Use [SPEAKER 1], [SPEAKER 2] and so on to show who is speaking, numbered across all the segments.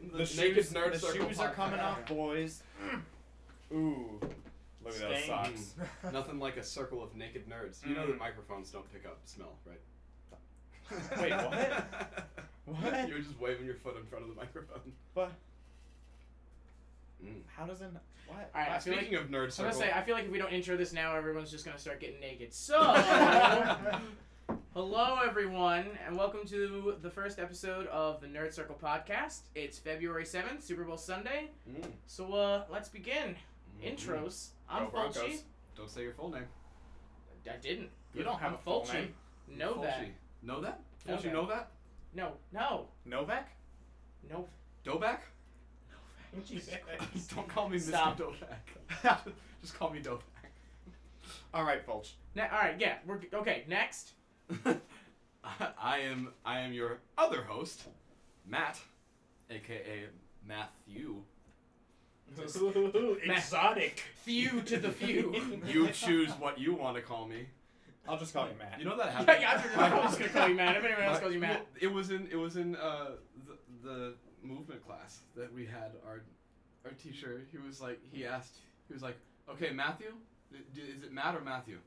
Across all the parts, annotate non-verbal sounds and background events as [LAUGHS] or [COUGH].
[SPEAKER 1] the,
[SPEAKER 2] The
[SPEAKER 1] naked
[SPEAKER 2] shoes,
[SPEAKER 1] nerd
[SPEAKER 2] the
[SPEAKER 1] circle
[SPEAKER 2] shoes are
[SPEAKER 1] podcast.
[SPEAKER 2] coming off, boys. Ooh, look at those
[SPEAKER 3] Stanky.
[SPEAKER 2] socks.
[SPEAKER 1] [LAUGHS] Nothing like a circle of naked nerds. You know
[SPEAKER 2] Mm.
[SPEAKER 1] that microphones don't pick up smell, right? [LAUGHS]
[SPEAKER 2] Wait, what? [LAUGHS] What?
[SPEAKER 1] You were just waving your foot in front of the microphone.
[SPEAKER 2] But
[SPEAKER 1] Mm.
[SPEAKER 2] how does it? What?
[SPEAKER 3] All right, I feel like,
[SPEAKER 1] Speaking of nerd
[SPEAKER 3] I'm
[SPEAKER 1] circle,
[SPEAKER 3] gonna say I feel like if we don't intro this now, everyone's just gonna start getting naked. So, hello everyone, and welcome to the first episode of the Nerd Circle podcast. It's February seventh, Super Bowl Sunday.
[SPEAKER 1] Mm.
[SPEAKER 3] So, uh, let's begin. Intros. I'm
[SPEAKER 1] Go Broncos.
[SPEAKER 3] Fulci.
[SPEAKER 1] Don't say your full name.
[SPEAKER 3] I didn't. You
[SPEAKER 2] You
[SPEAKER 3] don't
[SPEAKER 2] have
[SPEAKER 3] have a
[SPEAKER 2] a full
[SPEAKER 3] Fulci.
[SPEAKER 2] name.
[SPEAKER 3] Know
[SPEAKER 1] Fulci.
[SPEAKER 3] that?
[SPEAKER 1] Know that?
[SPEAKER 3] Know
[SPEAKER 1] Fulci,
[SPEAKER 3] that.
[SPEAKER 1] know that?
[SPEAKER 3] No, no,
[SPEAKER 2] Novak?
[SPEAKER 3] no.
[SPEAKER 1] Dobak? [LAUGHS]
[SPEAKER 3] [LAUGHS] Jesus Christ.
[SPEAKER 1] Don't call me
[SPEAKER 3] Stop.
[SPEAKER 1] Mr. Dobak. [LAUGHS] just call me Dobak.
[SPEAKER 2] All right, Fulch.
[SPEAKER 3] Ne- all right, yeah, we're g- okay. Next.
[SPEAKER 1] [LAUGHS] I, I am I am your other host, Matt, aka Matthew.
[SPEAKER 4] exotic.
[SPEAKER 3] Few to
[SPEAKER 1] [LAUGHS]
[SPEAKER 3] the few. [LAUGHS]
[SPEAKER 1] You choose what you want to call me.
[SPEAKER 2] I'll just call you Matt. [LAUGHS]
[SPEAKER 1] You know [LAUGHS] that happened.
[SPEAKER 3] yeah, yeah, I was gonna- I was gonna call you Matt. If anyone else
[SPEAKER 1] My-
[SPEAKER 3] calls you Matt,
[SPEAKER 1] It was in it was in uh, the, the movement class that we had. Our our teacher he was like he asked he was like okay Matthew d- d- is it Matt or Matthew?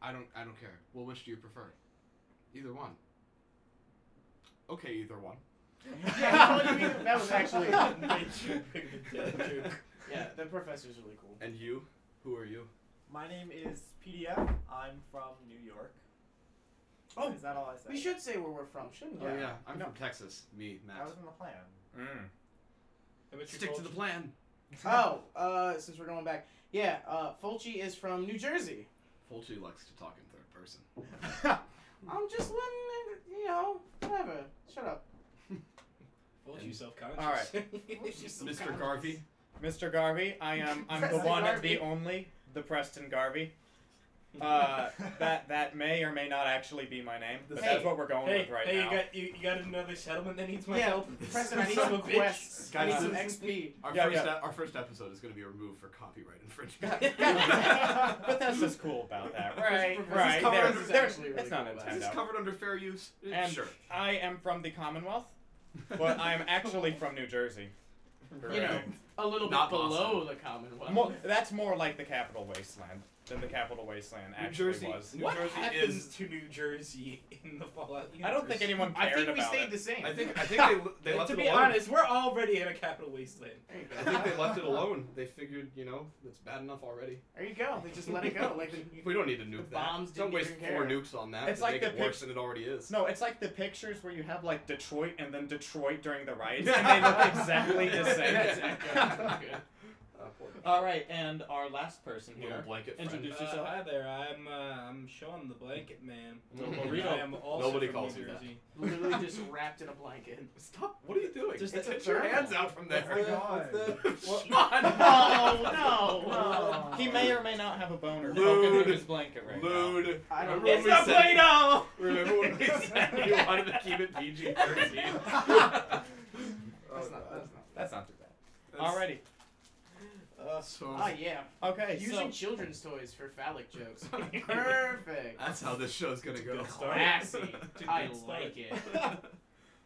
[SPEAKER 1] I don't I don't care. Well, which do you prefer? Either one. Okay, either one.
[SPEAKER 3] Yeah, you know what I mean? That was
[SPEAKER 2] [LAUGHS]
[SPEAKER 3] actually- yeah,
[SPEAKER 2] Yeah.
[SPEAKER 3] the professor's really cool.
[SPEAKER 1] And you, who are you?
[SPEAKER 4] My name is PDF. I'm from New York.
[SPEAKER 3] Oh,
[SPEAKER 4] is that all I said?
[SPEAKER 3] We should say where we're from, shouldn't we?
[SPEAKER 1] Oh
[SPEAKER 4] Yeah.
[SPEAKER 1] yeah, I'm
[SPEAKER 4] No.
[SPEAKER 1] from Texas. Me,
[SPEAKER 4] That
[SPEAKER 1] Matt.
[SPEAKER 4] was in the plan.
[SPEAKER 2] Mm.
[SPEAKER 1] Stick to the plan.
[SPEAKER 3] [LAUGHS] Oh, uh, since we're going back, yeah, uh, Fulci is from New Jersey.
[SPEAKER 1] Fulci likes to talk in third person.
[SPEAKER 2] Oh. [LAUGHS]
[SPEAKER 3] I'm just letting it- you know, whatever. Shut up.
[SPEAKER 1] Fulci
[SPEAKER 4] self-conscious.
[SPEAKER 2] All right,
[SPEAKER 5] [LAUGHS]
[SPEAKER 1] Mr. Garvey.
[SPEAKER 2] Mr. Garvey. I am. I'm the
[SPEAKER 4] Preston
[SPEAKER 2] one,
[SPEAKER 4] Garvey.
[SPEAKER 2] the only, the Preston Garvey. Uh,
[SPEAKER 5] [LAUGHS]
[SPEAKER 2] that that may or may not actually be my name, but
[SPEAKER 3] Hey.
[SPEAKER 2] that's what we're going
[SPEAKER 5] Hey,
[SPEAKER 2] with right
[SPEAKER 5] hey,
[SPEAKER 2] now.
[SPEAKER 5] you got you, you got another settlement that needs my
[SPEAKER 3] Yeah,
[SPEAKER 5] [LAUGHS] help.
[SPEAKER 3] Preston, I need
[SPEAKER 5] Son
[SPEAKER 3] some
[SPEAKER 5] of a bitch.
[SPEAKER 3] quests. I need
[SPEAKER 2] Guys,
[SPEAKER 3] some
[SPEAKER 2] this-
[SPEAKER 3] XP.
[SPEAKER 1] Our
[SPEAKER 2] Yeah,
[SPEAKER 1] first
[SPEAKER 2] yeah.
[SPEAKER 1] e- our first episode is going to be removed for copyright
[SPEAKER 3] [LAUGHS]
[SPEAKER 1] infringement.
[SPEAKER 2] [LAUGHS] But that's just cool about that,
[SPEAKER 3] Right,
[SPEAKER 1] This is
[SPEAKER 2] right? Right. There's,
[SPEAKER 3] right.
[SPEAKER 1] covered.
[SPEAKER 3] This is
[SPEAKER 2] there's,
[SPEAKER 3] actually really
[SPEAKER 2] it's not
[SPEAKER 3] cool about
[SPEAKER 1] Is
[SPEAKER 2] Nintendo.
[SPEAKER 1] this covered under fair use? Eh,
[SPEAKER 2] And
[SPEAKER 1] sure.
[SPEAKER 2] I am from the Commonwealth, but I'm
[SPEAKER 1] [LAUGHS]
[SPEAKER 2] actually from New Jersey.
[SPEAKER 3] You know, a little
[SPEAKER 1] Not
[SPEAKER 3] bit below
[SPEAKER 1] Boston.
[SPEAKER 3] the Commonwealth.
[SPEAKER 2] Mo- that's more like the Capital Wasteland than the Capital Wasteland
[SPEAKER 1] New
[SPEAKER 2] actually
[SPEAKER 1] Jersey.
[SPEAKER 2] was.
[SPEAKER 1] New
[SPEAKER 3] What
[SPEAKER 1] Jersey
[SPEAKER 3] happened-
[SPEAKER 1] is.
[SPEAKER 5] Happens to New Jersey in the Fallout. Universe.
[SPEAKER 2] I don't think anyone
[SPEAKER 3] I
[SPEAKER 2] cared
[SPEAKER 3] think we
[SPEAKER 2] about
[SPEAKER 3] stayed
[SPEAKER 2] it.
[SPEAKER 3] the same.
[SPEAKER 1] I think I think they l-
[SPEAKER 2] [LAUGHS]
[SPEAKER 1] they
[SPEAKER 5] And
[SPEAKER 1] left
[SPEAKER 5] to
[SPEAKER 1] it
[SPEAKER 5] be
[SPEAKER 1] alone.
[SPEAKER 5] honest, we're already in a capital wasteland.
[SPEAKER 3] There you
[SPEAKER 1] I
[SPEAKER 3] go.
[SPEAKER 1] think they left it alone. They figured, you know, it's bad enough already.
[SPEAKER 3] There you go. They just let it go.
[SPEAKER 1] [LAUGHS]
[SPEAKER 3] Like the, [LAUGHS]
[SPEAKER 1] We don't need to nuke that.
[SPEAKER 3] bombs
[SPEAKER 1] don't
[SPEAKER 3] didn't
[SPEAKER 1] waste
[SPEAKER 3] even
[SPEAKER 1] four
[SPEAKER 3] care.
[SPEAKER 1] nukes on that.
[SPEAKER 2] It's
[SPEAKER 1] They make
[SPEAKER 2] like the
[SPEAKER 1] it worse
[SPEAKER 2] pic-
[SPEAKER 1] than it already is.
[SPEAKER 2] No, it's like the pictures where you have like Detroit and then Detroit during the
[SPEAKER 3] [LAUGHS]
[SPEAKER 2] riots, and they look exactly the
[SPEAKER 3] That's
[SPEAKER 2] same.
[SPEAKER 3] good. That's good.
[SPEAKER 1] Uh, poor
[SPEAKER 2] All right, and our last person
[SPEAKER 1] little
[SPEAKER 2] here.
[SPEAKER 1] blanket friend.
[SPEAKER 2] Introduce- Introduce
[SPEAKER 5] Uh,
[SPEAKER 2] yourself.
[SPEAKER 5] hi there. I'm uh, I'm Sean the Blanket Man.
[SPEAKER 1] Little
[SPEAKER 5] And
[SPEAKER 2] burrito.
[SPEAKER 5] I am also
[SPEAKER 1] Nobody
[SPEAKER 5] from
[SPEAKER 1] calls
[SPEAKER 5] New
[SPEAKER 1] you that.
[SPEAKER 5] Jersey.
[SPEAKER 3] Literally just wrapped in a blanket.
[SPEAKER 1] Stop! What are you doing?
[SPEAKER 3] Just
[SPEAKER 1] Get
[SPEAKER 3] it's
[SPEAKER 1] your
[SPEAKER 3] thermal.
[SPEAKER 1] hands out from [LAUGHS]
[SPEAKER 4] What's the-
[SPEAKER 1] there.
[SPEAKER 4] what's
[SPEAKER 1] Sean,
[SPEAKER 4] the-
[SPEAKER 3] Oh, No,
[SPEAKER 4] no.
[SPEAKER 2] He may or may not have a boner
[SPEAKER 1] Lude.
[SPEAKER 2] poking through his blanket right now.
[SPEAKER 1] Lude.
[SPEAKER 3] I don't
[SPEAKER 1] Remember
[SPEAKER 3] know.
[SPEAKER 1] when
[SPEAKER 3] It's
[SPEAKER 1] we
[SPEAKER 3] not
[SPEAKER 1] said-
[SPEAKER 3] Play-Doh.
[SPEAKER 1] [LAUGHS] Remember when we said you wanted to keep it PG thirteen? Oh,
[SPEAKER 3] That's not. That's not.
[SPEAKER 2] That's not too bad. Alrighty.
[SPEAKER 1] So
[SPEAKER 3] Ah, yeah.
[SPEAKER 2] Okay,
[SPEAKER 3] Using
[SPEAKER 2] so
[SPEAKER 3] children's toys for phallic [LAUGHS] jokes. Perfect.
[SPEAKER 1] that's how this show's gonna go.
[SPEAKER 5] Good
[SPEAKER 1] [LAUGHS]
[SPEAKER 5] start.
[SPEAKER 3] Classy.
[SPEAKER 5] It's a good
[SPEAKER 3] I
[SPEAKER 5] start.
[SPEAKER 3] like it.
[SPEAKER 5] [LAUGHS]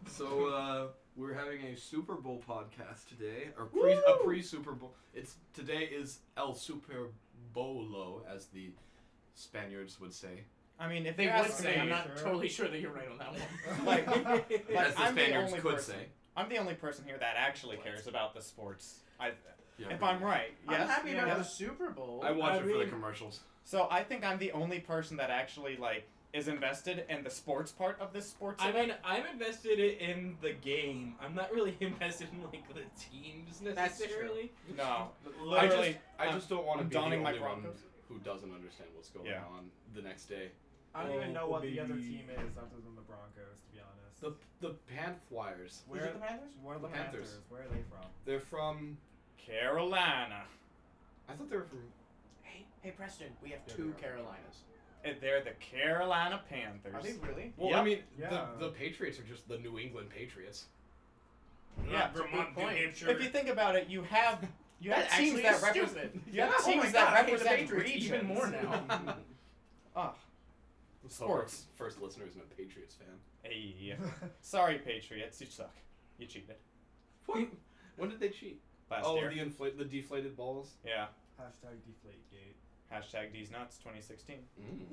[SPEAKER 1] So uh, we're having a Super Bowl podcast today, or pre, a
[SPEAKER 3] Woo!
[SPEAKER 1] pre Super Bowl. It's today is El Super Bolo, as the Spaniards would say.
[SPEAKER 2] I mean, if
[SPEAKER 3] They
[SPEAKER 2] you're
[SPEAKER 3] would
[SPEAKER 2] asking
[SPEAKER 3] say.
[SPEAKER 2] me-
[SPEAKER 3] I'm not
[SPEAKER 4] sure.
[SPEAKER 3] totally sure that you're right on [LAUGHS] that one.
[SPEAKER 2] Like- Like,
[SPEAKER 1] as the
[SPEAKER 2] I'm the
[SPEAKER 1] Spaniards
[SPEAKER 2] only
[SPEAKER 1] could
[SPEAKER 2] person.
[SPEAKER 1] say.
[SPEAKER 2] I'm the only person here that actually cares about the sports. I,
[SPEAKER 1] Yeah.
[SPEAKER 2] if I'm right, yes.
[SPEAKER 3] I'm happy
[SPEAKER 4] Yeah.
[SPEAKER 3] about the Super Bowl.
[SPEAKER 1] I watch
[SPEAKER 5] I
[SPEAKER 1] it for the
[SPEAKER 5] mean-
[SPEAKER 1] commercials.
[SPEAKER 2] So I think I'm the only person that actually like is invested in the sports part of this sports.
[SPEAKER 5] I
[SPEAKER 2] event.
[SPEAKER 5] mean, I'm invested i- in the game. I'm not really [LAUGHS] invested in like the teams
[SPEAKER 3] That's true.
[SPEAKER 5] necessarily.
[SPEAKER 2] no,
[SPEAKER 1] I
[SPEAKER 2] Literally,
[SPEAKER 1] just, I
[SPEAKER 2] I'm-
[SPEAKER 1] just don't want to
[SPEAKER 2] I'm
[SPEAKER 1] be the only
[SPEAKER 2] donning my
[SPEAKER 1] one
[SPEAKER 2] Broncos.
[SPEAKER 1] who doesn't understand what's going
[SPEAKER 2] Yeah.
[SPEAKER 1] on the next day.
[SPEAKER 4] I don't even know what the other
[SPEAKER 5] Baby.
[SPEAKER 4] team is other than the Broncos, to be honest.
[SPEAKER 1] The the Panthers.
[SPEAKER 3] Is it the Panthers?
[SPEAKER 4] Where are
[SPEAKER 1] The
[SPEAKER 4] the
[SPEAKER 1] Panthers.
[SPEAKER 4] Panthers? Where are they from?
[SPEAKER 1] They're from.
[SPEAKER 2] Carolina.
[SPEAKER 1] I thought they were from.
[SPEAKER 3] Hey, hey, Preston. We have
[SPEAKER 1] Yeah,
[SPEAKER 3] two
[SPEAKER 1] they are.
[SPEAKER 3] Carolinas.
[SPEAKER 2] And They're the Carolina Panthers.
[SPEAKER 3] Are they really?
[SPEAKER 1] Well, I
[SPEAKER 2] Yep.
[SPEAKER 1] mean,
[SPEAKER 4] Yeah.
[SPEAKER 1] the, the Patriots are just the New England Patriots.
[SPEAKER 2] Yeah,
[SPEAKER 5] Not
[SPEAKER 3] it's a
[SPEAKER 5] Vermont,
[SPEAKER 3] good
[SPEAKER 5] New
[SPEAKER 3] point.
[SPEAKER 5] Hampshire.
[SPEAKER 2] If you think about it, you have you have
[SPEAKER 3] That
[SPEAKER 2] teams
[SPEAKER 3] actually
[SPEAKER 2] that
[SPEAKER 3] is
[SPEAKER 2] represent
[SPEAKER 3] [LAUGHS] stupid.
[SPEAKER 2] you have
[SPEAKER 3] Yeah. Oh
[SPEAKER 2] teams
[SPEAKER 3] my
[SPEAKER 2] that
[SPEAKER 3] God, I hate the
[SPEAKER 2] represent
[SPEAKER 3] Patriots even more
[SPEAKER 2] regions. [LAUGHS]
[SPEAKER 3] now.
[SPEAKER 2] [LAUGHS] Ah,
[SPEAKER 1] So our
[SPEAKER 2] Sports.
[SPEAKER 1] Oh, First listener isn't a Patriots fan.
[SPEAKER 2] hey. Sorry, Patriots, you suck. You cheated.
[SPEAKER 1] What? When did they cheat?
[SPEAKER 2] last
[SPEAKER 1] oh,
[SPEAKER 2] year.
[SPEAKER 1] the inflate the deflated balls.
[SPEAKER 2] yeah.
[SPEAKER 4] Hashtag deflategate.
[SPEAKER 2] Hashtag D's nuts 2016.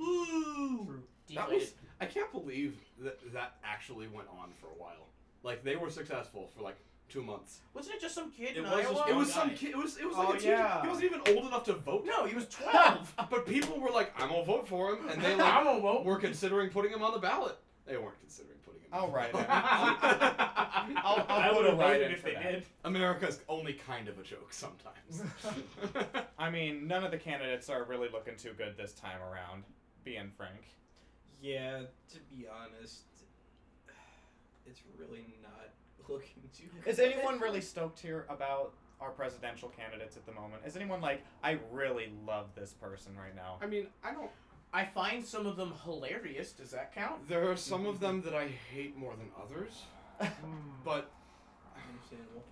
[SPEAKER 5] Woo!
[SPEAKER 4] True.
[SPEAKER 1] That
[SPEAKER 3] Deflated.
[SPEAKER 1] was. I can't believe that that actually went on for a while. Like they were successful for like two months.
[SPEAKER 3] Wasn't it just some kid
[SPEAKER 5] It
[SPEAKER 3] in
[SPEAKER 5] was just
[SPEAKER 3] Iowa?
[SPEAKER 1] It was
[SPEAKER 5] guy.
[SPEAKER 3] [LAUGHS]
[SPEAKER 1] some kid. It was. It was
[SPEAKER 2] Oh,
[SPEAKER 1] like a teacher.
[SPEAKER 2] yeah.
[SPEAKER 1] He wasn't even old enough to vote.
[SPEAKER 3] No, he was 12.
[SPEAKER 1] But people were like, "I'm gonna vote for him," [LAUGHS] and they
[SPEAKER 3] I'm
[SPEAKER 1] like
[SPEAKER 3] a woke.
[SPEAKER 1] were considering putting him on the ballot. They weren't considering putting him.
[SPEAKER 2] I'll
[SPEAKER 1] on
[SPEAKER 2] write
[SPEAKER 1] the [LAUGHS]
[SPEAKER 2] it.
[SPEAKER 1] ballot.
[SPEAKER 2] I'll,
[SPEAKER 5] I
[SPEAKER 2] I'll put
[SPEAKER 5] would've
[SPEAKER 2] a right
[SPEAKER 5] voted
[SPEAKER 2] in
[SPEAKER 5] if
[SPEAKER 2] for
[SPEAKER 5] they
[SPEAKER 2] that.
[SPEAKER 5] did.
[SPEAKER 1] America's only kind of a joke sometimes.
[SPEAKER 2] I mean, none of the candidates are really looking too good this time around. Being frank,
[SPEAKER 5] Yeah, to be honest, [SIGHS] it's really not [LAUGHS] looking too.
[SPEAKER 2] is
[SPEAKER 5] good.
[SPEAKER 2] anyone really stoked here about our presidential candidates at the moment? Is anyone like, I really love this person right now?
[SPEAKER 1] [LAUGHS] I mean, I don't.
[SPEAKER 3] I find some of them hilarious. Does that count?
[SPEAKER 1] There are some of them that I hate more than others, [LAUGHS] but
[SPEAKER 5] [LAUGHS] Understandable.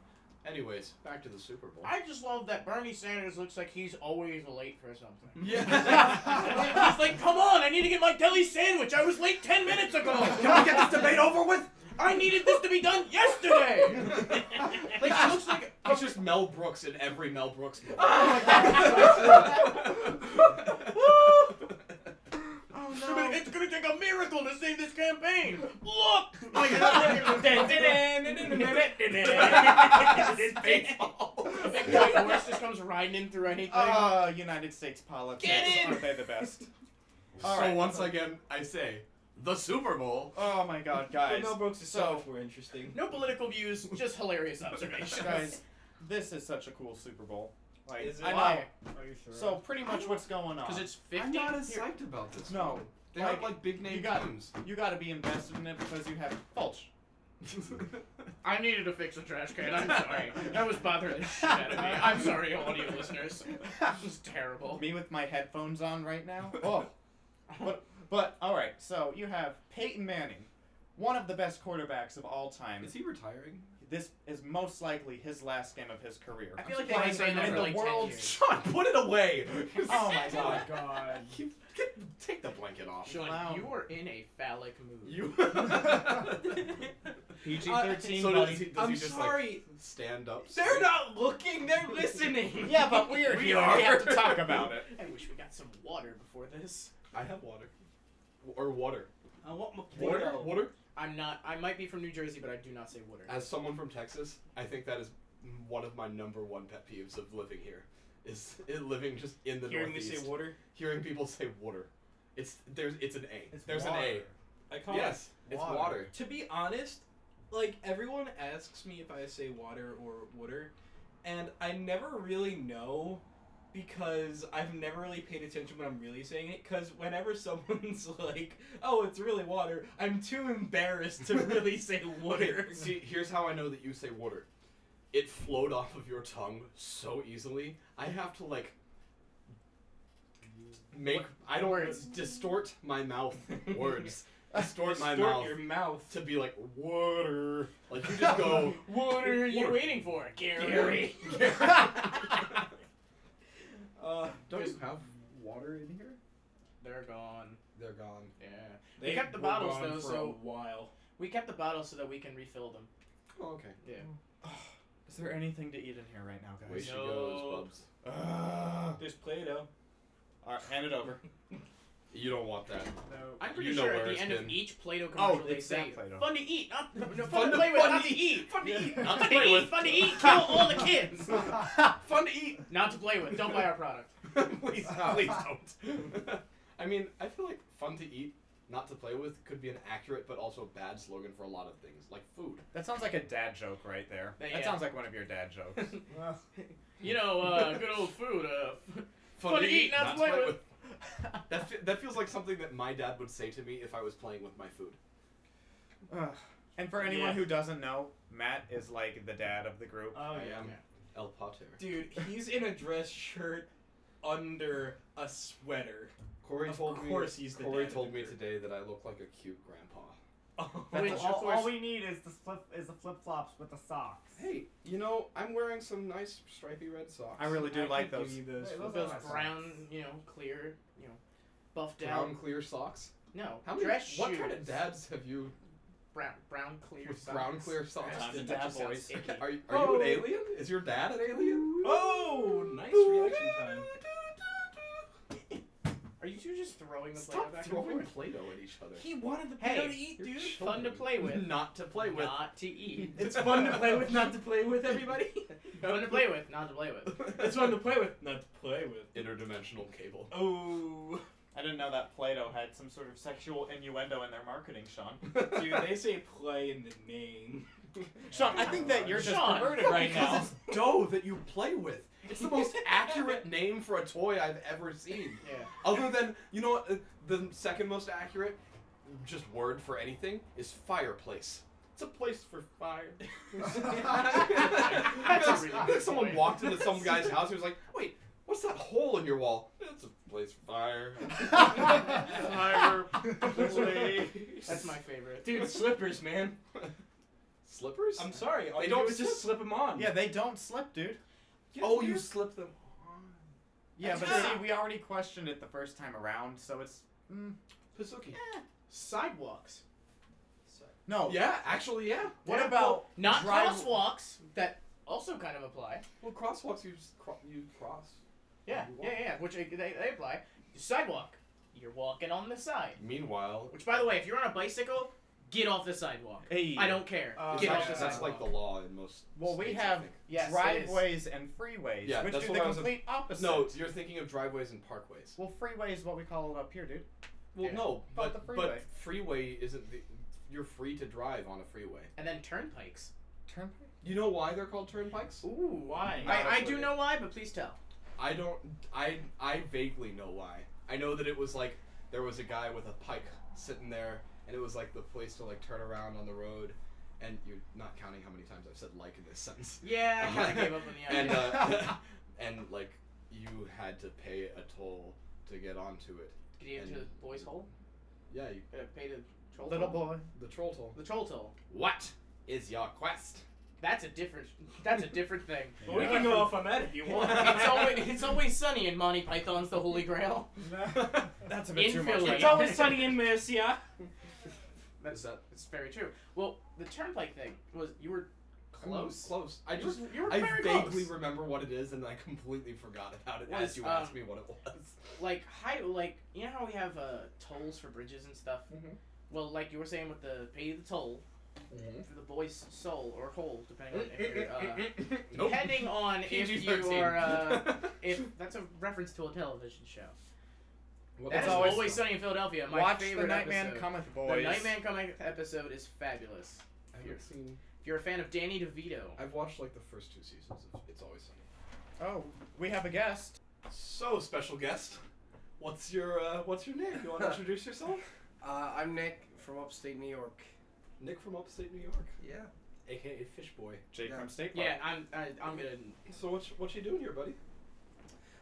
[SPEAKER 1] anyways, back to the Super Bowl. [LAUGHS]
[SPEAKER 3] I just love that Bernie Sanders looks like he's always late for something.
[SPEAKER 5] [LAUGHS]
[SPEAKER 1] yeah.
[SPEAKER 2] [LAUGHS]
[SPEAKER 3] he's like, come on, I need to get my deli sandwich. I was late 10 minutes ago.
[SPEAKER 1] Can we get this debate over with?
[SPEAKER 3] I needed this to be done
[SPEAKER 1] [LAUGHS]
[SPEAKER 3] yesterday. like, he looks like. [LAUGHS]
[SPEAKER 1] It's just Mel Brooks in every Mel Brooks movie.
[SPEAKER 3] Oh, no. It's gonna take a miracle to save this campaign.
[SPEAKER 1] Oh,
[SPEAKER 3] Look!
[SPEAKER 2] Oh,
[SPEAKER 3] Like,
[SPEAKER 1] It's baseball.
[SPEAKER 3] Big white horse just comes riding in through anything.
[SPEAKER 2] Oh, United States politics.
[SPEAKER 3] Get in!
[SPEAKER 2] Aren't they the best?
[SPEAKER 1] So once again, I say the Super Bowl.
[SPEAKER 2] Oh my God, guys.
[SPEAKER 5] Mel Brooks is so
[SPEAKER 2] so.
[SPEAKER 5] much
[SPEAKER 2] [LAUGHS]
[SPEAKER 5] more interesting. [LAUGHS]
[SPEAKER 3] no political views, just hilarious observations.
[SPEAKER 2] Guys, this is such a cool Super Bowl. Like,
[SPEAKER 5] Is it?
[SPEAKER 2] I know.
[SPEAKER 3] Why?
[SPEAKER 4] Are you sure?
[SPEAKER 2] So pretty much what's going on?
[SPEAKER 3] [LAUGHS] Because it's 50.
[SPEAKER 1] I'm not as
[SPEAKER 3] Here.
[SPEAKER 1] psyched about this.
[SPEAKER 2] No,
[SPEAKER 1] one. they
[SPEAKER 2] like,
[SPEAKER 1] have like big
[SPEAKER 2] you
[SPEAKER 1] name
[SPEAKER 2] got-
[SPEAKER 1] games.
[SPEAKER 2] you got to be invested in it because you have Fulch.
[SPEAKER 3] I needed to fix a trash can. I'm sorry. That was bothering the shit out of me. I'm sorry, audio listeners. That was terrible.
[SPEAKER 2] Me with my headphones on right now. Oh, but but all right. So you have Peyton Manning, one of the best quarterbacks of all time.
[SPEAKER 1] Is he retiring?
[SPEAKER 2] This is most likely his last game of his career.
[SPEAKER 3] I feel like they've been saying that
[SPEAKER 2] And
[SPEAKER 3] for
[SPEAKER 2] the
[SPEAKER 3] like 10
[SPEAKER 2] world's-
[SPEAKER 3] years.
[SPEAKER 1] Sean, put it away.
[SPEAKER 2] Oh [LAUGHS] my
[SPEAKER 4] Oh my
[SPEAKER 2] God.
[SPEAKER 4] god.
[SPEAKER 1] Keep- get- take the blanket off.
[SPEAKER 3] Sean,
[SPEAKER 2] Wow.
[SPEAKER 3] you are in a phallic mood.
[SPEAKER 5] [LAUGHS]
[SPEAKER 1] You.
[SPEAKER 2] PG-13,
[SPEAKER 1] so
[SPEAKER 2] buddy.
[SPEAKER 1] does he, does
[SPEAKER 5] I'm
[SPEAKER 1] he just
[SPEAKER 5] sorry.
[SPEAKER 1] like stand up?
[SPEAKER 5] Uh, They're not looking. They're listening.
[SPEAKER 2] yeah, but we're
[SPEAKER 1] We
[SPEAKER 2] here.
[SPEAKER 1] are.
[SPEAKER 2] We have to talk about it.
[SPEAKER 3] I wish we got some water before this.
[SPEAKER 1] I have water. Or water.
[SPEAKER 5] I want my
[SPEAKER 1] Water.
[SPEAKER 5] potato.
[SPEAKER 1] Water.
[SPEAKER 3] I'm not. I might be from New Jersey, but I do not say water.
[SPEAKER 1] As someone from Texas, I think that is one of my number one pet peeves of living here. Is [LAUGHS] living just in the
[SPEAKER 5] Hearing me
[SPEAKER 1] Northeast.
[SPEAKER 5] say water,
[SPEAKER 1] hearing people say water. It's there's it's an A.
[SPEAKER 4] It's
[SPEAKER 1] there's
[SPEAKER 4] water.
[SPEAKER 1] an
[SPEAKER 5] I
[SPEAKER 1] A.
[SPEAKER 5] call it
[SPEAKER 1] Yes, it's
[SPEAKER 4] Water.
[SPEAKER 1] water.
[SPEAKER 5] To be honest, like everyone asks me if I say water or water, and I never really know because I've never really paid attention when I'm really saying it. Because whenever [LAUGHS] someone's like, "Oh, it's really water," I'm too embarrassed [LAUGHS]
[SPEAKER 3] [LAUGHS]
[SPEAKER 5] to really say water.
[SPEAKER 1] Okay, see, here's how I know that you say water. It flowed off of your tongue so easily. I have to like make I don't
[SPEAKER 3] Words.
[SPEAKER 1] distort my mouth [LAUGHS] words. Distort my
[SPEAKER 5] Distort
[SPEAKER 1] mouth
[SPEAKER 5] your mouth.
[SPEAKER 1] to be like water. Like you [LAUGHS] just go
[SPEAKER 3] what are you
[SPEAKER 1] Water.
[SPEAKER 3] waiting for, Gary?
[SPEAKER 5] Gary.
[SPEAKER 3] [LAUGHS]
[SPEAKER 1] uh, don't
[SPEAKER 3] you
[SPEAKER 1] have water in here?
[SPEAKER 3] They're gone.
[SPEAKER 1] They're gone.
[SPEAKER 3] Yeah. They kept the
[SPEAKER 5] were
[SPEAKER 3] bottles,
[SPEAKER 5] gone
[SPEAKER 3] though,
[SPEAKER 5] for
[SPEAKER 3] so-
[SPEAKER 5] a while.
[SPEAKER 3] We kept the bottles so that we can refill them.
[SPEAKER 1] Oh, okay.
[SPEAKER 2] Is there anything to eat in here right now,
[SPEAKER 1] Way
[SPEAKER 2] guys?
[SPEAKER 1] she
[SPEAKER 3] No.
[SPEAKER 1] goes, Bubs.
[SPEAKER 2] Ugh.
[SPEAKER 5] There's Play-Doh.
[SPEAKER 2] all right, hand it over.
[SPEAKER 1] You don't want that.
[SPEAKER 4] No.
[SPEAKER 3] I'm pretty
[SPEAKER 1] You know
[SPEAKER 3] sure
[SPEAKER 1] where
[SPEAKER 3] at the
[SPEAKER 1] it's
[SPEAKER 3] end
[SPEAKER 1] been.
[SPEAKER 3] of each Play-Doh commercial they
[SPEAKER 2] it's
[SPEAKER 3] say,
[SPEAKER 2] that Play-Doh.
[SPEAKER 3] "Fun to eat, not no, fun,
[SPEAKER 1] Fun
[SPEAKER 3] to
[SPEAKER 1] to-
[SPEAKER 3] play with,
[SPEAKER 1] fun
[SPEAKER 3] not
[SPEAKER 1] to
[SPEAKER 3] to eat, fun to
[SPEAKER 4] Yeah.
[SPEAKER 3] eat,
[SPEAKER 4] Not
[SPEAKER 3] not
[SPEAKER 1] to
[SPEAKER 3] to
[SPEAKER 1] play
[SPEAKER 3] eat,
[SPEAKER 1] with.
[SPEAKER 3] fun to eat, kill all the
[SPEAKER 2] [LAUGHS]
[SPEAKER 3] kids,
[SPEAKER 1] Fun to eat.
[SPEAKER 3] not to play with. Don't buy our product."
[SPEAKER 1] [LAUGHS]
[SPEAKER 3] [LAUGHS]
[SPEAKER 1] please, please don't. [LAUGHS] I mean, I feel like fun to eat, not to play with, could be an accurate but also a bad slogan for a lot of things, like food.
[SPEAKER 2] That sounds like a dad joke right there.
[SPEAKER 3] Yeah.
[SPEAKER 2] That sounds like one of your dad
[SPEAKER 3] [LAUGHS]
[SPEAKER 2] jokes.
[SPEAKER 4] Well,
[SPEAKER 3] You know, uh, good old food. Uh, f- Fun to eat, not to play with.
[SPEAKER 1] That, fe- that feels like something that my dad would say to me if I was playing with my food.
[SPEAKER 2] Ugh. And for anyone
[SPEAKER 3] Yeah.
[SPEAKER 2] who doesn't know, Matt is like the dad of the group.
[SPEAKER 3] Uh,
[SPEAKER 4] oh
[SPEAKER 1] I
[SPEAKER 4] yeah.
[SPEAKER 1] am
[SPEAKER 3] yeah.
[SPEAKER 1] El Pater.
[SPEAKER 5] Dude, he's in a dress shirt under a sweater. [LAUGHS]
[SPEAKER 1] Corey
[SPEAKER 5] Of
[SPEAKER 1] told
[SPEAKER 5] course
[SPEAKER 1] me.
[SPEAKER 5] he's the
[SPEAKER 1] Corey
[SPEAKER 5] dad of
[SPEAKER 1] told
[SPEAKER 5] the
[SPEAKER 1] me
[SPEAKER 5] group.
[SPEAKER 1] today that I look like a cute grandpa.
[SPEAKER 5] Oh,
[SPEAKER 2] That's
[SPEAKER 3] Which,
[SPEAKER 2] a-
[SPEAKER 3] of
[SPEAKER 4] all,
[SPEAKER 3] course,
[SPEAKER 4] all we need is the flip is the flip flops with the socks.
[SPEAKER 1] Hey, you know I'm wearing some nice stripy red socks.
[SPEAKER 2] I really do
[SPEAKER 5] I
[SPEAKER 2] like
[SPEAKER 5] could
[SPEAKER 2] those.
[SPEAKER 5] give you
[SPEAKER 4] Hey,
[SPEAKER 5] for-
[SPEAKER 4] those
[SPEAKER 3] those
[SPEAKER 4] Nice.
[SPEAKER 3] brown, you know, clear, you know, buffed
[SPEAKER 1] brown
[SPEAKER 3] out.
[SPEAKER 1] clear socks.
[SPEAKER 3] No,
[SPEAKER 1] How many?
[SPEAKER 3] dress
[SPEAKER 1] what
[SPEAKER 3] shoes.
[SPEAKER 1] kind of dads have you
[SPEAKER 3] brown, brown clear
[SPEAKER 1] With
[SPEAKER 3] sauce.
[SPEAKER 1] brown clear sauce.
[SPEAKER 3] That's-
[SPEAKER 1] [LAUGHS]
[SPEAKER 2] Time to
[SPEAKER 3] that
[SPEAKER 2] dab,
[SPEAKER 3] just sounds
[SPEAKER 2] boys.
[SPEAKER 3] icky.
[SPEAKER 1] Are, you- are you an
[SPEAKER 5] Oh.
[SPEAKER 1] alien? Is your dad an alien?
[SPEAKER 5] Oh, nice reaction time.
[SPEAKER 3] Are you two just throwing the plate
[SPEAKER 1] Stop
[SPEAKER 3] back
[SPEAKER 1] throwing
[SPEAKER 3] and forth?
[SPEAKER 1] Play-Doh at each other.
[SPEAKER 5] He wanted the
[SPEAKER 3] Hey,
[SPEAKER 5] potato to eat,
[SPEAKER 1] You're
[SPEAKER 5] dude.
[SPEAKER 1] children.
[SPEAKER 3] Fun to
[SPEAKER 1] [LAUGHS]
[SPEAKER 3] play with.
[SPEAKER 1] Not to play with.
[SPEAKER 3] Not to eat.
[SPEAKER 5] [LAUGHS]
[SPEAKER 1] [LAUGHS]
[SPEAKER 5] It's fun to play with, not to play with, everybody.
[SPEAKER 3] fun to play with, not to play
[SPEAKER 1] [LAUGHS]
[SPEAKER 3] with.
[SPEAKER 5] [LAUGHS] it's fun to play with, not to play with.
[SPEAKER 1] Interdimensional [LAUGHS] cable.
[SPEAKER 5] Oh.
[SPEAKER 2] I didn't know that Play-Doh had some sort of sexual innuendo in their marketing, Sean.
[SPEAKER 5] Dude,
[SPEAKER 1] [LAUGHS]
[SPEAKER 5] they say play in the [LAUGHS] name.
[SPEAKER 2] Sean, I think
[SPEAKER 1] [LAUGHS]
[SPEAKER 2] that you're just
[SPEAKER 3] Sean,
[SPEAKER 2] perverted right
[SPEAKER 1] because
[SPEAKER 2] now.
[SPEAKER 1] it's dough that you play with. It's the most [LAUGHS] accurate name for a toy I've ever seen.
[SPEAKER 3] Yeah.
[SPEAKER 1] Other than, you know what, uh, the second most accurate just word for anything is fireplace. It's a place for [LAUGHS] fire. I feel
[SPEAKER 3] That's a
[SPEAKER 1] like, I
[SPEAKER 3] really
[SPEAKER 1] feel like
[SPEAKER 3] good
[SPEAKER 1] someone
[SPEAKER 3] point.
[SPEAKER 1] walked into some guy's house and was like, wait, what's that hole in your wall? It's a place for [LAUGHS] fire. [LAUGHS]
[SPEAKER 3] That's my favorite.
[SPEAKER 5] Dude, slippers, man.
[SPEAKER 1] Slippers?
[SPEAKER 5] I'm sorry. All
[SPEAKER 1] They
[SPEAKER 5] you
[SPEAKER 1] don't
[SPEAKER 5] do is just slip them on.
[SPEAKER 2] Yeah, they don't slip, dude.
[SPEAKER 1] oh, you slipped them on.
[SPEAKER 2] Yeah, but
[SPEAKER 3] Yeah.
[SPEAKER 2] see, we already questioned it the first time around, so it's mm,
[SPEAKER 1] Pisuki.
[SPEAKER 3] Sidewalks.
[SPEAKER 2] no.
[SPEAKER 1] Yeah, actually, yeah.
[SPEAKER 2] What
[SPEAKER 3] Yeah,
[SPEAKER 2] about
[SPEAKER 3] Not
[SPEAKER 2] drive-
[SPEAKER 3] crosswalks. That also kind of apply.
[SPEAKER 1] Well, crosswalks you s- cro- you cross.
[SPEAKER 3] Yeah, yeah, yeah. Which they, they apply. Sidewalk. You're walking on the side.
[SPEAKER 1] Meanwhile,
[SPEAKER 3] Which, by the way, if you're on a bicycle, get off the sidewalk.
[SPEAKER 2] Hey.
[SPEAKER 3] I don't care.
[SPEAKER 5] Uh,
[SPEAKER 3] get
[SPEAKER 5] yeah.
[SPEAKER 3] off the
[SPEAKER 1] that's,
[SPEAKER 3] sidewalk.
[SPEAKER 1] like the law in most.
[SPEAKER 2] Well, we
[SPEAKER 1] states, I
[SPEAKER 2] have
[SPEAKER 1] think.
[SPEAKER 3] Yes, it
[SPEAKER 2] driveways and freeways,
[SPEAKER 1] Yeah,
[SPEAKER 2] which
[SPEAKER 1] that's
[SPEAKER 2] do
[SPEAKER 1] what
[SPEAKER 2] the
[SPEAKER 1] I was-
[SPEAKER 2] complete opposite.
[SPEAKER 1] No, you're thinking of driveways and parkways.
[SPEAKER 2] Well, freeway is what we call it up here, dude.
[SPEAKER 1] Well,
[SPEAKER 3] Yeah.
[SPEAKER 1] no,
[SPEAKER 2] But
[SPEAKER 1] but
[SPEAKER 2] the freeway.
[SPEAKER 1] but freeway isn't. The, you're free to drive on a freeway.
[SPEAKER 3] And then turnpikes.
[SPEAKER 2] Turnpike.
[SPEAKER 1] You know why they're called turnpikes?
[SPEAKER 3] Ooh, why?
[SPEAKER 1] Not
[SPEAKER 3] I, I
[SPEAKER 1] included.
[SPEAKER 3] do know why, but please tell.
[SPEAKER 1] I don't. I I vaguely know why. I know that it was like there was a guy with a pike sitting there, and it was like the place to like turn around on the road. And you're not counting how many times I've said like in this sentence.
[SPEAKER 3] Yeah, [LAUGHS] I kind of gave up on the idea.
[SPEAKER 1] [LAUGHS] and uh,
[SPEAKER 3] [LAUGHS]
[SPEAKER 1] and like you had to pay a toll to get onto it.
[SPEAKER 3] Get you into the boys' hole?
[SPEAKER 1] Yeah, you,
[SPEAKER 3] Uh, pay the troll
[SPEAKER 2] Little
[SPEAKER 3] toll?
[SPEAKER 2] boy.
[SPEAKER 1] the troll toll.
[SPEAKER 3] The troll toll.
[SPEAKER 1] What is your quest?
[SPEAKER 3] That's a different. That's a different thing. [LAUGHS]
[SPEAKER 2] Yeah.
[SPEAKER 5] We can go off on that if you [LAUGHS] want.
[SPEAKER 3] it's, always, it's always sunny in Monty Python's The Holy Grail.
[SPEAKER 2] That's a
[SPEAKER 3] bit too much.
[SPEAKER 5] It's always sunny in Mercia.
[SPEAKER 1] That's that
[SPEAKER 3] It's very true. Well, the turnpike thing was you were close.
[SPEAKER 1] Close. I
[SPEAKER 3] You
[SPEAKER 1] just
[SPEAKER 3] were- you were
[SPEAKER 1] I
[SPEAKER 3] very
[SPEAKER 1] vaguely
[SPEAKER 3] close.
[SPEAKER 1] remember what it is, and I completely forgot about it
[SPEAKER 3] Was,
[SPEAKER 1] as you
[SPEAKER 3] um,
[SPEAKER 1] asked me what it was. [LAUGHS]
[SPEAKER 3] like high like you know how we have uh, tolls for bridges and stuff
[SPEAKER 1] Mhm.
[SPEAKER 3] well like you were saying with the pay the toll
[SPEAKER 1] Mm-hmm.
[SPEAKER 3] for the boy's soul or hole depending on if you're uh,
[SPEAKER 1] Nope. [LAUGHS]
[SPEAKER 3] depending [LAUGHS] on if
[SPEAKER 1] PG-13.
[SPEAKER 3] you are [LAUGHS] uh,
[SPEAKER 1] [LAUGHS]
[SPEAKER 3] if that's a reference to a television show
[SPEAKER 1] What
[SPEAKER 3] that's
[SPEAKER 1] was
[SPEAKER 3] always,
[SPEAKER 2] always-
[SPEAKER 3] sunny in philadelphia my
[SPEAKER 2] Watch
[SPEAKER 3] favorite
[SPEAKER 2] the Nightman
[SPEAKER 3] episode.
[SPEAKER 2] Cometh, boys.
[SPEAKER 3] the nightman coming episode is fabulous
[SPEAKER 1] I haven't seen.
[SPEAKER 3] if you're a fan of danny devito
[SPEAKER 1] I've watched like the first two seasons of It's Always Sunny.
[SPEAKER 2] Oh, we have a guest.
[SPEAKER 1] So special guest, what's your uh, what's your name? You want to introduce [LAUGHS] yourself?
[SPEAKER 6] Uh, I'm Nick from upstate New York.
[SPEAKER 1] Nick from upstate New York,
[SPEAKER 6] Yeah.
[SPEAKER 1] aka Fish Boy.
[SPEAKER 2] Jake
[SPEAKER 6] Yeah.
[SPEAKER 2] from State Park.
[SPEAKER 3] yeah i'm I, i'm gonna
[SPEAKER 1] So what you- what you doing here, buddy?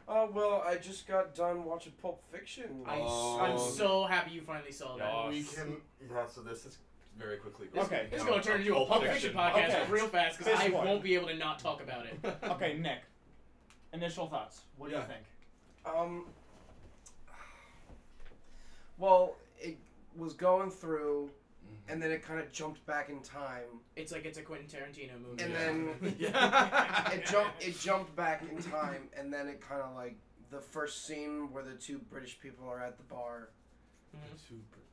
[SPEAKER 6] Uh, well, I just got done watching Pulp Fiction.
[SPEAKER 3] I,
[SPEAKER 2] Oh.
[SPEAKER 1] Um,
[SPEAKER 3] am so happy you finally saw
[SPEAKER 2] Yes.
[SPEAKER 3] that
[SPEAKER 1] We can yeah. So this is very quickly.
[SPEAKER 2] going- Okay.
[SPEAKER 3] It's going to turn into a Pulp Fiction podcast
[SPEAKER 2] Okay.
[SPEAKER 3] real fast because
[SPEAKER 2] This
[SPEAKER 3] I
[SPEAKER 2] one.
[SPEAKER 3] won't be able to not talk about it.
[SPEAKER 2] Okay, Nick. Initial thoughts. What do
[SPEAKER 1] Yeah.
[SPEAKER 2] you think?
[SPEAKER 6] Um. Well, it was going through, and then it kind of jumped back in time.
[SPEAKER 3] It's like it's a Quentin Tarantino movie.
[SPEAKER 6] And then-
[SPEAKER 1] [LAUGHS]
[SPEAKER 5] [LAUGHS]
[SPEAKER 3] [LAUGHS]
[SPEAKER 1] Yeah.
[SPEAKER 6] It jumped. It jumped back in time, and then it kind of like the first scene where the two British people are at the bar.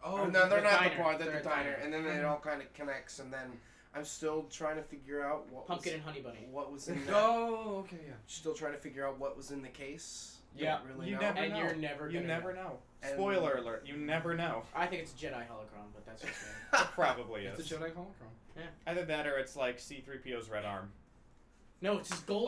[SPEAKER 3] Oh,
[SPEAKER 6] no,
[SPEAKER 3] the
[SPEAKER 6] they're not at
[SPEAKER 3] diner.
[SPEAKER 6] the bar. They're,
[SPEAKER 3] They're
[SPEAKER 6] at the
[SPEAKER 3] at
[SPEAKER 6] diner,
[SPEAKER 3] diner.
[SPEAKER 6] and then it all kind of connects. And then I'm still trying to figure out what
[SPEAKER 3] Pumpkin and Honey Bunny.
[SPEAKER 6] was what
[SPEAKER 1] [LAUGHS]
[SPEAKER 6] was in that.
[SPEAKER 1] oh, okay, yeah.
[SPEAKER 6] Still trying to figure out what was in the case.
[SPEAKER 2] Yeah.
[SPEAKER 6] Don't really
[SPEAKER 2] You
[SPEAKER 6] know.
[SPEAKER 2] never
[SPEAKER 6] [LAUGHS]
[SPEAKER 3] And
[SPEAKER 2] know.
[SPEAKER 3] you're never
[SPEAKER 2] You
[SPEAKER 3] gonna
[SPEAKER 2] never
[SPEAKER 3] know.
[SPEAKER 2] know.
[SPEAKER 6] And-
[SPEAKER 2] Spoiler alert. You
[SPEAKER 1] [LAUGHS]
[SPEAKER 2] never know.
[SPEAKER 3] I think it's a Jedi holocron, but that's just me.
[SPEAKER 6] [LAUGHS]
[SPEAKER 2] Probably
[SPEAKER 1] It's
[SPEAKER 2] is.
[SPEAKER 1] a Jedi holocron.
[SPEAKER 2] Either that or it's like C-3PO's red arm.
[SPEAKER 3] No, it's his gold.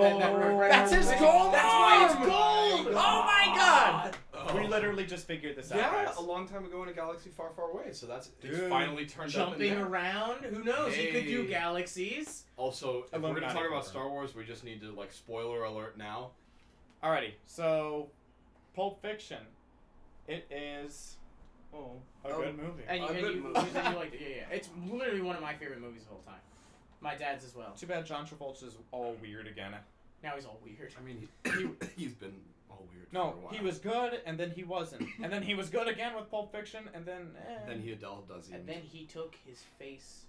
[SPEAKER 3] arm. That- that- that-
[SPEAKER 6] That's his gold
[SPEAKER 3] That's why it's
[SPEAKER 6] arm!
[SPEAKER 3] gold.
[SPEAKER 2] Oh my God. We
[SPEAKER 1] Oh.
[SPEAKER 2] literally just figured this out.
[SPEAKER 1] Yeah,
[SPEAKER 2] guys.
[SPEAKER 1] a long time ago in a galaxy far, far away. So that's it's
[SPEAKER 2] Dude.
[SPEAKER 1] finally turned up. In
[SPEAKER 3] Jumping
[SPEAKER 1] there.
[SPEAKER 3] around. Who knows? He could do
[SPEAKER 1] Hey.
[SPEAKER 3] galaxies.
[SPEAKER 1] Also, if we're gonna
[SPEAKER 2] Illuminati
[SPEAKER 1] talk about
[SPEAKER 2] cover.
[SPEAKER 1] Star Wars, we just need to like spoiler alert now.
[SPEAKER 2] Alrighty, so Pulp Fiction. It is
[SPEAKER 5] Oh.
[SPEAKER 2] a
[SPEAKER 6] Oh,
[SPEAKER 2] good movie.
[SPEAKER 3] And you,
[SPEAKER 6] A
[SPEAKER 3] and
[SPEAKER 6] good
[SPEAKER 3] you,
[SPEAKER 6] movie.
[SPEAKER 3] and you like, yeah, yeah. It's literally one of my favorite movies of all time. My dad's as well.
[SPEAKER 2] Too bad John Travolta's all weird again.
[SPEAKER 3] Now he's all weird.
[SPEAKER 1] I
[SPEAKER 3] [COUGHS]
[SPEAKER 1] mean, he, [COUGHS] he's been all weird.
[SPEAKER 2] No,
[SPEAKER 1] for a while.
[SPEAKER 2] he was good, and then he wasn't, and then he was good again with Pulp Fiction, and then. Eh.
[SPEAKER 1] Then he adult does
[SPEAKER 3] And then he took his face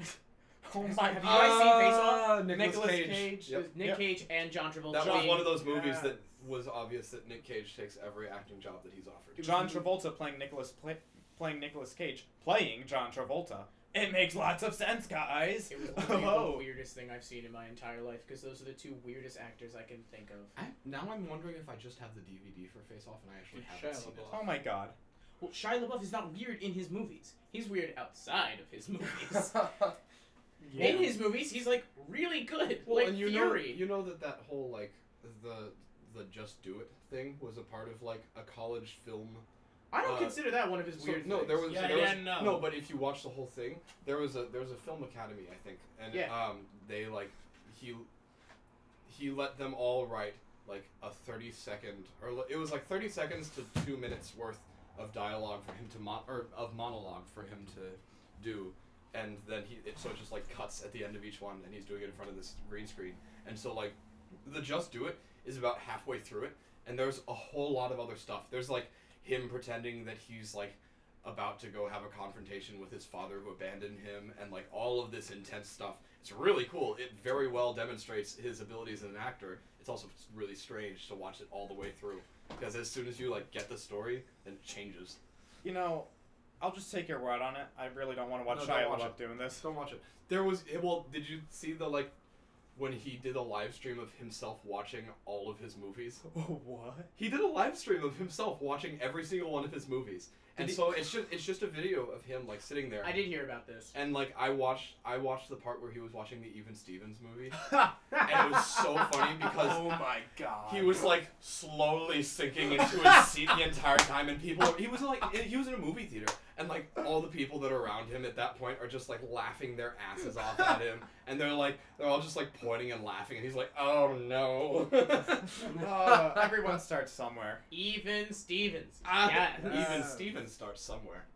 [SPEAKER 3] off.
[SPEAKER 2] Oh
[SPEAKER 3] Have
[SPEAKER 2] my
[SPEAKER 3] you
[SPEAKER 2] God.
[SPEAKER 3] guys seen Face Off?
[SPEAKER 1] Ah, Uh, Nicolas
[SPEAKER 2] Uh, Nicolas
[SPEAKER 1] Cage.
[SPEAKER 2] Cage.
[SPEAKER 1] Yep.
[SPEAKER 3] Nick
[SPEAKER 2] Yep.
[SPEAKER 3] Cage and John Travolta.
[SPEAKER 1] That was
[SPEAKER 3] being-
[SPEAKER 1] one of those movies
[SPEAKER 4] Yeah.
[SPEAKER 1] that was obvious that Nick Cage takes every acting job that he's offered.
[SPEAKER 2] John Travolta playing Nicholas pla playing Nicholas Cage playing John Travolta. It makes lots of sense, guys. [LAUGHS]
[SPEAKER 3] It was literally the
[SPEAKER 2] Oh,
[SPEAKER 3] weirdest thing I've seen in my entire life because those are the two weirdest actors I can think of.
[SPEAKER 1] I, now I'm wondering if I just have the DVD for Face Off and I actually
[SPEAKER 5] Dude,
[SPEAKER 1] haven't
[SPEAKER 5] Shia
[SPEAKER 1] seen it.
[SPEAKER 5] LaBeouf.
[SPEAKER 2] oh my God.
[SPEAKER 3] Well, Shia LaBeouf is not weird in his movies. He's weird outside of his [LAUGHS] movies. In his movies, he's like really good, like
[SPEAKER 1] and you
[SPEAKER 3] Fury.
[SPEAKER 1] know, you know that that whole like the the just do it thing was a part of like a college film.
[SPEAKER 3] I don't
[SPEAKER 1] uh,
[SPEAKER 3] consider that one of his
[SPEAKER 1] So,
[SPEAKER 3] weird.
[SPEAKER 1] no, there
[SPEAKER 3] things.
[SPEAKER 1] was
[SPEAKER 4] Yeah,
[SPEAKER 1] there was,
[SPEAKER 4] yeah, no.
[SPEAKER 1] no, but if you watch the whole thing, there was a there was a film academy I think, and
[SPEAKER 3] Yeah.
[SPEAKER 1] um they like he he let them all write like a thirty second or li- it was like thirty seconds to two minutes worth of dialogue for him to mon- or of monologue for him to do. And then he, it, so it just like cuts at the end of each one, and he's doing it in front of this green screen. And so like, the Just Do It is about halfway through it, and there's a whole lot of other stuff. There's like him pretending that he's like about to go have a confrontation with his father who abandoned him, and like all of this intense stuff. It's really cool. It very well demonstrates his abilities as an actor. It's also really strange to watch it all the way through because as soon as you like get the story, then it changes.
[SPEAKER 2] You know, I'll just take your word on it. I really don't want to watch
[SPEAKER 1] No,
[SPEAKER 2] Shia
[SPEAKER 1] don't watch
[SPEAKER 2] LaBeouf
[SPEAKER 1] [LAUGHS]
[SPEAKER 2] doing this.
[SPEAKER 1] Don't watch it. There was eh, well, did you see the like when he did a live stream of himself watching all of his movies?
[SPEAKER 2] what?
[SPEAKER 1] He did a live stream of himself watching every single one of his movies, and
[SPEAKER 3] Did he-
[SPEAKER 1] so it's just it's just a video of him like sitting there.
[SPEAKER 3] I did hear about this.
[SPEAKER 1] and like I watched, I watched the part where he was watching the Even Stevens
[SPEAKER 4] [LAUGHS]
[SPEAKER 1] movie, and it was so funny because
[SPEAKER 4] oh my god.
[SPEAKER 1] he was like slowly sinking into
[SPEAKER 4] [LAUGHS]
[SPEAKER 1] his seat the entire time, and people he was like he was in a movie theater, and like all the people that are around him at that point are just like laughing their asses off at him, and they're like they're all just like pointing and laughing, and he's like, oh no, [LAUGHS]
[SPEAKER 2] Uh, everyone starts somewhere.
[SPEAKER 3] [LAUGHS] Even Stevens.
[SPEAKER 1] Ah,
[SPEAKER 3] yes.
[SPEAKER 1] Even
[SPEAKER 4] Uh.
[SPEAKER 1] Stevens starts somewhere.